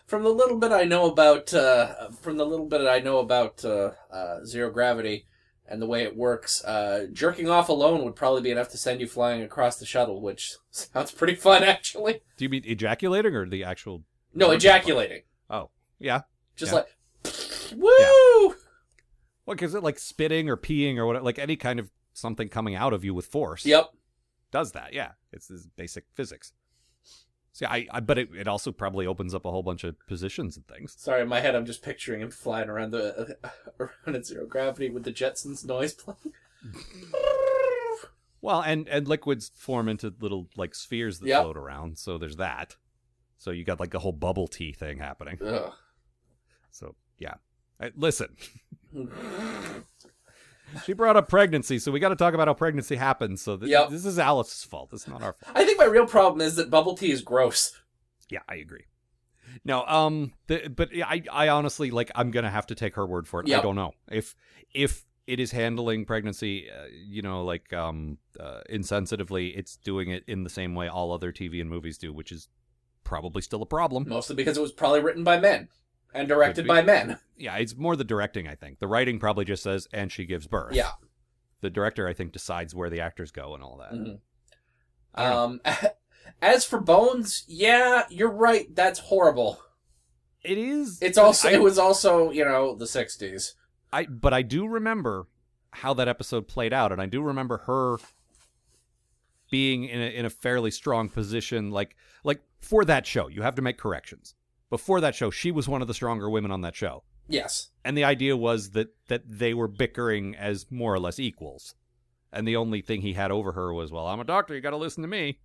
D: From the little bit I know about, uh, from the little bit I know about uh, uh, zero gravity and the way it works, uh, jerking off alone would probably be enough to send you flying across the shuttle, which sounds pretty fun, actually.
B: Do you mean ejaculating or the actual?
D: No, ejaculating,
B: Oh, yeah.
D: just
B: Yeah.
D: like woo.
B: What is it like spitting or peeing or what? Like any kind of something coming out of you with force.
D: Yep.
B: Does that? Yeah. It's, this basic physics. See, I, I but it, it also probably opens up a whole bunch of positions and things.
D: Sorry, in my head, I'm just picturing him flying around the uh, around at zero gravity with the Jetsons noise playing.
B: Well, and and liquids form into little like spheres that
D: Yep.
B: float around. So there's that. So you got like the whole bubble tea thing happening.
D: Ugh.
B: So yeah, Uh, listen. she brought up pregnancy, so we got to talk about how pregnancy happens. So th-
D: Yep.
B: this is Alice's fault. It's not our fault.
D: I think my real problem is that bubble tea is gross.
B: Yeah, I agree. No, um, the, but I, I honestly like. I'm gonna have to take her word for it. I
D: Yep.
B: don't know if if it is handling pregnancy, uh, you know, like um, uh, insensitively. It's doing it in the same way all other TV and movies do, which is probably still a problem.
D: Mostly because it was probably written by men and directed
B: be.
D: by men.
B: yeah, it's more the directing, I think. The writing probably just says, and she gives birth.
D: Yeah.
B: The director, I think, decides where the actors go and all that.
D: Mhm.
B: I don't know.
D: Um, as for Bones, yeah, you're right. That's horrible.
B: It is.
D: It's also
B: I,
D: it was also you know the '60s.
B: I, but I do remember how that episode played out, and I do remember her being in a, in a fairly strong position. Like, like for that show, you have to make corrections. Before that show, she was one of the stronger women on that show,
D: Yes.
B: and the idea was that that they were bickering as more or less equals, and the only thing he had over her was, "Well, I'm a doctor, you got to listen to me."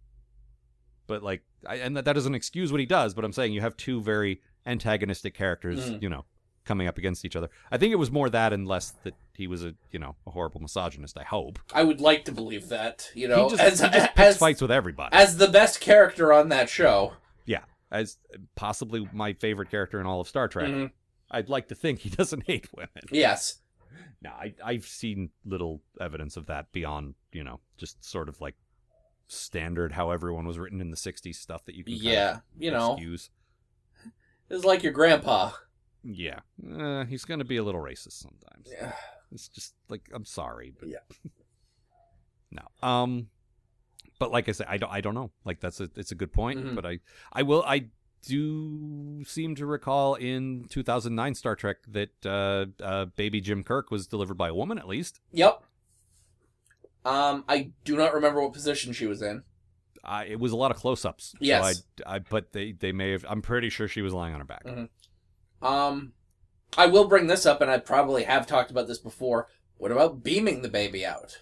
B: But like, I, and that, that doesn't excuse what he does. But I'm saying you have two very antagonistic characters,
D: Mhm.
B: you know, coming up against each other. I think it was more that and less that he was a you know a horrible misogynist. I hope
D: I would like to believe that you know
B: he just,
D: as
B: he just picks
D: as,
B: fights with everybody.
D: as the best character on that show.
B: yeah, as possibly my favorite character in all of Star Trek.
D: Mhm.
B: I'd like to think he doesn't hate women.
D: Yes.
B: No, I, I've seen little evidence of that beyond, you know, just sort of like standard how everyone was written in the 60s stuff that you can kind
D: Yeah. You
B: of
D: know,
B: excuse.
D: it's like your grandpa.
B: Yeah. Uh, he's going to be a little racist sometimes.
D: Yeah.
B: It's just like, I'm sorry. But...
D: Yeah.
B: no. Um, but like I said, I don't, I don't know. Like that's a, it's a good point,
D: Mhm.
B: but I, I will, I do seem to recall in 2009 Star Trek that uh, uh, baby Jim Kirk was delivered by a woman at least.
D: Yep. Um, I do not remember what position she was in.
B: I, it was a lot of close-ups.
D: Yes.
B: So I, I, but they, they may have. I'm pretty sure she was lying on her back.
D: Mhm. Um, I will bring this up, and I probably have talked about this before. What about beaming the baby out?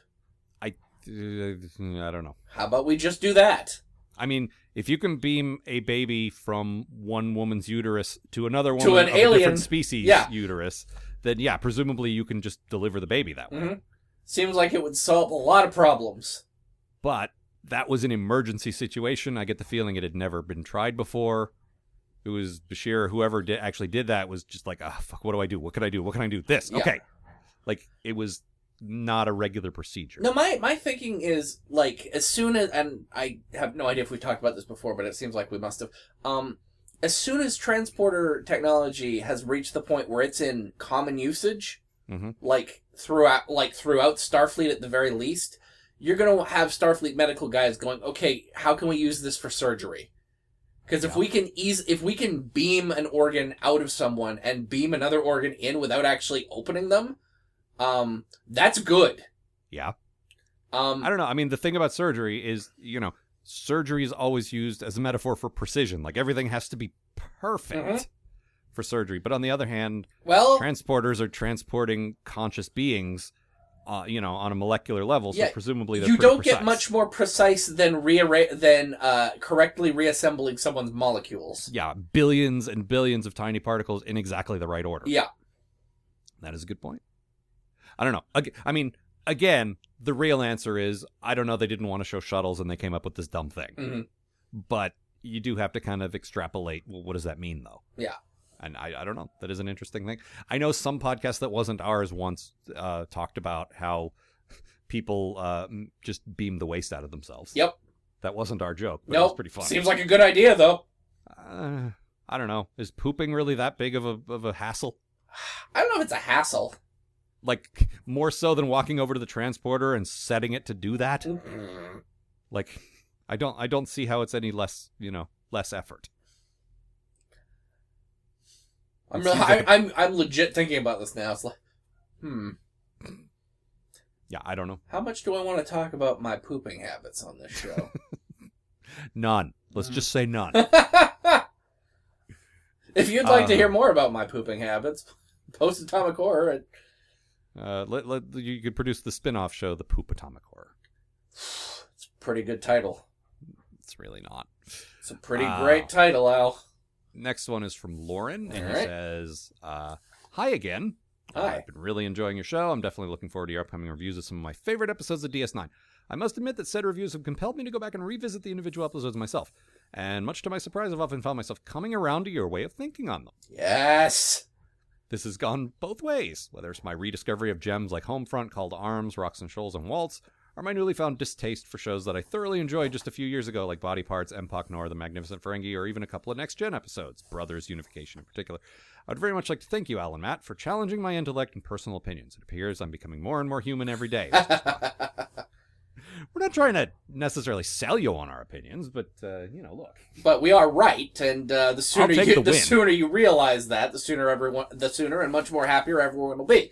D: Mm-hmm.
B: Uh, I don't know.
D: How about we just do that
B: I mean, if you can beam a baby from one woman's uterus to another
D: To
B: woman
D: an
B: of a
D: alien.
B: different species
D: Yeah.
B: uterus, then yeah, presumably you can just deliver the baby that way.
D: Mhm. Seems like it would solve a lot of problems.
B: But that was an emergency situation. I get the feeling it had never been tried before. It was Bashir, whoever did, actually did that, was just like, ah, fuck, what do I do? What can I do? What can I do? This,
D: Yeah.
B: okay. Like it was not a regular procedure.
D: No, my my thinking is like as soon as and I have no idea if we talked about this before, but it seems like we must have. Um, as soon as transporter technology has reached the point where it's in common usage,
B: Mhm.
D: like throughout like throughout Starfleet at the very least, you're gonna have Starfleet medical guys going, okay, how can we use this for surgery? Because if
B: Yeah.
D: we can ease, if we can beam an organ out of someone and beam another organ in without actually opening them, um, that's good.
B: Yeah.
D: Um,
B: I don't know. I mean, the thing about surgery is, you know, surgery is always used as a metaphor for precision. Like everything has to be perfect
D: Mhm.
B: for surgery. But on the other hand,
D: Well,
B: transporters are transporting conscious beings, uh, you know, on a molecular level. So
D: Yeah,
B: presumably they're
D: you
B: pretty
D: don't get
B: precise.
D: much more precise than rearra- than uh, correctly reassembling someone's molecules.
B: Yeah, billions and billions of tiny particles in exactly the right order.
D: Yeah,
B: That is a good point. I don't know. Ag- I mean, again, the real answer is I don't know. They didn't want to show shuttles and they came up with this dumb thing.
D: Mhm.
B: But you do have to kind of extrapolate. Well, what does that mean, though?
D: Yeah.
B: And I, I don't know. That is an interesting thing. I know some podcast that wasn't ours once uh, talked about how people uh, m- just beam the waste out of themselves.
D: Yep.
B: That wasn't our joke, but it was
D: nope.
B: pretty fun.
D: Seems like a good idea though.
B: Uh, I don't know. Is pooping really that big of a of a hassle?
D: I don't know if it's a hassle.
B: Like more so than walking over to the transporter and setting it to do that.
D: Mm.
B: Like I don't I don't see how it's any less you know less effort.
D: I'm,
B: It
D: really,
B: seems like
D: I, am I'm legit thinking about this now. It's like, hmm,
B: Yeah, I don't know.
D: how much do I want to talk about my pooping habits on this show?
B: None. Let's just say none.
D: if you'd like to
B: Uh.
D: hear more about my pooping habits, post Atomic Horror at
B: uh, let, let you could produce the spin-off show, The Poop Atomic Horror.
D: It's a pretty good title.
B: It's really not.
D: It's a pretty
B: Ah.
D: great title, Al.
B: Next one is from Lauren, and
D: All
B: he
D: right.
B: says, uh, "Hi again.
D: Hi.
B: I've been really enjoying your show. I'm definitely looking forward to your upcoming reviews of some of my favorite episodes of DS9. I must admit that said reviews have compelled me to go back and revisit the individual episodes myself, and much to my surprise, I've often found myself coming around to your way of thinking on them.
D: Yes.
B: This has gone both ways, whether it's my rediscovery of gems like Homefront, Call to Arms, Rocks and Shoals, and Waltz, or my newly found distaste for shows that I thoroughly enjoyed just a few years ago, like Body Parts, Empok Nor, The Magnificent Ferengi, or even a couple of Next Gen episodes, Brothers Unification in particular. I would very much like to thank you, Alan Matt, for challenging my intellect and personal opinions. It appears I'm becoming more and more human every day. We're not trying to necessarily sell you on our opinions, but, uh, you know, look.
D: but we are right, and uh, the sooner
B: take
D: you
B: the
D: the,
B: win.
D: sooner you realize that, the sooner everyone, the sooner and much more happier everyone will be.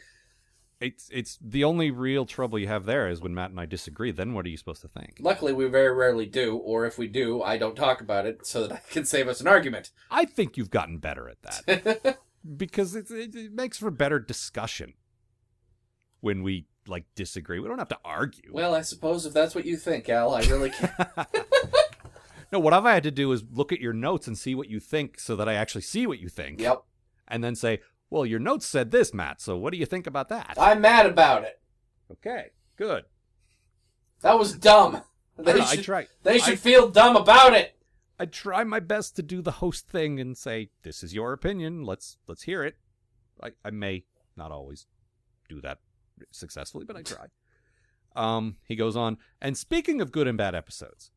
B: It's, it's the only real trouble you have there is when Matt and I disagree. Then what are you supposed to think?
D: Luckily, we very rarely do, or if we do, I don't talk about it so that I can save us an argument.
B: I think you've gotten better at that because it, it, it makes for better discussion when we like disagree. We don't have to argue.
D: Well, I suppose if that's what you think, Al, I really can't.
B: no, what I've had to do is look at your notes and see what you think, so that I actually see what you think,
D: yep,
B: and then say, "Well, your notes said this, Matt. So what do you think about that?"
D: I'm mad about it.
B: okay, good.
D: That was dumb. They
B: I, don't know, I
D: should,
B: try.
D: they should
B: I-
D: feel dumb about it.
B: I try my best to do the host thing and say, "This is your opinion. Let's let's hear it." I, I may not always do that successfully, but I try. Um, he goes on, and speaking of good and bad episodes,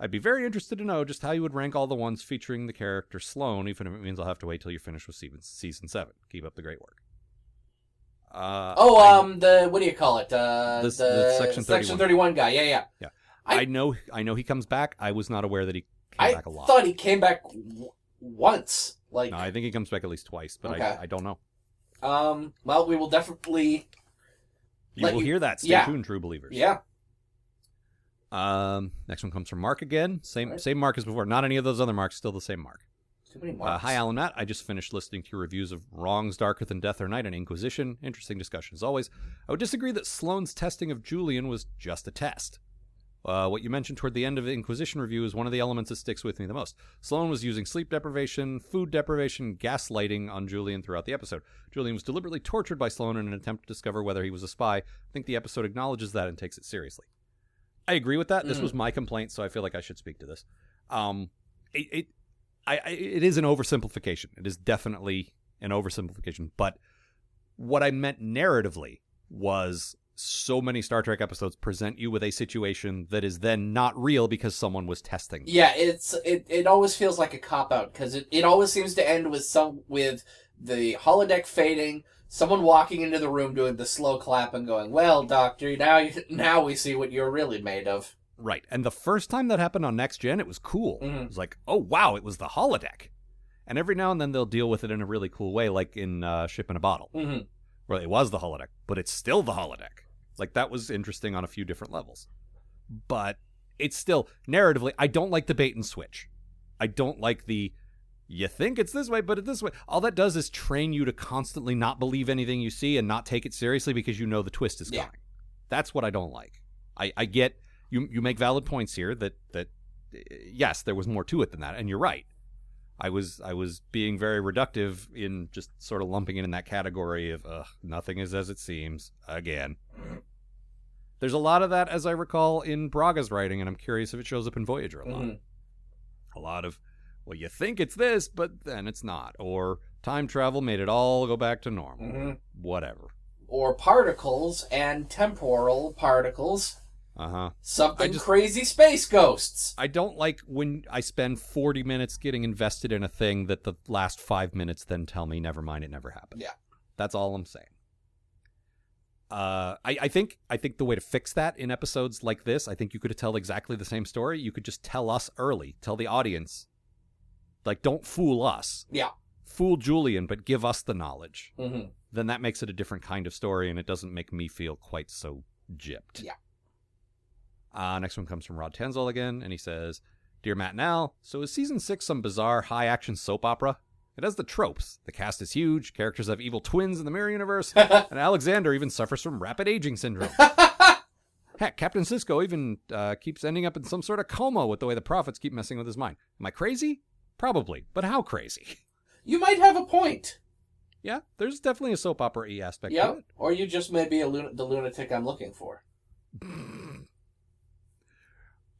B: I'd be very interested to know just how you would rank all the ones featuring the character Sloane, even if it means I'll have to wait till you're finished with season, season seven. Keep up the great work. Uh,
D: Oh,
B: I-
D: um, the what do you call it? Uh,
B: This-
D: the,
B: the Section 31.
D: thirty-one guy. Yeah, yeah.
B: I,
D: I-
B: know, I know he comes back. I was not aware that he came
D: I
B: back a lot.
D: thought he came back w- once. Like,
B: no, I think he comes back at least twice, but
D: Okay.
B: I, I don't know.
D: um, well, we will definitely.
B: You
D: Let
B: will
D: you-
B: hear that. Stay
D: yeah.
B: tuned, true believers.
D: Yeah.
B: Um, next one comes from Mark again. Same
D: Alright.
B: same Mark as before. Not any of those other marks. Still the same Mark.
D: Too many
B: Uh,
D: marks.
B: hi, Alan Matt. I just finished listening to your reviews of Wrongs Darker Than Death or Night and Inquisition. Interesting discussion as always. I would disagree that Sloane's testing of Julian was just a test. Uh, what you mentioned toward the end of the Inquisition review is one of the elements that sticks with me the most. Sloan was using sleep deprivation, food deprivation, gaslighting on Julian throughout the episode. Julian was deliberately tortured by Sloan in an attempt to discover whether he was a spy. I think the episode acknowledges that and takes it seriously. I agree with that. This
D: Mhm.
B: was my complaint, so I feel like I should speak to this. Um, it, it, I, I, it is an oversimplification. It is definitely an oversimplification, but what I meant narratively was so many Star Trek episodes present you with a situation that is then not real because someone was testing. them.
D: Yeah, it's it, it always feels like a cop out because it, it always seems to end with some with the holodeck fading, someone walking into the room doing the slow clap and going, "Well, Doctor, now you, now we see what you're really made of."
B: Right. And the first time that happened on Next Gen, it was cool.
D: Mhm.
B: It was like, oh, wow, it was the holodeck. And every now and then they'll deal with it in a really cool way, like in uh, Ship in a Bottle,
D: Mm-hmm.
B: where it was the holodeck, but it's still the holodeck. Like, that was interesting on a few different levels. But it's still, narratively, I don't like the bait and switch. I don't like the, you think it's this way, but it's this way. All that does is train you to constantly not believe anything you see and not take it seriously because you know the twist is
D: Yeah.
B: coming. That's what I don't like. I, I get you you make valid points here that that uh, yes, there was more to it than that, and you're right. I was I was being very reductive in just sort of lumping it in that category of Ugh, nothing is as it seems again. There's a lot of that, as I recall, in Braga's writing, and I'm curious if it shows up in Voyager a lot
D: Mhm.
B: a lot of well you think it's this but then it's not or time travel made it all go back to normal
D: hmm
B: whatever
D: Or particles and temporal particles,
B: uh-huh
D: something
B: I just-
D: crazy space ghosts.
B: i don't like when i spend 40 minutes getting invested in a thing that the last five minutes then tell me never mind it never happened
D: Yeah.
B: that's all i'm saying uh, I, I think I think the way to fix that in episodes like this, I think you could tell exactly the same story. You could just tell us early, tell the audience, like don't fool us,
D: Yeah.
B: fool Julian, but give us the knowledge.
D: hmm
B: then that makes it a different kind of story and it doesn't make me feel quite so gypped.
D: Yeah.
B: Uh, next one comes from Rod Tenzel again, and he says, Dear Matt and Al, so is season six some bizarre high action soap opera? It has the tropes. The cast is huge, characters have evil twins in the mirror universe, and Alexander even suffers from rapid aging syndrome. Heck, Captain Cisco even uh, keeps ending up in some sort of coma with the way the prophets keep messing with his mind. Am I crazy? Probably, but how crazy?
D: You might have a point.
B: yeah, there's definitely a soap opera y aspect to it.
D: Yep. Or you just may be a lun- the lunatic I'm looking for.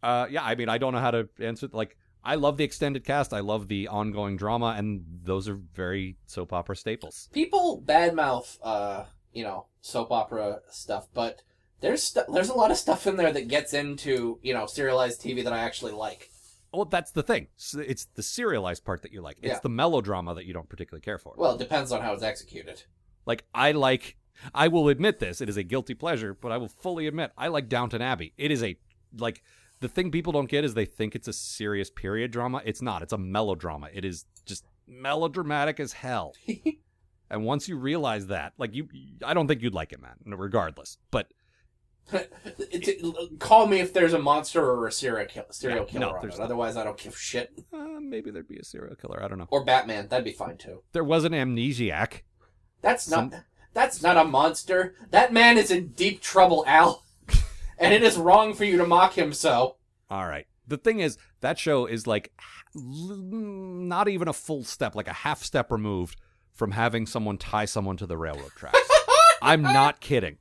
B: uh yeah i mean i don't know how to answer like i love the extended cast i love the ongoing drama and those are very soap opera staples
D: people badmouth uh you know soap opera stuff but there's stu there's a lot of stuff in there that gets into you know serialized tv that i actually like
B: well that's the thing S- it's the serialized part that you like it's
D: Yeah.
B: the melodrama that you don't particularly care for
D: well it depends on how it's executed
B: like i like i will admit this it is a guilty pleasure but i will fully admit i like downton abbey it is a like the thing people don't get is they think it's a serious period drama it's not it's a melodrama it is just melodramatic as hell And once you realize that, like you, I don't think you'd like it, man, regardless. But
D: It- it- call me if there's a monster or a serial, kill- serial
B: Yeah,
D: killer
B: no,
D: on
B: there's
D: it.
B: not.
D: otherwise i don't give a shit
B: uh, maybe there'd be a serial killer. I don't know.
D: or batman that'd be fine too
B: There was an amnesiac.
D: that's not that's not a monster that man is in deep trouble al and it is wrong for you to mock him so
B: All right. The thing is, that show is like l- not even a full step, like a half step removed from having someone tie someone to the railroad tracks. I'm not kidding.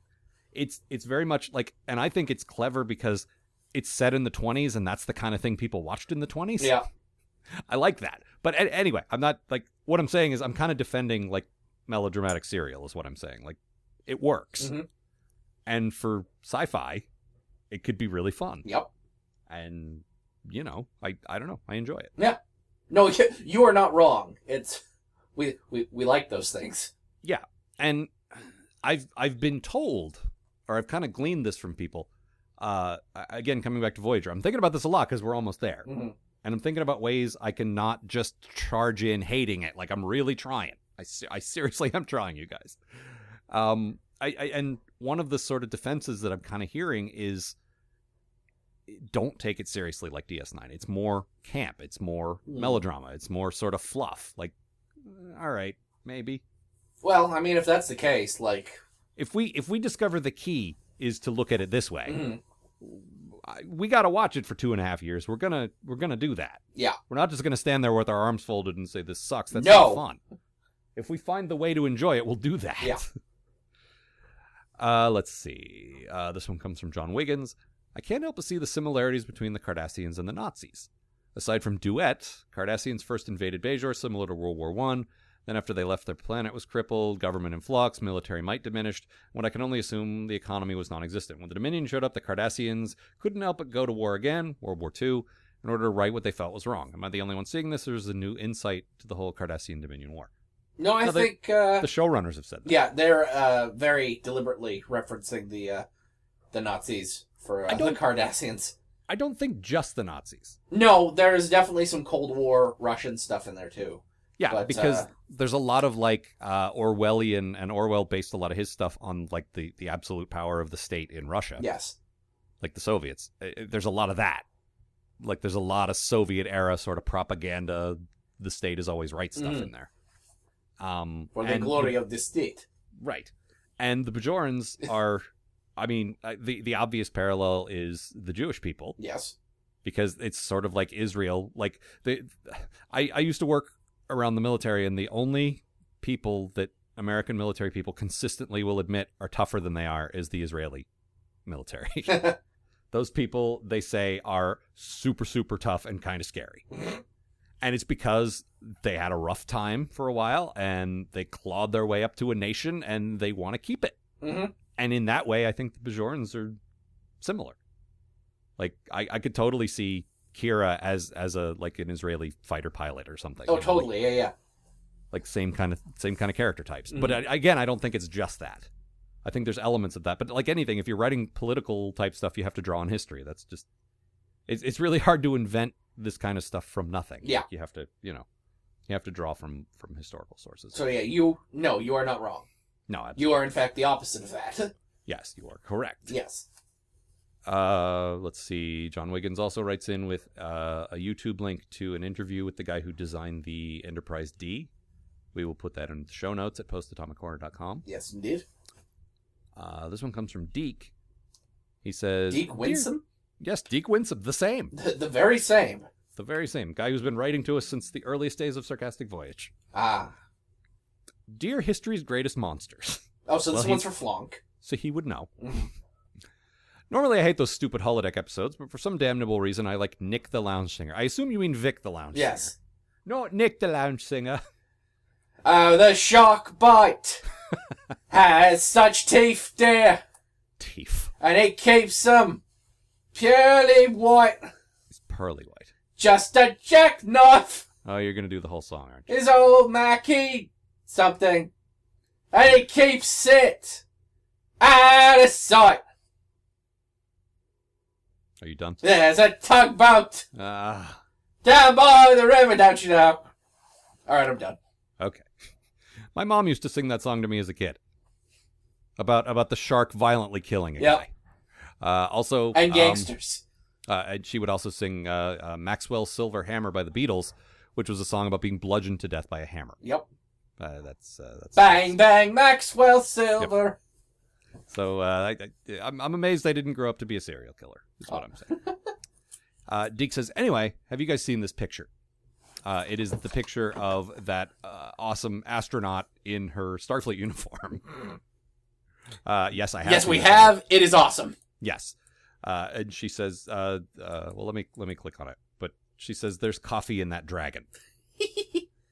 B: It's it's very much like, and I think it's clever because it's set in the 20s, and that's the kind of thing people watched in the 20s.
D: yeah
B: I like that. But a- anyway, I'm not like what I'm saying is I'm kind of defending like melodramatic serial is what I'm saying. Like it works.
D: Mhm.
B: And for sci-fi, it could be really fun.
D: yep
B: And you know, I I don't know, I enjoy it.
D: No, you- you are not wrong. It's we we, we like those things.
B: And I've I've been told or I've kind of gleaned this from people. Uh a- again coming back to Voyager. I'm thinking about this a lot cuz we're almost there.
D: Mhm.
B: And I'm thinking about ways I can not just charge in hating it. Like I'm really trying. I, se- I seriously am trying, you guys. Um, I, I and one of the sort of defenses that I'm kind of hearing is don't take it seriously like DS9. It's more camp. It's more
D: Mm.
B: melodrama. It's more sort of fluff. Like, all right, maybe
D: Well, I mean, if that's the case, like,
B: if we if we discover the key is to look at it this way.
D: mhm.
B: I- we got to watch it for two and a half years. We're gonna we're gonna do that.
D: Yeah.
B: we're not just gonna stand there with our arms folded and say this sucks. That's not
D: No.
B: fun. If we find the way to enjoy it, we'll do that.
D: Yeah.
B: Uh, let's see. Uh, this one comes from John Wiggins. I can't help but see the similarities between the Cardassians and the Nazis. Aside from duet, Cardassians first invaded Bajor, similar to World War One. Then, after they left, their planet was crippled, government in flux, military might diminished. What I can only assume the economy was non existent. When the Dominion showed up, the Cardassians couldn't help but go to war again, World War II, in order to right what they felt was wrong. Am I the only one seeing this, or is a new insight to the whole Cardassian Dominion War?
D: No, I
B: No, they-
D: think uh,
B: The showrunners have said that.
D: yeah, they're uh, very deliberately referencing the uh, the Nazis for uh,
B: I
D: the
B: don't-
D: Cardassians.
B: I don't think just the Nazis.
D: No, there's definitely some Cold War Russian stuff in there too.
B: Yeah,
D: But,
B: because
D: uh,
B: there's a lot of like uh, Orwellian, and Orwell based a lot of his stuff on like the, the absolute power of the state in Russia,
D: Yes.
B: like the Soviets. Uh, There's a lot of that. Like there's a lot of Soviet era sort of propaganda. The state is always right stuff
D: Mhm.
B: in there. Um,
D: For the
B: and
D: glory of the state.
B: Right. And the Bajorans are, I mean, uh, the the obvious parallel is the Jewish people
D: Yes.
B: because it's sort of like Israel. Like the, I I used to work around the military, and the only people that American military people consistently will admit are tougher than they are is the Israeli military. Those people they say are super super tough and kind of scary. And it's because they had a rough time for a while and they clawed their way up to a nation and they want to keep it
D: hmm
B: and in that way, I think the Bajorans are similar. Like I, I could totally see Kira as as a like an Israeli fighter pilot or something.
D: Oh,
B: you know, like-
D: totally. Yeah, yeah.
B: Like, same kind of same kind of character types. But
D: Mm-hmm.
B: I, again, I don't think it's just that. I think there's elements of that. But like anything, if you're writing political type stuff, you have to draw on history. That's just it's it's really hard to invent this kind of stuff from nothing.
D: Yeah.
B: Like, you have to you know you have to draw from from historical sources.
D: So yeah, you no, you are not wrong.
B: no, abs-
D: You are in fact the opposite of that.
B: yes, you are correct.
D: yes.
B: Uh, let's see. John Wiggins also writes in with uh, a YouTube link to an interview with the guy who designed the Enterprise D. We will put that in the show notes at postatomicorner.com.
D: Yes, indeed.
B: Uh, this one comes from Deke. He says,
D: Deke Winsome,
B: Dear- Yes, Deke Winsome, the same,
D: the, the very same.
B: the very same guy who's been writing to us since the earliest days of Sarcastic Voyage.
D: Ah.
B: Dear history's greatest monsters.
D: Oh, so this
B: Well, he-
D: one's for Flonk.
B: so he would know. Normally, I hate those stupid holodeck episodes, but for some damnable reason, I like Nick the Lounge Singer. I assume you mean Vic the Lounge Singer.
D: Yes.
B: No, Nick the Lounge Singer.
D: Oh, the shark bite has such teeth, dear,
B: Teeth.
D: and it keeps them purely white.
B: It's pearly white.
D: Just a jackknife
B: Oh, you're going to do the whole song, aren't you?
D: is old Mackie something, and it keeps it out of sight.
B: Are you done?
D: There's a tugboat
B: Ah,
D: down by the river, don't you know? All right, I'm done.
B: okay. My mom used to sing that song to me as a kid. About about the shark violently killing a
D: Yep.
B: guy. Uh, also,
D: And
B: um,
D: gangsters.
B: uh, and she would also sing uh, uh, Maxwell's Silver Hammer by the Beatles, which was a song about being bludgeoned to death by a hammer.
D: Yep.
B: Uh, that's uh, that's
D: Bang bang, Maxwell Silver.
B: So uh, I, I, I'm, I'm amazed I didn't grow up to be a serial killer. Is
D: Oh.
B: what I'm saying. uh, Deke says, anyway, have you guys seen this picture? Uh, it is the picture of that uh, awesome astronaut in her Starfleet uniform. Uh, yes, I have.
D: Yes,
B: seen
D: we
B: this picture.
D: have. It is awesome.
B: Yes, uh, and she says, uh, uh, "Well, let me let me click on it." But she says, "There's coffee in that dragon,"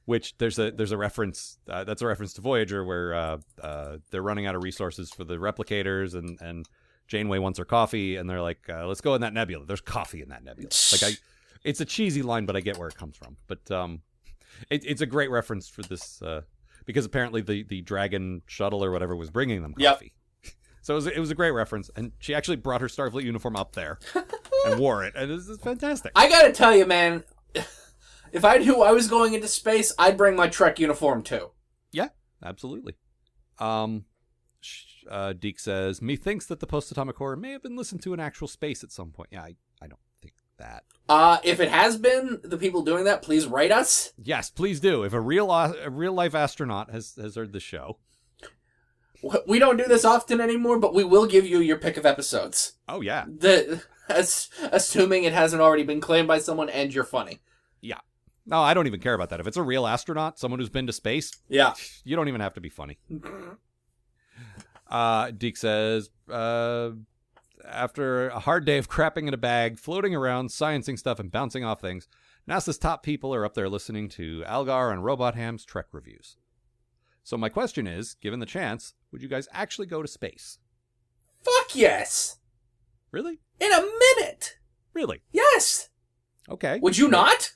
B: which there's a there's a reference uh, that's a reference to Voyager where uh, uh, they're running out of resources for the replicators, and and Janeway wants her coffee, and they're like, uh, "Let's go in that nebula." There's coffee in that nebula. Like I, it's a cheesy line, but I get where it comes from. But um, it, it's a great reference for this uh, because apparently the the dragon shuttle or whatever was bringing them
D: Yep.
B: coffee. So it was, it was a great reference, and she actually brought her Starfleet uniform up there and wore it, and this is fantastic.
D: I gotta tell you, man, if I knew I was going into space, I'd bring my Trek uniform too.
B: Absolutely. Um, sh- uh, Deke says, "Methinks that the post-atomic horror may have been listened to in actual space at some point." Yeah, I, I don't think that.
D: Uh, if it has been the people doing that, please write us.
B: Yes, please do. If a real au- a real life astronaut has has heard the show,
D: W- We don't do this often anymore, but we will give you your pick of episodes.
B: oh yeah,
D: The as, assuming it hasn't already been claimed by someone, and you're funny.
B: no, I don't even care about that. If it's a real astronaut, someone who's been to space,
D: Yeah.
B: you don't even have to be funny. Uh, Deke says, uh, after a hard day of crapping in a bag, floating around, sciencing stuff, and bouncing off things, NASA's top people are up there listening to Algar and Robot Ham's Trek reviews. So my question is, given the chance, would you guys actually go to space?
D: Fuck yes!
B: Really?
D: In a minute!
B: Really?
D: Yes!
B: Okay.
D: Would you not?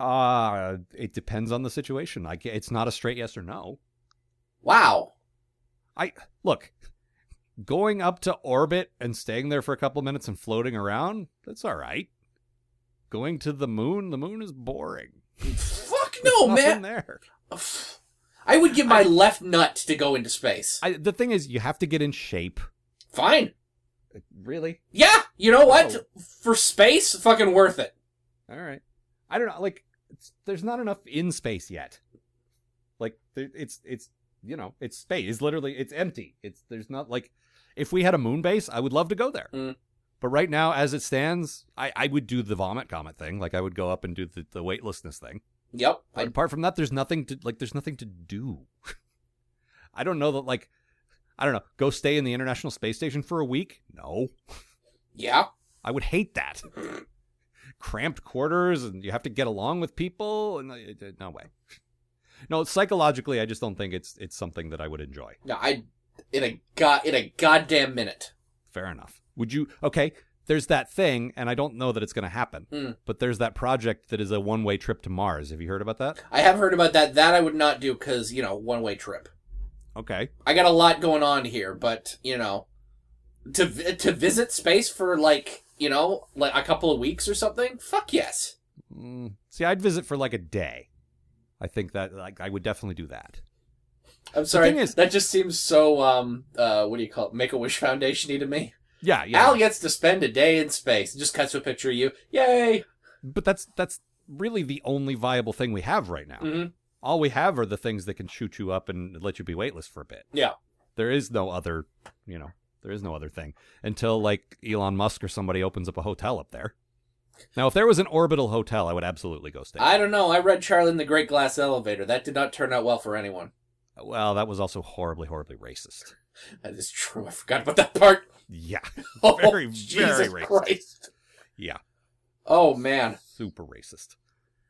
B: Uh it depends on the situation. I ca- it's not a straight yes or no.
D: Wow.
B: I look, going up to orbit and staying there for a couple minutes and floating around, that's all right. Going to the moon, the moon is boring.
D: Fuck no,
B: Nothing
D: man!
B: there.
D: I would give my left nut to go into space.
B: I, the thing is, you have to get in shape.
D: Fine.
B: Really?
D: Yeah, you know what?
B: Oh.
D: For space, fucking worth it.
B: All right. I don't know. Like, it's, there's not enough in space yet. Like, there, it's it's you know, it's space. It's literally it's empty. It's there's not like, if we had a moon base, I would love to go there.
D: Mm.
B: But right now, as it stands, I I would do the vomit comet thing. Like, I would go up and do the, the weightlessness thing.
D: Yep.
B: But
D: I,
B: apart from that, there's nothing to like. There's nothing to do. I don't know that like. I don't know. Go stay in the International Space Station for a week? No.
D: yeah.
B: I would hate that. Cramped quarters, and you have to get along with people, and uh, uh, no way. No, psychologically, I just don't think it's it's something that I would enjoy.
D: No, I in a god in a goddamn minute.
B: Fair enough. Would you? Okay, there's that thing, and I don't know that it's going to happen.
D: Hmm.
B: But there's that project that is a one way trip to Mars. Have you heard about that?
D: I have heard about that. That I would not do because you know one way trip.
B: Okay,
D: I got a lot going on here, but you know, to vi- to visit space for like you know like a couple of weeks or something. Fuck yes.
B: Mm, see, I'd visit for like a day. I think that like I would definitely do that.
D: I'm sorry.
B: thing is-
D: that just seems so um uh what do you call it? Make a Wish Foundationy to me.
B: Yeah, yeah.
D: Al gets to spend a day in space. It just cuts to a picture of you. Yay.
B: but that's that's really the only viable thing we have right now.
D: Mhm.
B: All we have are the things that can shoot you up and let you be weightless for a bit.
D: Yeah.
B: There is no other, you know, there is no other thing until like Elon Musk or somebody opens up a hotel up there. Now, if there was an orbital hotel, I would absolutely go stay.
D: I don't know. I read Charlie in the Great Glass Elevator. That did not turn out well for anyone.
B: well, that was also horribly, horribly racist.
D: That is true. I forgot about that part.
B: Yeah,
D: Oh,
B: Very,
D: Jesus
B: very racist.
D: Christ.
B: yeah.
D: Oh man.
B: super racist.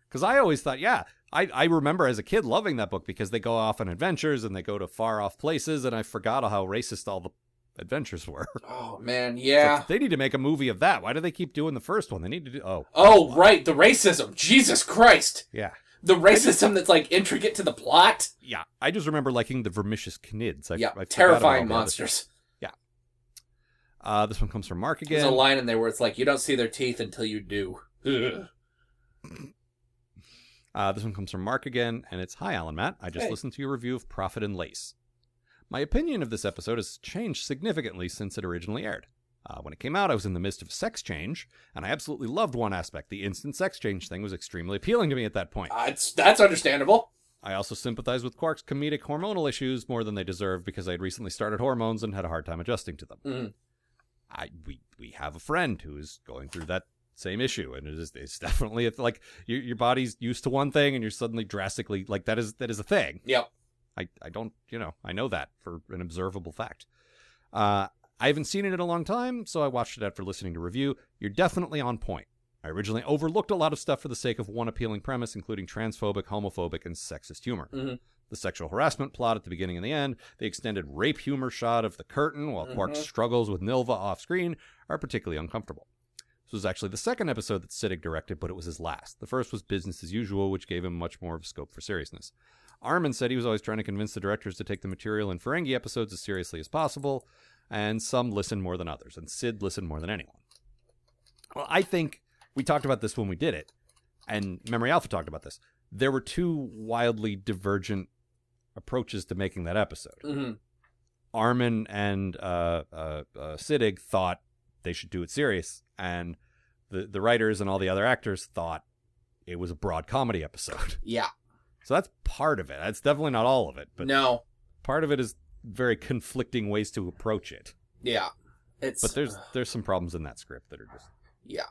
B: Because I always thought, yeah, I, I remember as a kid loving that book because they go off on adventures and they go to far off places, and I forgot how racist all the adventures were.
D: Oh man. Yeah.
B: Like, they need to make a movie of that. Why do they keep doing the first one? They need to do. Oh,
D: Oh right, the racism. Jesus Christ.
B: yeah.
D: The racism that's like intricate to the plot.
B: Yeah. I just remember liking the Vermicious Knids. I, I
D: yeah,
B: forgot about all
D: terrifying
B: the other-
D: monsters.
B: Uh, this one comes from Mark
D: There's a
B: again.
D: line in there where it's like, you don't see their teeth until you do. Ugh.
B: Uh, this one comes from Mark again, and it's Hi, Alan Matt. I just
D: Hey.
B: listened to your review of Profit and Lace. My opinion of this episode has changed significantly since it originally aired. Uh, when it came out, I was in the midst of sex change, and I absolutely loved one aspect. The instant sex change thing was extremely appealing to me at that point.
D: Uh, it's, that's understandable.
B: I also sympathized with Quark's comedic hormonal issues more than they deserved because I had recently started hormones and had a hard time adjusting to them.
D: Mhm.
B: I we we have a friend who is going through that same issue, and it is it's definitely it's like your your body's used to one thing, and you're suddenly drastically like that is that is a thing.
D: Yep.
B: I, I don't, you know, I know that for an observable fact. Uh, I haven't seen it in a long time, so I watched it after listening to review. You're definitely on point. I originally overlooked a lot of stuff for the sake of one appealing premise, including transphobic, homophobic, and sexist humor.
D: Mhm.
B: The sexual harassment plot at the beginning and the end, the extended rape humor shot of the curtain while Quark
D: Mhm.
B: struggles with Nilva off screen are particularly uncomfortable. This was actually the second episode that Siddig directed, but it was his last. The first was Business as Usual, which gave him much more of a scope for seriousness. Armin said he was always trying to convince the directors to take the material in Ferengi episodes as seriously as possible, and some listen more than others, and Sid listened more than anyone. Well, I think we talked about this when we did it, and Memory Alpha talked about this. There were two wildly divergent approaches to making that episode.
D: hmm
B: Armin and uh, uh, uh, Siddig thought they should do it serious, and the the writers and all the other actors thought it was a broad comedy episode.
D: Yeah.
B: So that's part of it. That's definitely not all of it, but
D: no.
B: part of it is very conflicting ways to approach it.
D: Yeah. It's
B: But there's there's some problems in that script that are just
D: yeah.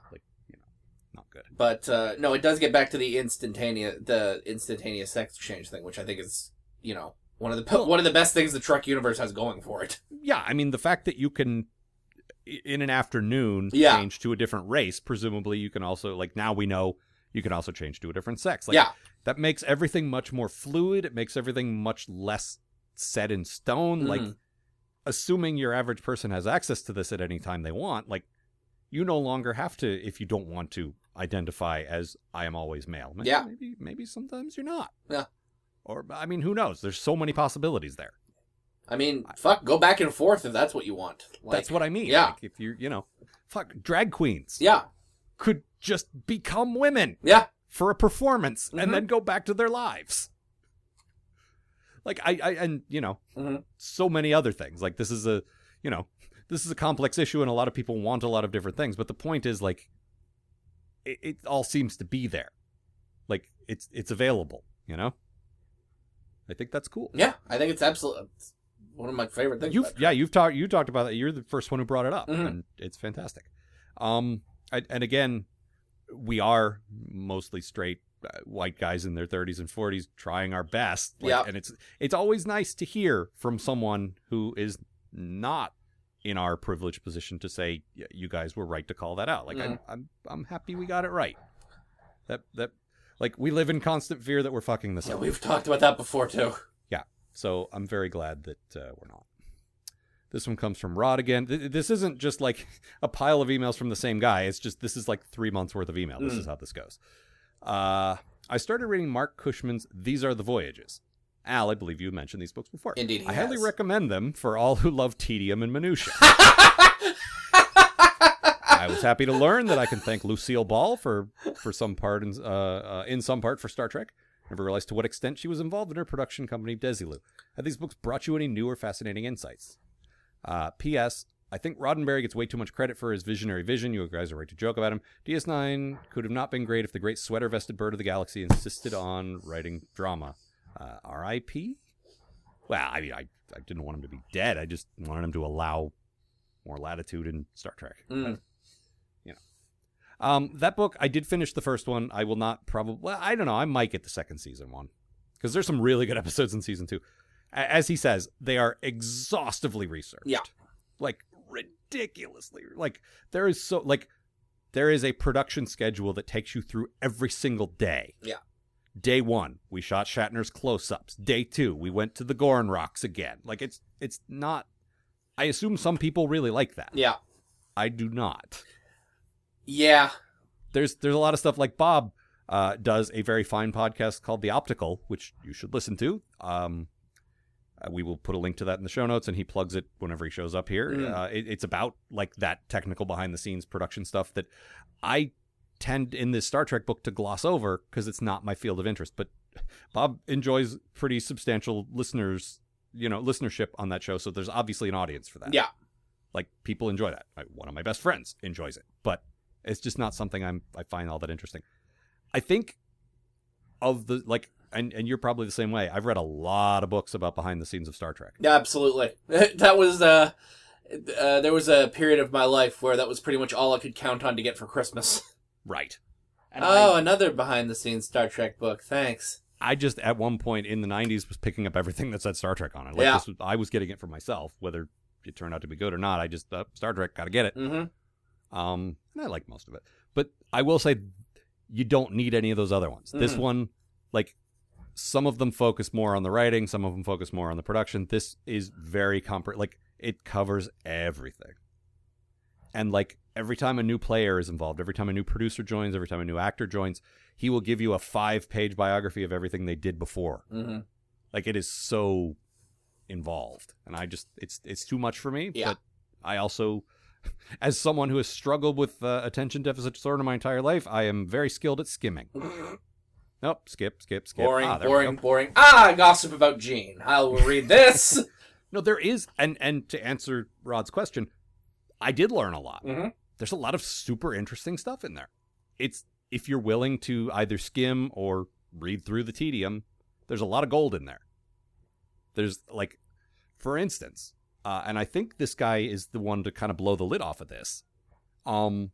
B: not good.
D: But uh, no, it does get back to the instantaneous the instantaneous sex change thing, which I think is you know one of the one of the best things the truck universe has going for it.
B: Yeah, I mean the fact that you can i- in an afternoon
D: Yeah.
B: change to a different race, presumably you can also like now we know You can also change to a different sex. Like,
D: yeah.
B: that makes everything much more fluid. It makes everything much less set in stone. Like,
D: Mhm.
B: assuming your average person has access to this at any time they want, like, you no longer have to, if you don't want to, identify as I am always male. Maybe,
D: Yeah.
B: Maybe, maybe sometimes you're not.
D: Yeah.
B: Or, I mean, who knows? There's so many possibilities there.
D: I mean, fuck, go back and forth if that's what you want. Like,
B: That's what I mean.
D: yeah.
B: Like, if you're, you know, fuck, drag queens
D: Yeah,
B: could just become women.
D: yeah,
B: for a performance
D: Mhm.
B: and then go back to their lives. Like I, I and you know,
D: Mhm.
B: so many other things. Like this is a, you know, this is a complex issue, and a lot of people want a lot of different things. But the point is, like, it, it all seems to be there. Like it's it's available. You know, I think that's cool.
D: yeah. I think it's absolutely one of my favorite things.
B: You've
D: about it.
B: yeah, you've talked you talked about that. You're the first one who brought it up,
D: Mhm.
B: and it's fantastic. Um, I, and again, we are mostly straight uh, white guys in their 30s and 40s trying our best.
D: Yeah.
B: and it's it's always nice to hear from someone who is not in our privileged position to say "Y- you guys were right to call that out. Like I'm
D: Mm-hmm.
B: I'm I'm happy we got it right. That that like we live in constant fear that we're fucking this
D: yeah,
B: up.
D: we've talked about that before too.
B: So I'm very glad that uh, we're not. This one comes from Rod again. Th- This isn't just like a pile of emails from the same guy. It's just this is like three months worth of email. This
D: Mm.
B: is how this goes. Uh, I started reading Mark Cushman's These Are the Voyages. Al, I believe you mentioned these books before.
D: Indeed, he
B: I highly
D: has.
B: recommend them for all who love tedium and minutiae. I was happy to learn that I can thank Lucille Ball for for some part in, uh, uh, in some part for Star Trek. Never realized to what extent she was involved in her production company Desilu. Have these books brought you any new or fascinating insights? Uh, P.S. I think Roddenberry gets way too much credit for his visionary vision. You guys are right to joke about him. DS9 could have not been great if the great sweater vested bird of the galaxy insisted on writing drama. Uh, R.I.P. Well, I mean, I, I didn't want him to be dead. I just wanted him to allow more latitude in Star Trek.
D: Mm.
B: Um, that book, I did finish the first one. I will not probably. Well, I don't know. I might get the second season one because there's some really good episodes in season two. A- As he says, they are exhaustively researched.
D: Yeah.
B: like ridiculously. Like there is so like there is a production schedule that takes you through every single day.
D: Yeah.
B: Day one, we shot Shatner's close-ups. Day two, we went to the Gorn Rocks again. Like it's it's not. I assume some people really like that.
D: Yeah,
B: I do not
D: yeah.
B: there's there's a lot of stuff like Bob uh, does a very fine podcast called The Optical, which you should listen to. Um, uh, we will put a link to that in the show notes, and he plugs it whenever he shows up here.
D: Mm.
B: Uh, it, it's about like that technical behind the scenes production stuff that I tend in this Star Trek book to gloss over because it's not my field of interest. But Bob enjoys pretty substantial listeners, you know, listenership on that show, so there's obviously an audience for that
D: Yeah.
B: like people enjoy that I, one of my best friends enjoys it but it's just not something i'm i find all that interesting i think of the like and, and you're probably the same way i've read a lot of books about behind the scenes of star trek
D: Yeah, absolutely. that was uh, uh, there was a period of my life where that was pretty much all I could count on to get for Christmas.
B: right
D: oh, another behind the scenes Star Trek book. Thanks.
B: i just at one point in the 90s was picking up everything that said star trek on it like
D: Yeah.
B: this was, i was getting it for myself whether it turned out to be good or not i just uh, star trek gotta get it
D: Mm-hmm.
B: Um, and I like most of it, but I will say you don't need any of those other ones. This
D: Mm.
B: one, like some of them focus more on the writing, some of them focus more on the production. This is very compre like it covers everything. And like every time a new player is involved, every time a new producer joins, every time a new actor joins, he will give you a five-page biography of everything they did before.
D: Mm-hmm.
B: Like it is so involved, and I just it's it's too much for me.
D: Yeah.
B: But I also, as someone who has struggled with uh, attention deficit disorder my entire life, I am very skilled at skimming. Nope, skip, skip, skip.
D: Boring,
B: Ah, there we
D: boring,
B: go.
D: boring. Ah, gossip about Gene. I will read this.
B: No, there is, and and to answer Rod's question, I did learn a lot.
D: Mhm.
B: There's a lot of super interesting stuff in there. It's if you're willing to either skim or read through the tedium, there's a lot of gold in there. There's like, for instance, uh, and I think this guy is the one to kind of blow the lid off of this. Um,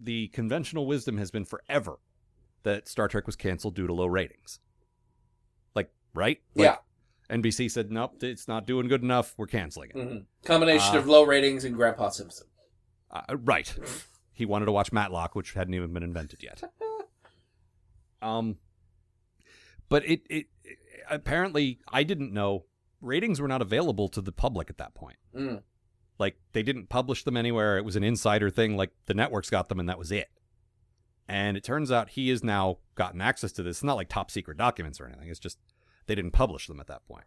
B: the conventional wisdom has been forever that Star Trek was canceled due to low ratings. Like, right? Like,
D: yeah.
B: NBC said, nope, it's not doing good enough. We're canceling it.
D: hmm Combination
B: Uh,
D: of low ratings and Grandpa Simpson.
B: Uh, right. He wanted to watch Matlock, which hadn't even been invented yet. Um, but it, it it apparently I didn't know ratings were not available to the public at that point.
D: Mm.
B: Like they didn't publish them anywhere. It was an insider thing. Like the networks got them, and that was it. And it turns out he has now gotten access to this. It's not like top secret documents or anything. It's just they didn't publish them at that point.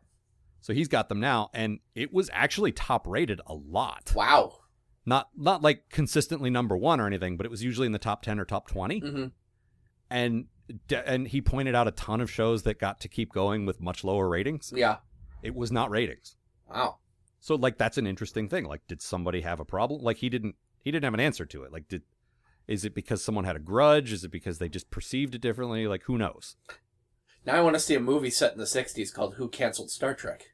B: So he's got them now, and it was actually top rated a lot.
D: Wow.
B: Not not like consistently number one or anything, but it was usually in the top ten or top twenty
D: hmm
B: and and he pointed out a ton of shows that got to keep going with much lower ratings.
D: Yeah.
B: It was not ratings.
D: Wow.
B: So like that's an interesting thing. Like did somebody have a problem? Like he didn't he didn't have an answer to it. Like did is it because someone had a grudge? Is it because they just perceived it differently? Like who knows?
D: Now I want to see a movie set in the '60s called "Who Cancelled Star Trek."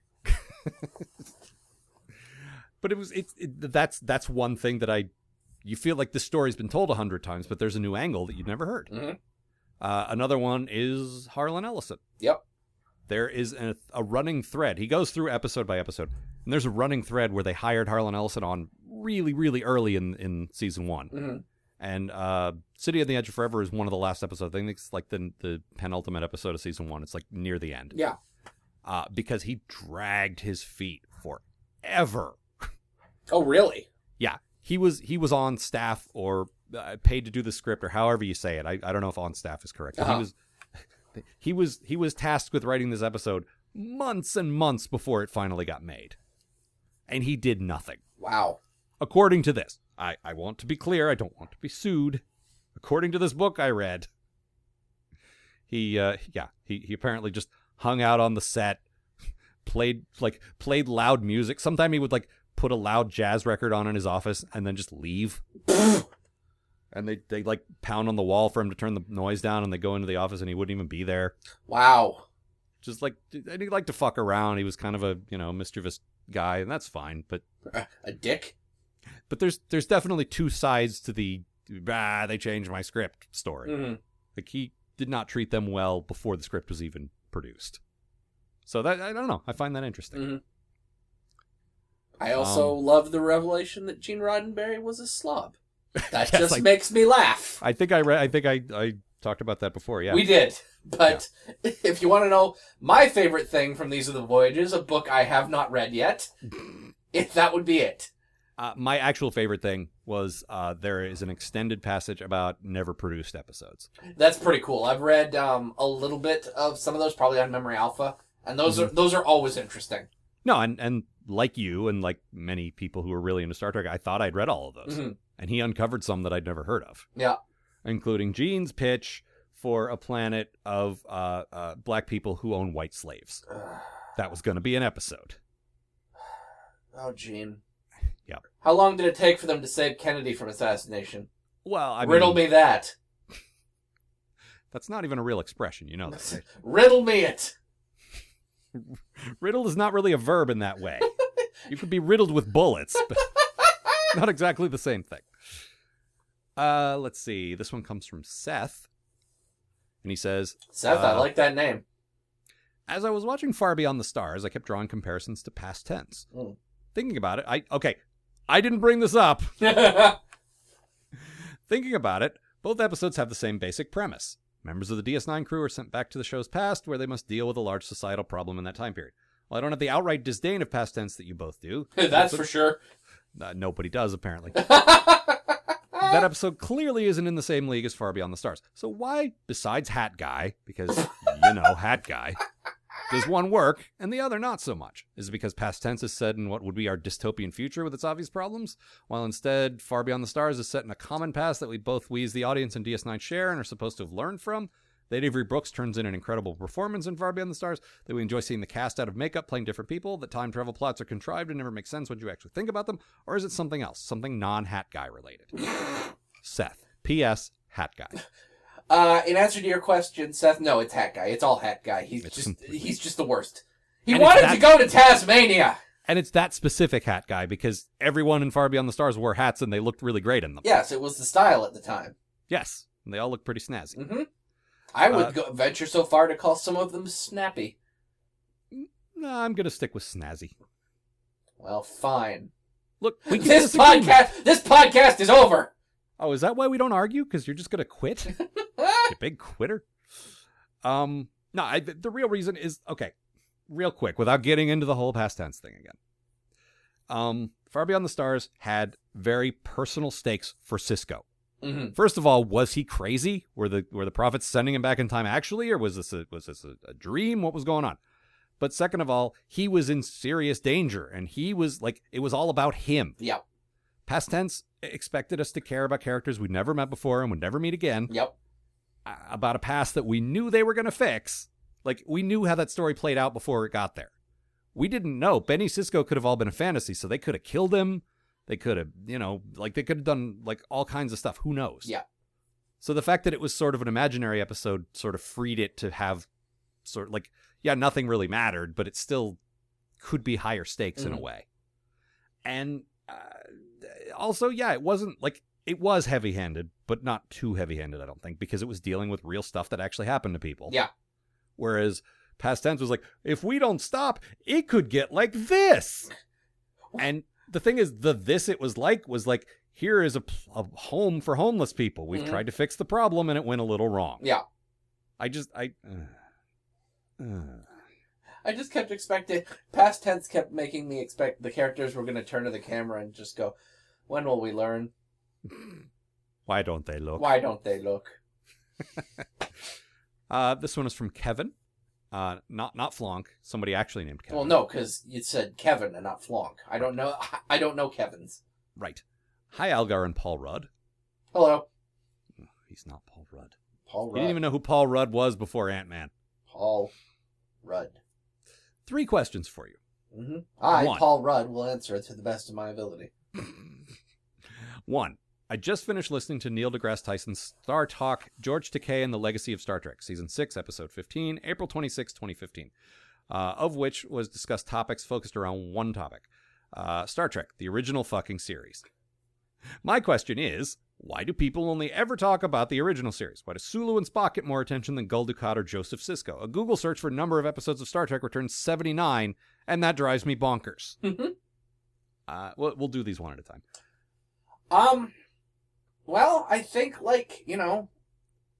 B: But it was it, it that's that's one thing that I you feel like this story's been told a hundred times, but there's a new angle that you've never heard.
D: Mhm.
B: Uh, another one is Harlan Ellison.
D: Yep.
B: there is a, a running thread. He goes through episode by episode, and there's a running thread where they hired Harlan Ellison on really, really early in in season one.
D: Mhm.
B: And uh, City on the Edge of Forever is one of the last episodes. I think it's like the the penultimate episode of season one. It's like near the end
D: Yeah.
B: uh, because he dragged his feet forever.
D: Oh, really?
B: Yeah, he was he was on staff or uh, paid to do the script or however you say it. I, I don't know if on staff is correct. but
D: Uh-huh.
B: He was he was he was tasked with writing this episode months and months before it finally got made, and he did nothing.
D: Wow.
B: According to this, I I want to be clear. I don't want to be sued. According to this book I read, he uh yeah he he apparently just hung out on the set played like played loud music sometime he would like put a loud jazz record on in his office and then just leave and they they like pound on the wall for him to turn the noise down and they go into the office and he wouldn't even be there
D: Wow.
B: just like and he liked to fuck around he was kind of a you know mischievous guy and that's fine but
D: A a dick?
B: but there's there's definitely two sides to the ah, they changed my script story
D: Mhm.
B: Like he did not treat them well before the script was even produced. So that I don't know. I find that interesting.
D: Mhm. I also love the revelation that Gene Roddenberry was a slob. That
B: Yes,
D: just
B: I-
D: makes me laugh.
B: I think I read. I think I I talked about that before. Yeah.
D: We did. But if you want to know my favorite thing from These Are the Voyages, a book I have not read yet, if that would be it.
B: uh, my actual favorite thing was uh, there is an extended passage about never produced episodes.
D: That's pretty cool. I've read um, a little bit of some of those, probably on Memory Alpha, and those
B: Mm-hmm.
D: are those are always interesting.
B: No, and and like you and like many people who are really into Star Trek, I thought I'd read all of those,
D: Mhm.
B: and he uncovered some that I'd never heard of,
D: Yeah.
B: including Gene's pitch for a planet of uh, uh, black people who own white slaves. That was going to be an episode.
D: Oh, Gene.
B: Yep.
D: How long did it take for them to save Kennedy from assassination?
B: Well, I
D: Riddle
B: mean,
D: me that.
B: That's not even a real expression, you know. That. right?
D: Riddle me it.
B: Riddle is not really a verb in that way. you could be riddled with bullets, but not exactly the same thing. Uh, let's see. This one comes from Seth, and he says,
D: Seth, I
B: Uh,
D: like that name.
B: As I was watching Far Beyond the Stars, I kept drawing comparisons to past tense.
D: Mm.
B: Thinking about it, I okay, I didn't bring this up. Thinking about it, both episodes have the same basic premise. Members of the DS9 crew are sent back to the show's past where they must deal with a large societal problem in that time period. Well, I don't have the outright disdain of past tense that you both do.
D: That's for sure.
B: Uh, nobody does, apparently. that episode clearly isn't in the same league as Far Beyond the Stars. So why, besides Hat Guy, because, you know, Hat Guy, does one work and the other not so much? Is it because past tense is set in what would be our dystopian future with its obvious problems, while instead Far Beyond the Stars is set in a common past that we both, we as the audience and DS9 share and are supposed to have learned from? That Avery Brooks turns in an incredible performance in Far Beyond the Stars, that we enjoy seeing the cast out of makeup playing different people, that time travel plots are contrived and never make sense when you actually think about them, or is it something else, something non hat guy related? Seth. P.S. Hat guy.
D: Uh, in answer to your question, Seth, no, it's Hat Guy. It's all Hat Guy. He's
B: It's
D: just
B: completely-
D: he's just the worst. He
B: And it's
D: wanted
B: that-
D: to go to Tasmania.
B: And it's that specific hat guy because everyone in Far Beyond the Stars wore hats and they looked really great in them.
D: Yes, it was the style at the time.
B: Yes. And they all look pretty snazzy.
D: hmm I would
B: Uh,
D: go, venture so far to call some of them snappy.
B: No, I'm going to stick with snazzy.
D: Well, fine.
B: Look, we can
D: This
B: disagree.
D: podcast, this podcast is over.
B: Oh, is that why we don't argue? Because you're just going to quit? you big quitter. Um, no, I, th- the real reason is okay. Real quick, without getting into the whole past tense thing again. Um, Far Beyond the Stars had very personal stakes for Cisco.
D: Mhm.
B: First of all, was he crazy? Were the were the prophets sending him back in time actually, or was this a, was this a, a dream? What was going on? But second of all, he was in serious danger, and he was like it was all about him.
D: Yep.
B: Past tense expected us to care about characters we'd never met before and would never meet again
D: Yep.
B: uh, about a past that we knew they were going to fix. Like we knew how that story played out before it got there. We didn't know Benny Cisco could have all been a fantasy, so they could have killed him. They could have, you know, like they could have done like all kinds of stuff. Who knows?
D: Yeah.
B: So the fact that it was sort of an imaginary episode sort of freed it to have sort of like yeah, nothing really mattered, but it still could be higher stakes in a
D: Mhm.
B: way. And uh, also, yeah, it wasn't like it was heavy handed, but not too heavy handed, I don't think, because it was dealing with real stuff that actually happened to people.
D: Yeah.
B: Whereas past tense was like, if we don't stop, it could get like this. And the thing is, the this it was like was like, here is a, pl- a home for homeless people. We've
D: Mhm.
B: tried to fix the problem and it went a little wrong.
D: Yeah.
B: I just, I. uh, uh.
D: I just kept expecting. Past tense kept making me expect the characters were going to turn to the camera and just go, "When will we learn?
B: why don't they look?
D: Why don't they look?"
B: Uh, this one is from Kevin. Uh, not not Flonk. Somebody actually named Kevin.
D: Well, no, because you said Kevin and not Flonk. I don't know. I don't know Kevin's.
B: Right. Hi, Algar and Paul Rudd.
D: Hello,
B: He's not Paul Rudd.
D: Paul
B: He
D: Rudd.
B: didn't even know who Paul Rudd was before Ant Man.
D: Paul Rudd.
B: Three questions for you.
D: hmm I,
B: One.
D: Paul Rudd, will answer it to the best of my ability.
B: One. I just finished listening to Neil deGrasse Tyson's Star Talk, George Takei and the Legacy of Star Trek, Season 6, Episode 15, April 26, 2015, uh, of which was discussed topics focused around one topic uh, Star Trek, the original fucking series. My question is why do people only ever talk about the original series? Why do Sulu and Spock get more attention than Gul Dukat or Joseph Sisko? A Google search for number of episodes of Star Trek returns 79, and that drives me bonkers. Uh, we'll, we'll do these one at a time.
D: Um, well, I think like you know,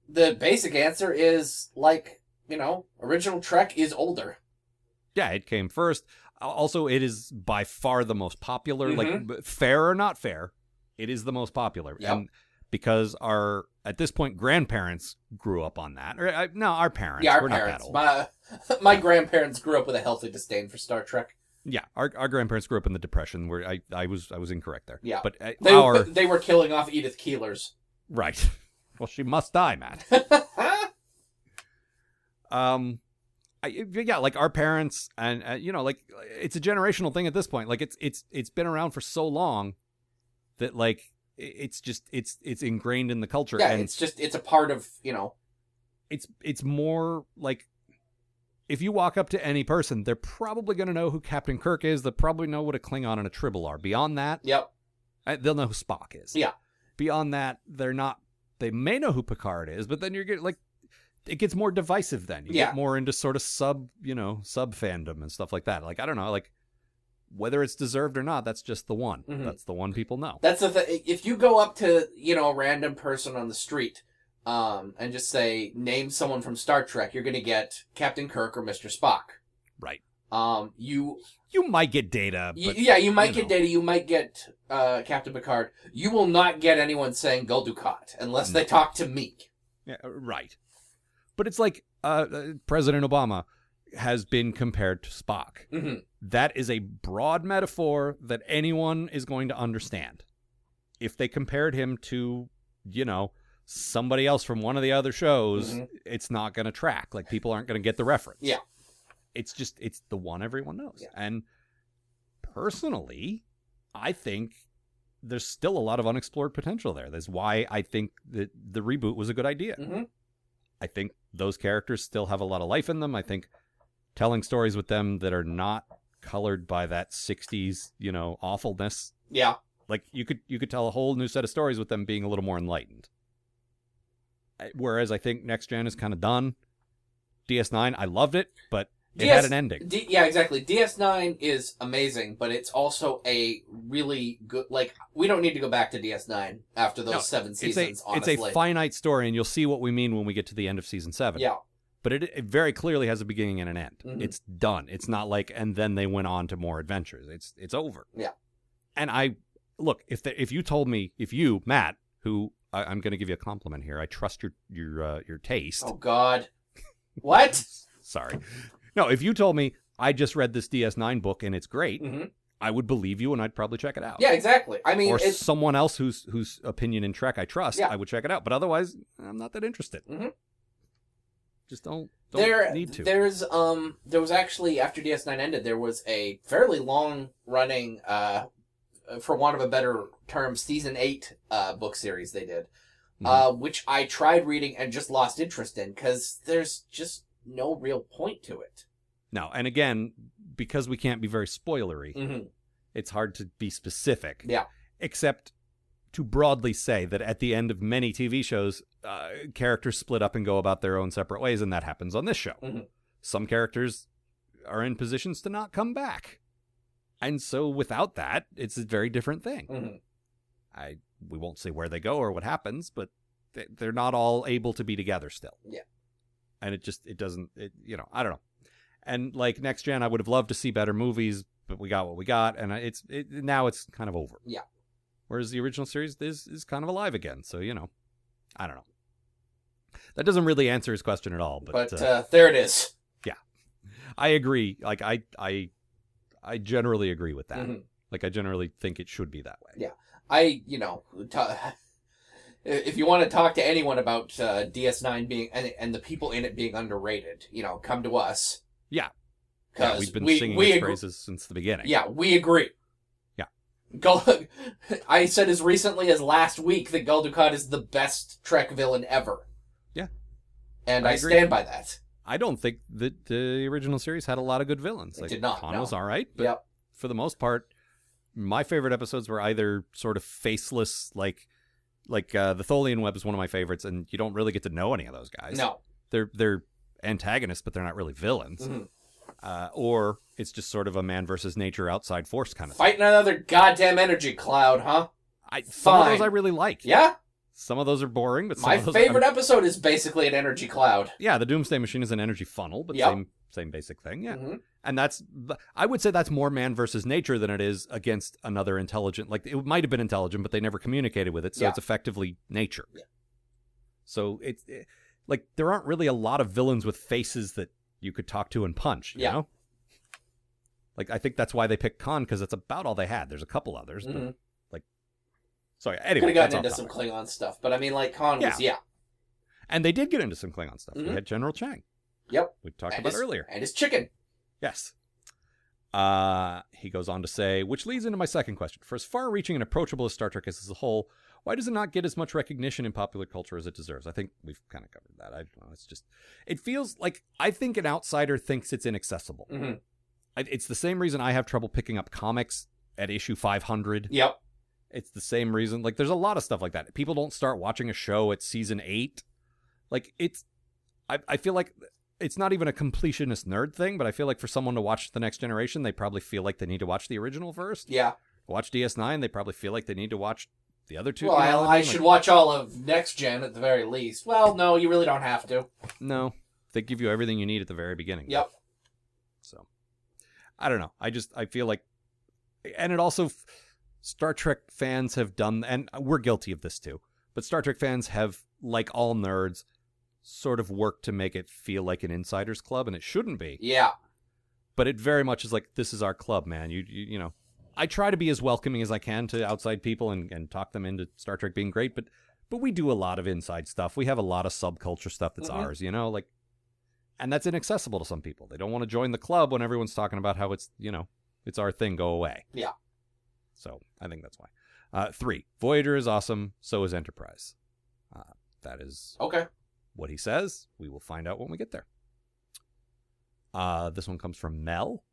D: the basic answer is like you know, original Trek is older.
B: Yeah, it came first. Al- Also, it is by far the most popular. Like, b- fair or not fair, it is the most popular.
D: Mm-hmm. Yep.
B: And because our at this point grandparents grew up on that, or I, no, our parents.
D: yeah, our
B: We're
D: parents.
B: Not that old.
D: My my grandparents grew up with a healthy disdain for Star Trek.
B: Yeah, our, our grandparents grew up in the depression. Where I, I was I was incorrect there.
D: Yeah.
B: but uh,
D: They
B: our
D: but they were killing off Edith Keeler's.
B: right. Well, she must die, Matt. um I, yeah like our parents and uh, you know like it's a generational thing at this point like it's it's it's been around for so long that like i- it's just it's it's ingrained in the culture
D: yeah,
B: and
D: it's just it's a part of you know.
B: it's it's more like if you walk up to any person they're probably going to know who captain kirk is they'll probably know what a klingon and a tribble are beyond that
D: Yep.
B: uh, they'll know who spock is
D: Yeah.
B: beyond that they're not they may know who picard is but then you're getting like it gets more divisive then you
D: Yeah.
B: get more into sort of sub you know sub fandom and stuff like that like i don't know like whether it's deserved or not that's just the one
D: Mhm.
B: that's the one people know
D: That's the thing. If you go up to you know a random person on the street, um, and just say name someone from Star Trek, you're gonna get Captain Kirk or Mister Spock.
B: right
D: Um, you,
B: you might get data
D: you-
B: but
D: yeah, you might
B: you
D: get
B: know.
D: Data, you might get uh, Captain Picard. You will not get anyone saying Gul Dukat unless they talk to me.
B: Yeah, uh, right. But it's like uh, uh, President Obama has been compared to Spock.
D: Mhm.
B: That is a broad metaphor that anyone is going to understand. If they compared him to, you know, somebody else from one of the other shows,
D: Mhm.
B: it's not going to track. Like people aren't going to get the reference.
D: Yeah.
B: It's just it's the one everyone knows.
D: Yeah.
B: And personally, I think there's still a lot of unexplored potential there. That's why I think that the reboot was a good idea.
D: hmm
B: I think those characters still have a lot of life in them. I think telling stories with them that are not colored by that 60s, you know, awfulness.
D: Yeah.
B: Like you could you could tell a whole new set of stories with them being a little more enlightened. I- Whereas I think Next Gen is kind of done. DS9, I loved it, but it had
D: DS
B: an ending.
D: D- yeah, exactly. DS9 is amazing, but it's also a really good. Like, we don't need to go back to DS9 after those
B: No,
D: seven
B: It's a
D: seasons.
B: it's
D: honestly,
B: a finite story and you'll see what we mean when we get to the end of season 7.
D: yeah,
B: but it, it very clearly has a beginning and an end.
D: Mhm.
B: It's done. It's not like and then they went on to more adventures. It's it's over.
D: Yeah.
B: And I look if the, if you told me if you Matt who I, I'm going to give you a compliment here. I trust your your uh, your taste.
D: Oh God, what?
B: Sorry. No, if you told me I just read this DS9 book and it's great,
D: Mhm.
B: I would believe you and I'd probably check it out.
D: Yeah, exactly. I mean,
B: or
D: it's
B: someone else whose whose opinion in Trek I trust,
D: Yeah.
B: I would check it out. But otherwise, I'm not that interested.
D: Mhm.
B: Just don't don't
D: there
B: need to.
D: there's um there was actually after DS9 ended there was a fairly long running uh for want of a better term season 8 uh book series they did
B: Mm-hmm.
D: uh which I tried reading and just lost interest in cuz there's just no real point to it.
B: No, and again, because we can't be very spoilery,
D: Mhm.
B: it's hard to be specific.
D: Yeah.
B: Except to broadly say that at the end of many TV shows, uh, characters split up and go about their own separate ways, and that happens on this show.
D: Mhm.
B: Some characters are in positions to not come back. And so without that, it's a very different thing.
D: Mhm.
B: I we won't say where they go or what happens, but they- they're not all able to be together still.
D: Yeah.
B: and it just it doesn't it you know I don't know, and like next gen I would have loved to see better movies, but we got what we got, and I- it's it, now it's kind of over.
D: Yeah.
B: whereas the original series is is kind of alive again, so you know, I don't know. That doesn't really answer his question at all, but,
D: But, uh, there it is.
B: I agree. Like I I I generally agree with that.
D: Mhm.
B: Like I generally think it should be that way.
D: Yeah. I, you know, ta if you want to talk to anyone about uh, DS9 being and, and the people in it being underrated, you know, come to us.
B: Yeah. Yeah,
D: 'Cause
B: we've been
D: we,
B: singing
D: we
B: his
D: agree-
B: praises since the beginning.
D: Yeah, we agree.
B: Yeah.
D: Gul- I said as recently as last week that Gul Dukat is the best Trek villain ever.
B: Yeah.
D: And
B: I
D: I,
B: agree.
D: stand by that.
B: I don't think that the original series had a lot of good villains.
D: It did not,
B: Khan
D: no.
B: was all right, but
D: yep.
B: for the most part, my favorite episodes were either sort of faceless, like like uh, the Tholian Web is one of my favorites, and you don't really get to know any of those guys.
D: No.
B: they're they're antagonists, but they're not really villains.
D: Mhm.
B: Uh, or it's just sort of a man versus nature, outside force kind of thing.
D: Fighting another goddamn energy cloud, huh?
B: I, some of those
D: Fine.
B: I really like.
D: Yeah.
B: Some of those are boring, but some
D: My
B: of those I
D: favorite
B: mean,
D: episode is basically an energy cloud.
B: yeah, the Doomsday Machine is an energy funnel, but
D: Yep.
B: same same basic thing. Yeah.
D: Mhm.
B: and that's i would say that's more man versus nature than it is against another intelligent like it might have been intelligent but they never communicated with it so
D: Yeah.
B: it's effectively nature
D: Yeah.
B: so it's it, like there aren't really a lot of villains with faces that you could talk to and punch you
D: Yeah.
B: know like i think that's why they picked khan because that's about all they had there's a couple others but
D: Mhm.
B: like sorry
D: Could
B: anyway
D: have
B: that's
D: gotten into
B: off
D: some
B: topic.
D: Klingon stuff, but I mean, like, Khan was, yeah.
B: and they did get into some klingon stuff we
D: Mhm.
B: had general chang
D: Yep.
B: we talked
D: and
B: about
D: his-
B: earlier
D: And his chicken.
B: Yes. Uh, he goes on to say, which leads into my second question. For as far reaching and approachable as Star Trek is as a whole, why does it not get as much recognition in popular culture as it deserves? I think we've kind of covered that. I don't know. It's just, it feels like I think an outsider thinks it's inaccessible.
D: Mhm.
B: I, it's the same reason I have trouble picking up comics at issue 500.
D: Yep.
B: It's the same reason. Like, there's a lot of stuff like that. People don't start watching a show at season eight. Like, it's. I, I feel like it's not even a completionist nerd thing, but I feel like for someone to watch The Next Generation, they probably feel like they need to watch the original first.
D: Yeah.
B: Watch DS9, they probably feel like they need to watch the other two.
D: Well,
B: you know
D: I,
B: what
D: I
B: mean?
D: should watch all of Next Gen at the very least. Well, no, you really don't have to.
B: Like, no, they give you everything you need at the very beginning.
D: Yep.
B: So, I don't know. I just, I feel like. And it also. f- Star Trek fans have done, and we're guilty of this too, but Star Trek fans have, like all nerds, sort of worked to make it feel like an insider's club, and it shouldn't be.
D: Yeah.
B: but it very much is like this is our club man you you, you know i try to be as welcoming as i can to outside people and, and talk them into star trek being great but but we do a lot of inside stuff we have a lot of subculture stuff that's
D: Mhm.
B: ours you know like and that's inaccessible to some people they don't want to join the club when everyone's talking about how it's you know it's our thing go away
D: Yeah.
B: so i think that's why uh, three voyager is awesome so is enterprise uh, that is
D: Okay.
B: what he says. We will find out when we get there. Uh, this one comes from Mel,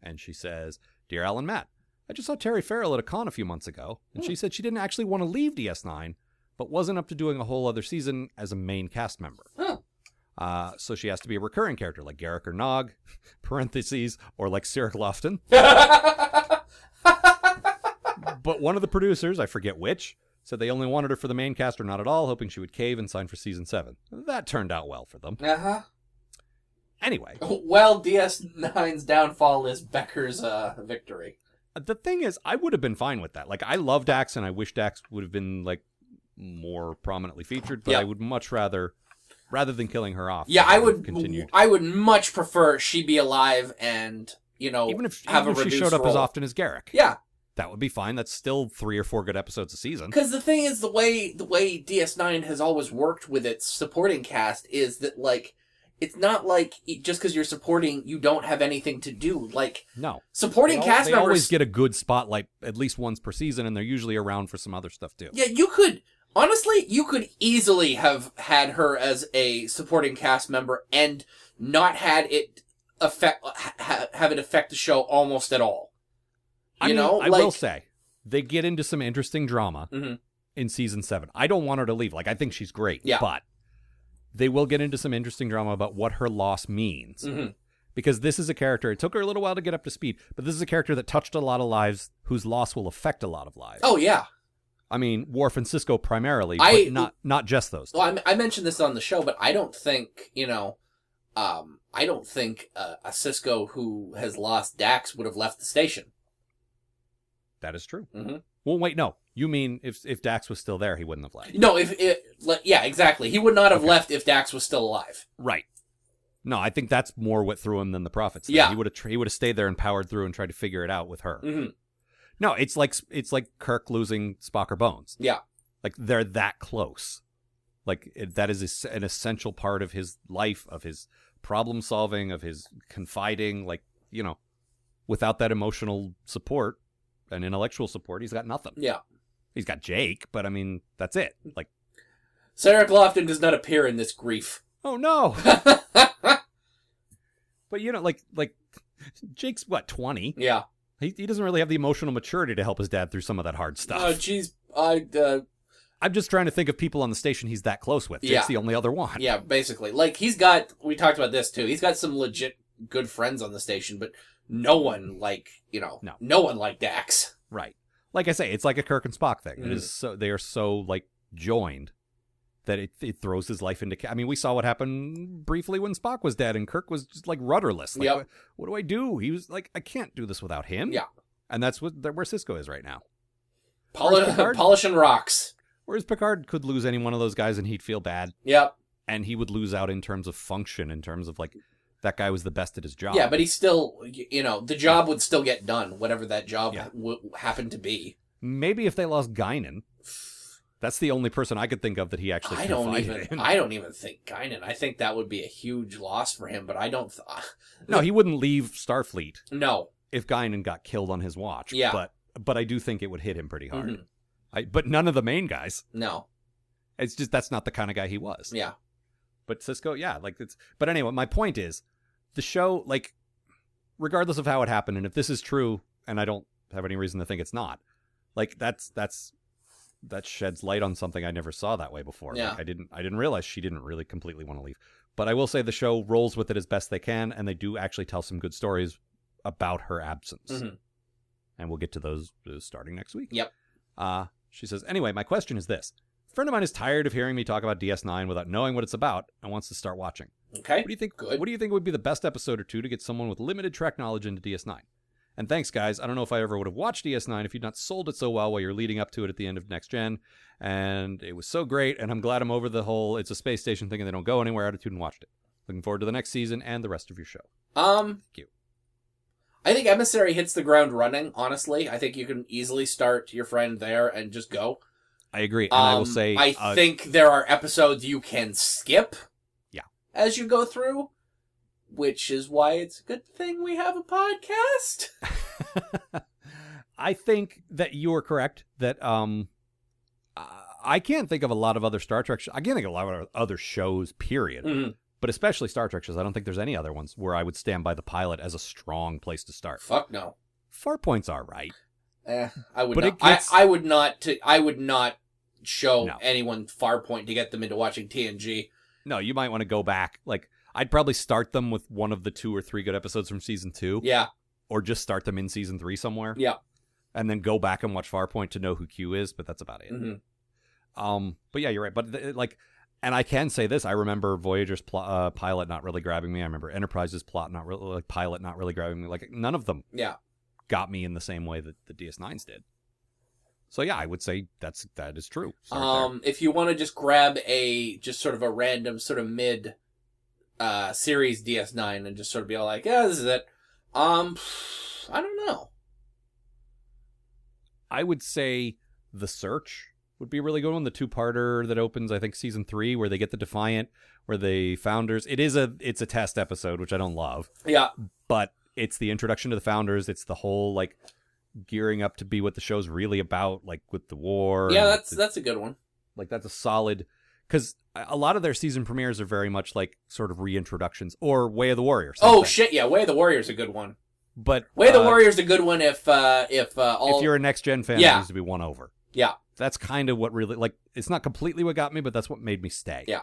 B: and she says, "Dear Alan Matt, I just saw Terry Farrell at a con a few months ago, and she said she didn't actually want to leave DS9, but wasn't up to doing a whole other season as a main cast member.
D: Huh.
B: Uh, so she has to be a recurring character like Garrick or Nog, parentheses, or like Sarah Lofton.
D: Uh-huh.
B: But one of the producers, I forget which, said they only wanted her for the main cast or not at all, hoping she would cave and sign for season seven. That turned out well for them.
D: uh huh.
B: Anyway,
D: Well, DS9's downfall is Becker's uh, victory.
B: the thing is, I would have been fine with that. Like, I love Dax, and I wish Dax would have been like more prominently featured. But
D: Yeah.
B: I would much rather, rather than killing her off.
D: Yeah, I
B: have
D: would.
B: continued.
D: I would much prefer she be alive and you know
B: Even if,
D: have
B: even
D: a
B: if she
D: reduced
B: showed up as
D: role.
B: often as Garrick,
D: Yeah,
B: that would be fine. That's still three or four good episodes a season.
D: because the thing is, the way the way DS9 has always worked with its supporting cast is that like it's not like it- just because you're supporting, you don't have anything to do. Like
B: No,
D: supporting
B: They al-
D: cast
B: they
D: members
B: always get a good spotlight at least once per season, and they're usually around for some other stuff too.
D: Yeah, you could honestly, you could easily have had her as a supporting cast member and not had it affect ha- ha- have it affect the show almost at all.
B: I
D: You
B: mean,
D: know,
B: I
D: like
B: will say they get into some interesting drama
D: Mhm.
B: in season seven. I don't want her to leave. Like, I think she's great.
D: Yeah.
B: But they will get into some interesting drama about what her loss means.
D: Mhm.
B: Because this is a character, it took her a little while to get up to speed, but this is a character that touched a lot of lives whose loss will affect a lot of lives.
D: Oh yeah,
B: I mean, Worf and Cisco primarily,
D: I-
B: but not, not just those. two.
D: well, I, m- I mentioned this on the show, but I don't think you know. Um, I don't think uh, a Cisco who has lost Dax would have left the station.
B: That is true.
D: Mhm.
B: Well, wait, no. You mean if, if Dax was still there, he wouldn't have left.
D: No, if it, like, yeah, exactly. He would not have
B: Okay.
D: left if Dax was still alive.
B: Right. No, I think that's more what threw him than the prophets.
D: Yeah.
B: he would have tr- he would have stayed there and powered through and tried to figure it out with her.
D: hmm
B: No, it's like it's like Kirk losing Spock or Bones.
D: Yeah.
B: like they're that close. Like it, that is es- an essential part of his life, of his problem solving, of his confiding. Like you know, without that emotional support and intellectual support, he's got nothing.
D: Yeah.
B: He's got Jake, but I mean, that's it. Like,
D: Sarah Glofton does not appear in this grief.
B: oh no! But you know, like like Jake's what twenty?
D: yeah.
B: He, he doesn't really have the emotional maturity to help his dad through some of that hard stuff.
D: Oh, jeez. I, uh,
B: I'm just trying to think of people on the station he's that close with. Jake's
D: Yeah.
B: the only other one.
D: yeah, basically. Like, he's got, we talked about this too. He's got some legit good friends on the station, but no one like, you know,
B: No.
D: one like Dax.
B: Right. Like I say, it's like a Kirk and Spock thing. It
D: Mhm.
B: is so they are so like joined that it, it throws his life into. Ca- I mean, we saw what happened briefly when Spock was dead and Kirk was just like rudderless. Like,
D: Yep.
B: what, what do I do? He was like, I can't do this without him.
D: Yeah.
B: And that's what that- where Cisco is right now. Where's
D: Poli-
B: Picard?
D: polishing rocks.
B: Whereas Picard could lose any one of those guys and he'd feel bad,
D: Yep.
B: and he would lose out in terms of function, in terms of like that guy was the best at his job.
D: Yeah, but he still, y- you know, the job would still get done, whatever that job
B: Yeah.
D: w- happened to be.
B: Maybe if they lost Guinan, that's the only person I could think of that he actually
D: I don't
B: confided
D: even,
B: in.
D: I don't even think Guinan. I think that would be a huge loss for him, but I don't, th-
B: No, he wouldn't leave Starfleet
D: no.
B: if Guinan got killed on his watch.
D: Yeah.
B: but but I do think it would hit him pretty hard.
D: Mhm.
B: I, but none of the main guys.
D: No.
B: It's just that's not the kind of guy he was.
D: Yeah.
B: But Cisco, yeah, like it's. But anyway, my point is, the show, like, regardless of how it happened, and if this is true, and I don't have any reason to think it's not, like that's that's that sheds light on something I never saw that way before.
D: Yeah.
B: Like, I didn't I didn't realize she didn't really completely want to leave. But I will say the show rolls with it as best they can, and they do actually tell some good stories about her absence.
D: Mhm.
B: And we'll get to those uh, starting next week.
D: Yep.
B: Uh, she says, anyway, my question is this. A friend of mine is tired of hearing me talk about DS9 without knowing what it's about and wants to start watching.
D: Okay.
B: What do you think?
D: Good.
B: What do you think would be the best episode or two to get someone with limited track knowledge into DS9? And thanks, guys. I don't know if I ever would have watched DS9 if you'd not sold it so well while you're leading up to it at the end of Next Gen. And it was so great, and I'm glad I'm over the whole it's a space station thing and they don't go anywhere attitude and watched it. Looking forward to the next season and the rest of your show.
D: Um,
B: Thank you.
D: I think Emissary hits the ground running, honestly. I think you can easily start your friend there and just go.
B: I agree. And
D: um,
B: I will say,
D: I
B: uh,
D: think there are episodes you can skip.
B: Yeah.
D: As you go through, which is why it's a good thing we have a podcast.
B: I think that you are correct that um I- I can't think of a lot of other Star Trek. Sh- I can't think of a lot of other shows. Period.
D: Mhm.
B: But especially Star Trek shows. I don't think there's any other ones where I would stand by the pilot as a strong place to start.
D: Fuck no.
B: Far points are right.
D: Eh, I would
B: But
D: not.
B: it gets-
D: I, I would not. T- I would not show
B: No.
D: anyone Farpoint to get them into watching TNG.
B: No, you might want to go back. Like I'd probably start them with one of the two or three good episodes from season two,
D: Yeah.
B: or just start them in season three somewhere.
D: Yeah.
B: and then go back and watch Farpoint to know who Q is. But that's about it.
D: hmm
B: Um, but yeah, you're right. But th- like And I can say this: I remember Voyager's pl- uh, pilot not really grabbing me. I remember Enterprise's plot not really, like pilot not really grabbing me. Like none of them
D: Yeah.
B: got me in the same way that the DS9s did. So yeah, I would say that's that is true. Start there.
D: Um, if you want to just grab a just sort of a random sort of mid uh series DS9 and just sort of be all like, yeah, this is it. Um, I don't know.
B: I would say The Search would be a really good one. The two parter that opens, I think, season three, where they get the Defiant, where the founders it is a it's a test episode, which I don't love.
D: Yeah,
B: But it's the introduction to the founders, it's the whole like gearing up to be what the show's really about, like with the war.
D: yeah,
B: and
D: that's
B: the-
D: that's a good one.
B: like that's a solid because a lot of their season premieres are very much like sort of reintroductions or Way of the Warrior. same
D: Oh
B: thing.
D: shit, yeah, Way of the Warrior's a good one.
B: But
D: Way of the
B: uh,
D: Warrior's a good one if uh if uh all
B: if you're a next gen fan,
D: Yeah.
B: it needs to be won over.
D: Yeah.
B: That's kind of what really like it's not completely what got me, but that's what made me stay.
D: Yeah.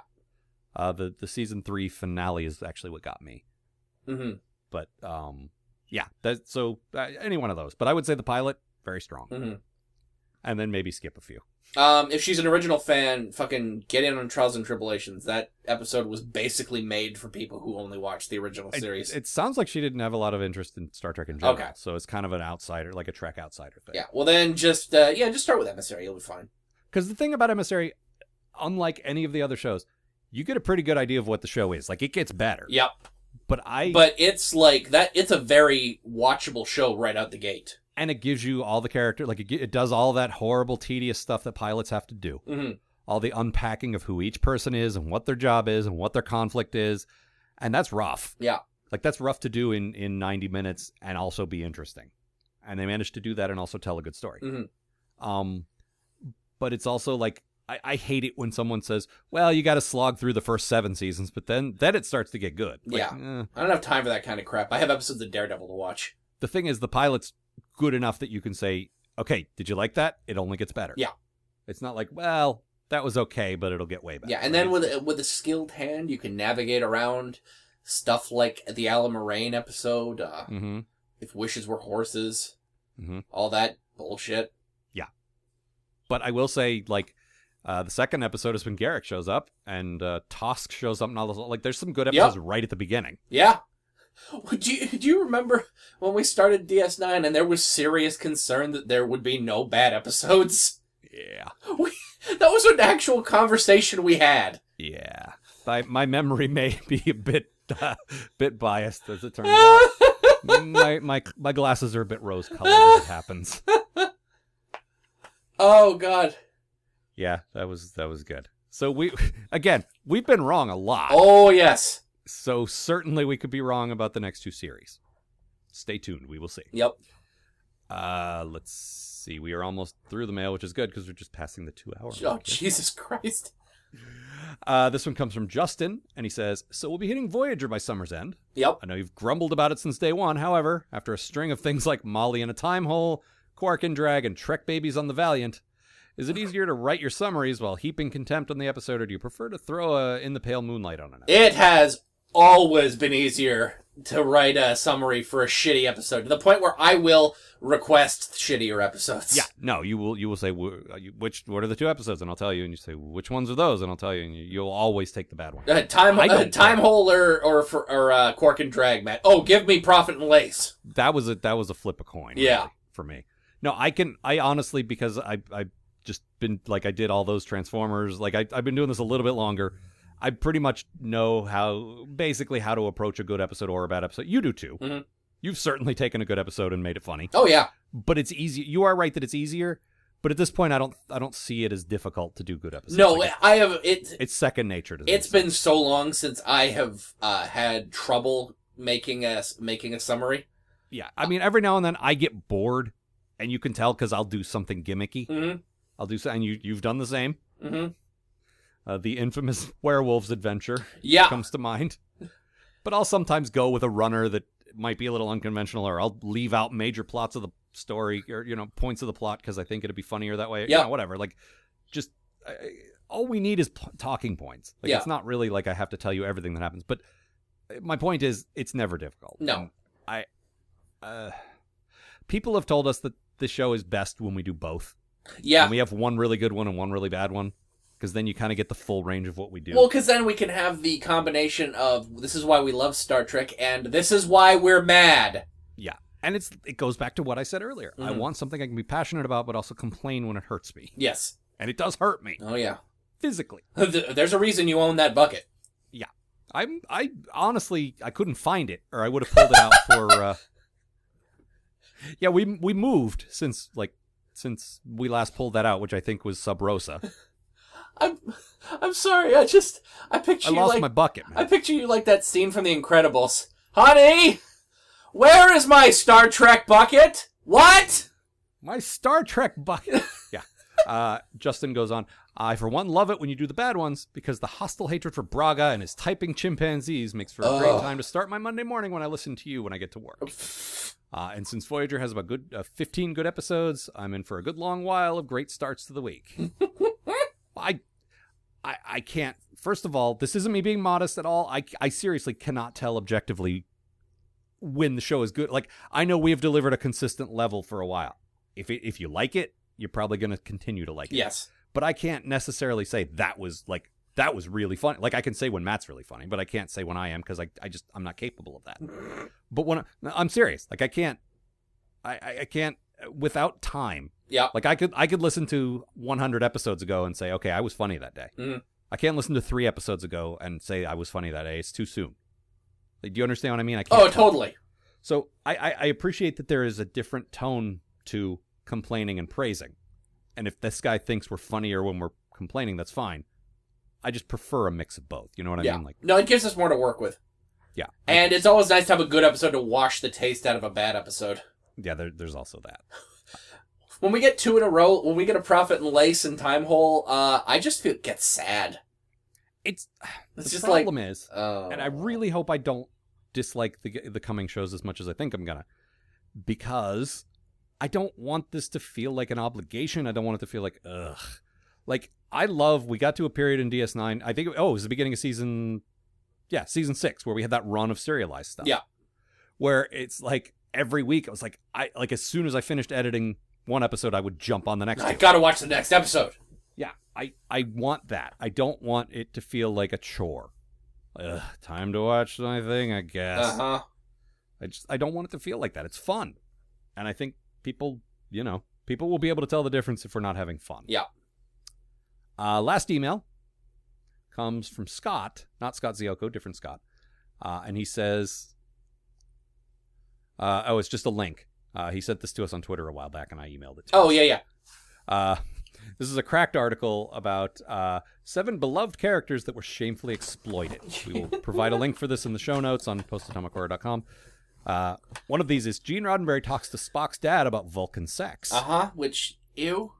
B: Uh the the season three finale is actually what got me.
D: Mhm,
B: But um yeah, that so uh, any one of those. But I would say the pilot, very strong.
D: mhm.
B: And then maybe skip a few.
D: Um, if she's an original fan, fucking get in on Trials and Tribulations. That episode was basically made for people who only watch the original
B: It,
D: series.
B: it sounds like she didn't have a lot of interest in Star Trek in general.
D: Okay.
B: So it's kind of an outsider, like a Trek outsider thing.
D: yeah, well then just uh yeah, just start with Emissary, you'll be fine.
B: Because the thing about Emissary, unlike any of the other shows, you get a pretty good idea of what the show is. Like it gets better.
D: Yep.
B: But I
D: But it's like that. It's a very watchable show right out the gate.
B: and it gives you all the character like it, gi- it does all that horrible tedious stuff that pilots have to do
D: Mm-hmm.
B: all the unpacking of who each person is and what their job is and what their conflict is and that's rough
D: Yeah.
B: like that's rough to do in in 90 minutes and also be interesting and they managed to do that and also tell a good story
D: Mhm.
B: um but it's also like I, I hate it when someone says well you got to slog through the first seven seasons but then then it starts to get good Like, eh.
D: I don't have time for that kind of crap. I have episodes of Daredevil to watch.
B: the thing is the pilot's good enough that you can say okay did you like that it only gets better
D: Yeah.
B: it's not like well that was okay but it'll get way better
D: Yeah, and then with with a skilled hand, you can navigate around stuff like the Alla Moraine episode, uh,
B: hmm
D: if wishes were horses,
B: Mhm.
D: all that bullshit.
B: but i will say like uh, the second episode is when Garrick shows up and uh, Tosk shows up and all those like there's some good
D: Yep.
B: episodes right at the beginning.
D: Yeah. Do you, do you remember when we started DS9 and there was serious concern that there would be no bad episodes?
B: Yeah,
D: That was an actual conversation we had.
B: yeah. My, my memory may be a bit uh, bit biased as it turns out. my my my glasses are a bit rose colored as it happens.
D: Oh god.
B: Yeah, that was that was good. So we again we've been wrong a lot.
D: Oh yes.
B: So certainly we could be wrong about the next two series. Stay tuned. We will see.
D: Yep.
B: Uh, let's see. We are almost through the mail, which is good because we're just passing the two hour.
D: Oh
B: mark.
D: Jesus Christ.
B: Uh, this one comes from Justin, and he says, "So we'll be hitting Voyager by summer's end.
D: Yep.
B: I know you've grumbled about it since day one. However, after a string of things like Molly in a time hole, Quark and Drag, and Trek babies on the Valiant." Is it easier to write your summaries while heaping contempt on the episode, or do you prefer to throw a in the pale moonlight on an episode?
D: It has always been easier to write a summary for a shitty episode to the point where I will request shittier episodes.
B: Yeah, no, you will. You will say "Wh- uh, you- which. What are the two episodes? And I'll tell you. And you say which ones are those? And I'll tell you. And you, you'll always take the bad one.
D: Uh, time
B: I
D: uh,
B: don't
D: time
B: care.
D: hole or or for, or uh, cork and drag Matt. Oh, give me profit and lace.
B: That was a that was a flip a coin.
D: Yeah.
B: really, for me. No, I can. I honestly because I I just been like I did all those Transformers. Like I I've been doing this a little bit longer. I pretty much know how basically how to approach a good episode or a bad episode. You do too.
D: Mhm.
B: You've certainly taken a good episode and made it funny.
D: Oh yeah.
B: But it's easy. You are right that it's easier. But at this point, I don't I don't see it as difficult to do good episodes.
D: No,
B: Like, it's,
D: I have it
B: it's second nature to.
D: it's
B: these
D: been so long since I have uh, had trouble making a making a summary.
B: Yeah, I mean, every now and then I get bored, and you can tell because I'll do something gimmicky.
D: Mhm.
B: I'll do something. You you've done the same.
D: Mhm.
B: Uh, the infamous werewolves adventure
D: Yeah.
B: comes to mind. But I'll sometimes go with a runner that might be a little unconventional, or I'll leave out major plots of the story or you know points of the plot because I think it'd be funnier that way. You
D: Yeah.
B: know, whatever. Like, just uh, all we need is pl- talking points. Like,
D: Yeah.
B: it's not really like I have to tell you everything that happens. But uh, my point is, it's never difficult.
D: No.
B: And I. Uh, people have told us that the show is best when we do both.
D: Yeah.
B: When we have one really good one and one really bad one. because then you kind of get the full range of what we do.
D: Well, because then we can have the combination of this is why we love Star Trek and this is why we're mad.
B: yeah, and it's it goes back to what I said earlier. I
D: Mhm.
B: want something I can be passionate about, but also complain when it hurts me,
D: Yes.
B: and it does hurt me
D: Oh yeah.
B: physically.
D: Th- There's a reason you own that bucket.
B: I'm I honestly I couldn't find it, or I would have pulled it out for. Uh... Yeah, we we moved since like since we last pulled that out, which I think was Sub Rosa.
D: I'm, I'm sorry. I just I picture
B: I
D: you
B: lost
D: like
B: my bucket. Man.
D: I picture you like that scene from The Incredibles. Honey, where is my Star Trek bucket? What?
B: My Star Trek bucket. yeah. Uh, Justin goes on. I, for one, love it when you do the bad ones because the hostile hatred for Braga and his typing chimpanzees makes for a great
D: Ugh.
B: time to start my Monday morning when I listen to you when I get to work. Uh, and since Voyager has about good uh, 15 good episodes, I'm in for a good long while of great starts to the week. I, I, I can't. First of all, this isn't me being modest at all. I, I seriously cannot tell objectively when the show is good. Like I know we have delivered a consistent level for a while. If it, if you like it, you're probably going to continue to like it.
D: Yes.
B: But I can't necessarily say that was like that was really funny. Like I can say when Matt's really funny, but I can't say when I am because I I just I'm not capable of that. But when I, no, I'm serious, like I can't, I I, I can't uh, without time.
D: Yeah.
B: Like I could I could listen to 100 episodes ago and say, okay, I was funny that day.
D: Mhm.
B: I can't listen to three episodes ago and say I was funny that day. It's too soon. Like, do you understand what I mean? I can't
D: Oh,
B: tell.
D: totally.
B: So I, I, I appreciate that there is a different tone to complaining and praising. And if this guy thinks we're funnier when we're complaining, that's fine. I just prefer a mix of both. You know what I
D: yeah.
B: mean? Like,
D: no, it gives us more to work with.
B: yeah,
D: And it's always nice to have a good episode to wash the taste out of a bad episode.
B: yeah. There, there's also that.
D: When we get two in a row, when we get a profit and lace and time hole, uh, I just feel get sad.
B: It's,
D: It's
B: the
D: just like,
B: problem is,
D: oh,
B: and I really hope I don't dislike the the coming shows as much as I think I'm gonna, because I don't want this to feel like an obligation. I don't want it to feel like ugh. Like I love. We got to a period in DS9. I think oh, it was the beginning of season, yeah, season six where we had that run of serialized stuff.
D: Yeah.
B: where it's like every week I was like I like as soon as I finished editing one episode, I would jump on the next.
D: I
B: one.
D: gotta watch the next episode.
B: Yeah, I I want that. I don't want it to feel like a chore. Ugh, time to watch my thing, I guess.
D: Uh huh.
B: I just I don't want it to feel like that. It's fun, and I think people, you know, people will be able to tell the difference if we're not having fun.
D: Yeah.
B: Uh, last email comes from Scott, not Scott Zioko, different Scott, uh, and he says, uh, "Oh, it's just a link." Uh, he sent this to us on Twitter a while back, and I emailed it. to
D: Oh
B: him.
D: yeah, yeah.
B: Uh, this is a cracked article about uh, seven beloved characters that were shamefully exploited. We will provide a link for this in the show notes on postatomichorror.com. Uh, one of these is Gene Roddenberry talks to Spock's dad about Vulcan sex.
D: Uh huh. Which ew.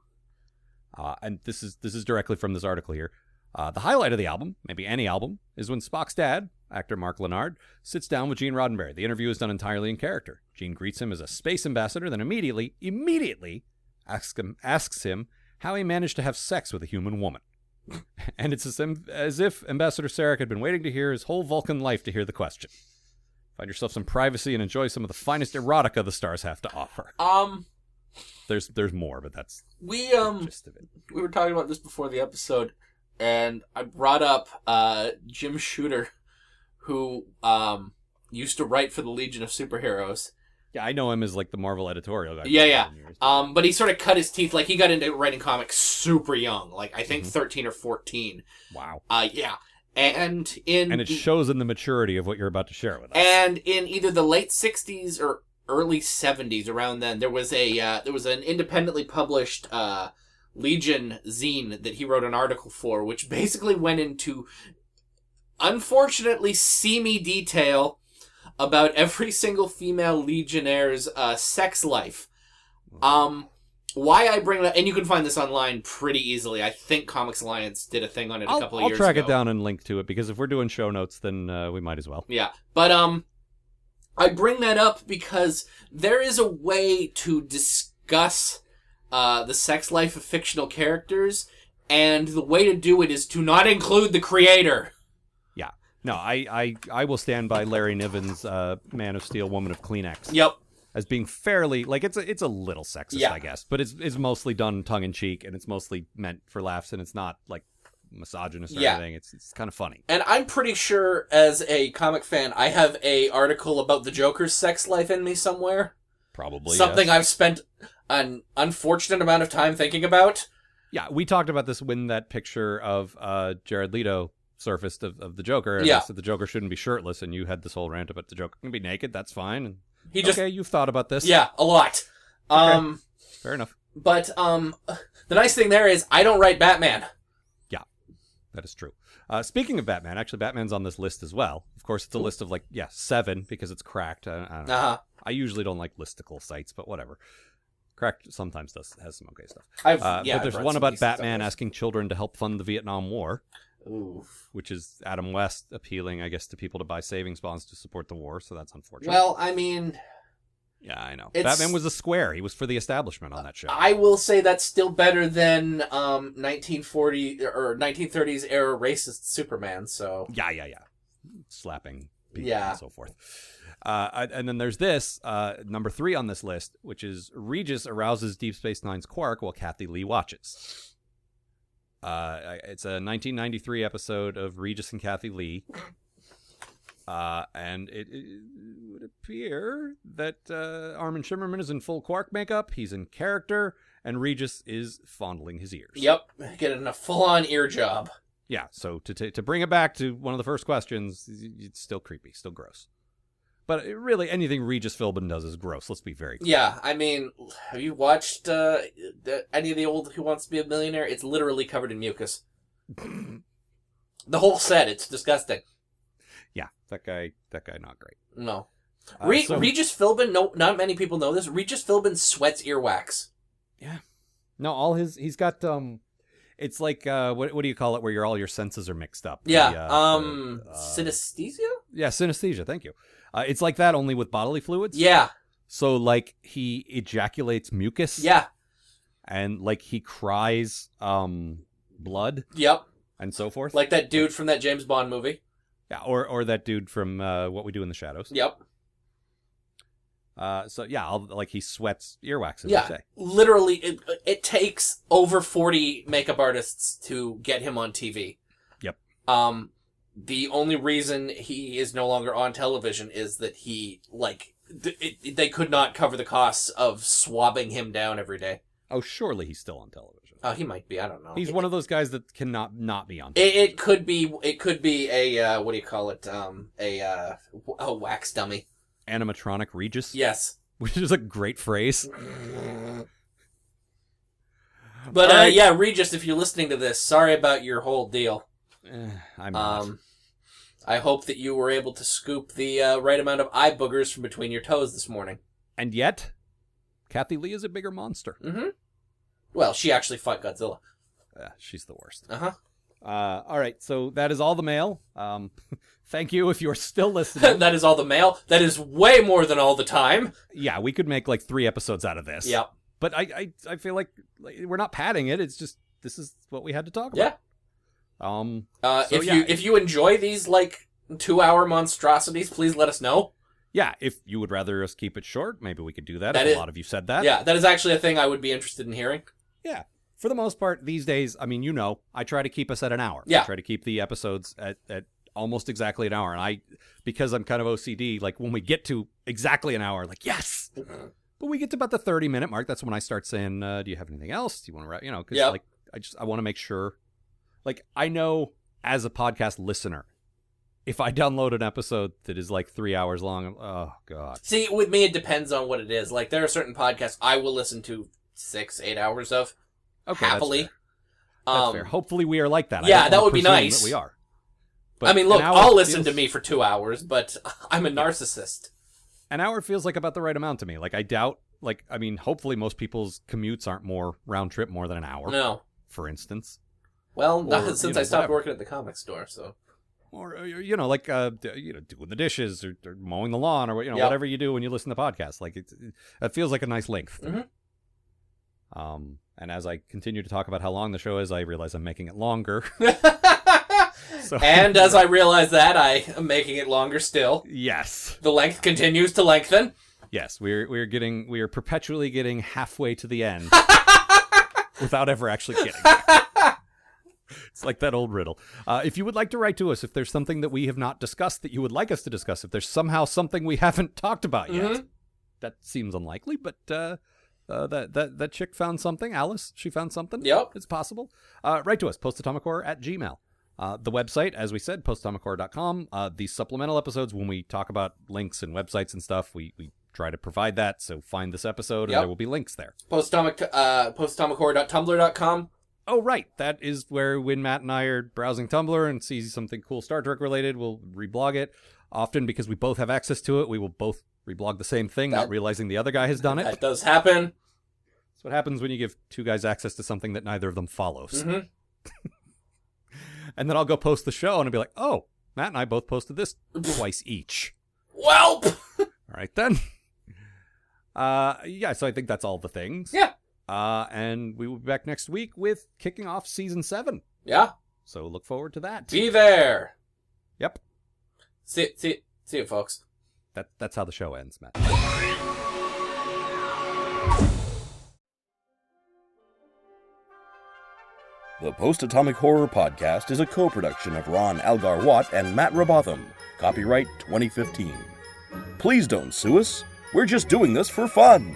B: Uh, and this is this is directly from this article here. Uh, the highlight of the album, maybe any album, is when Spock's dad, actor Mark Lennard, sits down with Gene Roddenberry. The interview is done entirely in character. Gene greets him as a space ambassador, then immediately, immediately asks him, asks him how he managed to have sex with a human woman. and it's as, im- as if Ambassador Sarek had been waiting to hear his whole Vulcan life to hear the question. Find yourself some privacy and enjoy some of the finest erotica the stars have to offer.
D: Um,
B: There's there's more, but that's
D: we um
B: the gist of it.
D: we were talking about this before the episode, and I brought up uh, Jim Shooter, who um, used to write for the Legion of Superheroes.
B: Yeah, I know him as like the Marvel editorial guy. for
D: Yeah, yeah.
B: 10 years.
D: Um, but he sort of cut his teeth. Like he got into writing comics super young, like I
B: Mm-hmm.
D: think thirteen or fourteen.
B: wow.
D: Uh, yeah, and in
B: And it
D: the-
B: shows in the maturity of what you're about to share with us.
D: and in either the late 60s or early 70s around then there was a uh, there was an independently published uh, legion zine that he wrote an article for which basically went into unfortunately seamy detail about every single female legionaire's uh, sex life
B: Hmm.
D: um why I bring that, and you can find this online pretty easily. I think Comics Alliance did a thing on it a
B: I'll,
D: couple of
B: I'll
D: years
B: track
D: ago.
B: it down and link to it because if we're doing show notes, then uh, we might as well.
D: Yeah. But um I bring that up because there is a way to discuss uh the sex life of fictional characters and the way to do it is to not include the creator.
B: Yeah. No, I, I, I will stand by Larry Niven's uh, Man of Steel, Woman of Kleenex
D: Yep.
B: as being fairly like it's a it's a little sexist,
D: Yeah.
B: I guess, but it's it's mostly done tongue in cheek and it's mostly meant for laughs and it's not like misogynist or
D: Yeah.
B: anything. It's it's kind of funny.
D: And I'm pretty sure, as a comic fan, I have a article about the Joker's sex life in me somewhere.
B: Probably
D: Something
B: yes.
D: I've spent an unfortunate amount of time thinking about.
B: Yeah, we talked about this when that picture of uh, Jared Leto surfaced of, of the Joker. And I
D: Yeah.
B: said the Joker shouldn't be shirtless, and you had this whole rant about the Joker can be naked. That's fine. And,
D: He just
B: okay, you've thought about this.
D: yeah, a lot. Um,
B: fair enough.
D: but um, the nice thing there is I don't write Batman.
B: That is true. Uh, speaking of Batman, actually, Batman's on this list as well. Of course, it's a list of like yeah seven because it's cracked. I, I, don't know.
D: Uh huh.
B: I usually don't like listicle sites, but whatever. Cracked sometimes does has some okay stuff.
D: I've
B: Uh,
D: yeah.
B: but there's one about Batman asking children to help fund the Vietnam War,
D: Ooh.
B: which is Adam West appealing, I guess, to people to buy savings bonds to support the war. So that's unfortunate.
D: Well, I mean,
B: yeah, I know.
D: it's-
B: Batman was a square. He was for the establishment on that show.
D: I will say that's still better than um 1940 or 1930s era racist Superman. So
B: Yeah, yeah, yeah. Slapping people
D: Yeah.
B: and so forth. Uh, I- and then there's this, uh, number three on this list, which is Regis arouses Deep Space Nine's Quark while Kathy Lee watches. Uh, I- it's a 1993 episode of Regis and Kathy Lee. Uh, and it, it would appear that uh, Armin Shimmerman is in full Quark makeup. He's in character, and Regis is fondling his ears.
D: yep, getting a full on ear job.
B: Yeah, so to, to to bring it back to one of the first questions, it's still creepy, still gross. But it- really, anything Regis Philbin does is gross. Let's be very clear.
D: Yeah, I mean, have you watched uh, the, any of the old Who Wants to Be a Millionaire? It's literally covered in mucus. the whole set, it's disgusting.
B: Yeah, that guy, that guy, not great.
D: No.
B: Uh,
D: Re-
B: so-
D: Regis Philbin, no, not many people know this. Regis Philbin sweats earwax.
B: no, all his he's got um, it's like uh, what what do you call it where your all your senses are mixed up? The,
D: Yeah,
B: uh,
D: um,
B: the, uh,
D: synesthesia?
B: yeah, synesthesia. Thank you. Uh, it's like that only with bodily fluids.
D: Yeah,
B: So like he ejaculates mucus.
D: yeah,
B: And like he cries um blood
D: yep.
B: and so forth.
D: Like that dude from that James Bond movie.
B: Yeah, or or that dude from uh, What We Do in the Shadows.
D: Yep.
B: Uh, so yeah, I'll, like he sweats earwax. As yeah.
D: Yeah.
B: Say.
D: Literally, it, it takes over 40 makeup artists to get him on TV.
B: Yep.
D: Um, the only reason he is no longer on television is that he, like, th- it, they could not cover the costs of swabbing him down every day.
B: Oh, surely he's still on television.
D: Oh, he might be. I don't know.
B: He's one of those guys that cannot not be on.
D: It, it could be. It could be a uh, what do you call it? Um, a uh, w- a wax dummy.
B: Animatronic Regis,
D: Yes.
B: which is a great phrase.
D: But
B: All
D: uh,
B: right.
D: yeah, Regis, if you're listening to this, sorry about your whole deal.
B: Eh, I'm not.
D: Um, I hope that you were able to scoop the uh, right amount of eye boogers from between your toes this morning.
B: and yet, Kathy Lee is a bigger monster.
D: Mm-hmm. Well, she actually fought Godzilla.
B: Uh, she's the worst.
D: Uh huh.
B: Uh, all right, so that is all the mail. Um, thank you if you're still listening.
D: that is all the mail. That is way more than all the time.
B: yeah, we could make like three episodes out of this.
D: Yep.
B: but I, I I feel like, like we're not padding it. It's just this is what we had to talk about. Yeah. Um.
D: Uh,
B: So,
D: if
B: yeah.
D: you if you enjoy these like two hour monstrosities, please let us know.
B: Yeah. If you would rather us keep it short, maybe we could do that.
D: That
B: if
D: is-
B: a lot of you said that.
D: Yeah, that is actually a thing I would be interested in hearing.
B: For the most part, these days, I mean, you know, I try to keep us at an hour.
D: Yeah.
B: I try to keep the episodes at at almost exactly an hour, and I because I'm kind of OCD. Like when we get to exactly an hour, like yes. But we get to about the 30 minute mark. That's when I start saying, uh, "Do you have anything else? Do you want to wrap?" You know, because
D: Yeah.
B: like I just I want to make sure. Like I know as a podcast listener, if I download an episode that is like three hours long, I'm- oh god,
D: See, with me, it depends on what it is. Like there are certain podcasts I will listen to six, eight hours of
B: okay, that's
D: happily. Um,
B: fair. That's fair. Hopefully, we are like that. I
D: yeah,
B: don't
D: that
B: wanna
D: would be
B: presume
D: nice.
B: That we are.
D: I mean, look,
B: an hour
D: I'll listen to
B: feels-
D: me for two hours, but I'm a narcissist.
B: An hour feels like about the right amount to me. Like I doubt. Like I mean, hopefully, most people's commutes aren't more round trip more than an hour,
D: No.
B: for instance.
D: Well, not
B: Or, you
D: since
B: know,
D: I stopped
B: whatever.
D: working at the comic store, so.
B: Or uh, you know, like uh, d- you know, doing the dishes or, or mowing the lawn or what- you know,
D: Yep.
B: whatever you do when you listen to podcasts. Like it, that feels like a nice length.
D: Mhm. Mm-hmm.
B: Um, and as I continue to talk about how long the show is, I realize I'm making it longer. So-
D: and as I realize that, I am making it longer still.
B: yes,
D: The length continues to lengthen.
B: yes, we're we're getting we are perpetually getting halfway to the end without ever actually getting. there. It's It's like that old riddle. Uh, if you would like to write to us, if there's something that we have not discussed that you would like us to discuss, if there's somehow something we haven't talked about yet, that seems unlikely, but uh, uh, that that that chick found something. Alice, she found something.
D: Yep.
B: it's possible. Uh, write to us, postatomichorror at gmail. Uh, the website, as we said, postatomichorror.com. Uh, the supplemental episodes, when we talk about links and websites and stuff, we we try to provide that. So find this episode, and
D: Yep.
B: there will be links there.
D: Postomic, uh, postatomichorror.tumblr.com.
B: Oh, right. That is where when Matt and I are browsing Tumblr and see something cool Star Trek related, we'll reblog it. Often because we both have access to it, we will both reblog the same thing, not
D: That-
B: realizing the other guy has done it.
D: That does happen.
B: That's what happens when you give two guys access to something that neither of them follows.
D: Mhm.
B: and then I'll go post the show and I'll be like, oh, Matt and I both posted this twice each.
D: Welp!
B: All right then. Uh, yeah, so I think that's all the things.
D: Yeah.
B: Uh, and we will be back next week with kicking off season seven.
D: Yeah,
B: So look forward to that.
D: be there.
B: Yep.
D: See, see, see you, folks.
B: That that's how the show ends, Matt.
C: The Post Atomic Horror Podcast is a co production of Ron Algar Watt and Matt Robotham. Copyright 2015. Please don't sue us. We're just doing this for fun.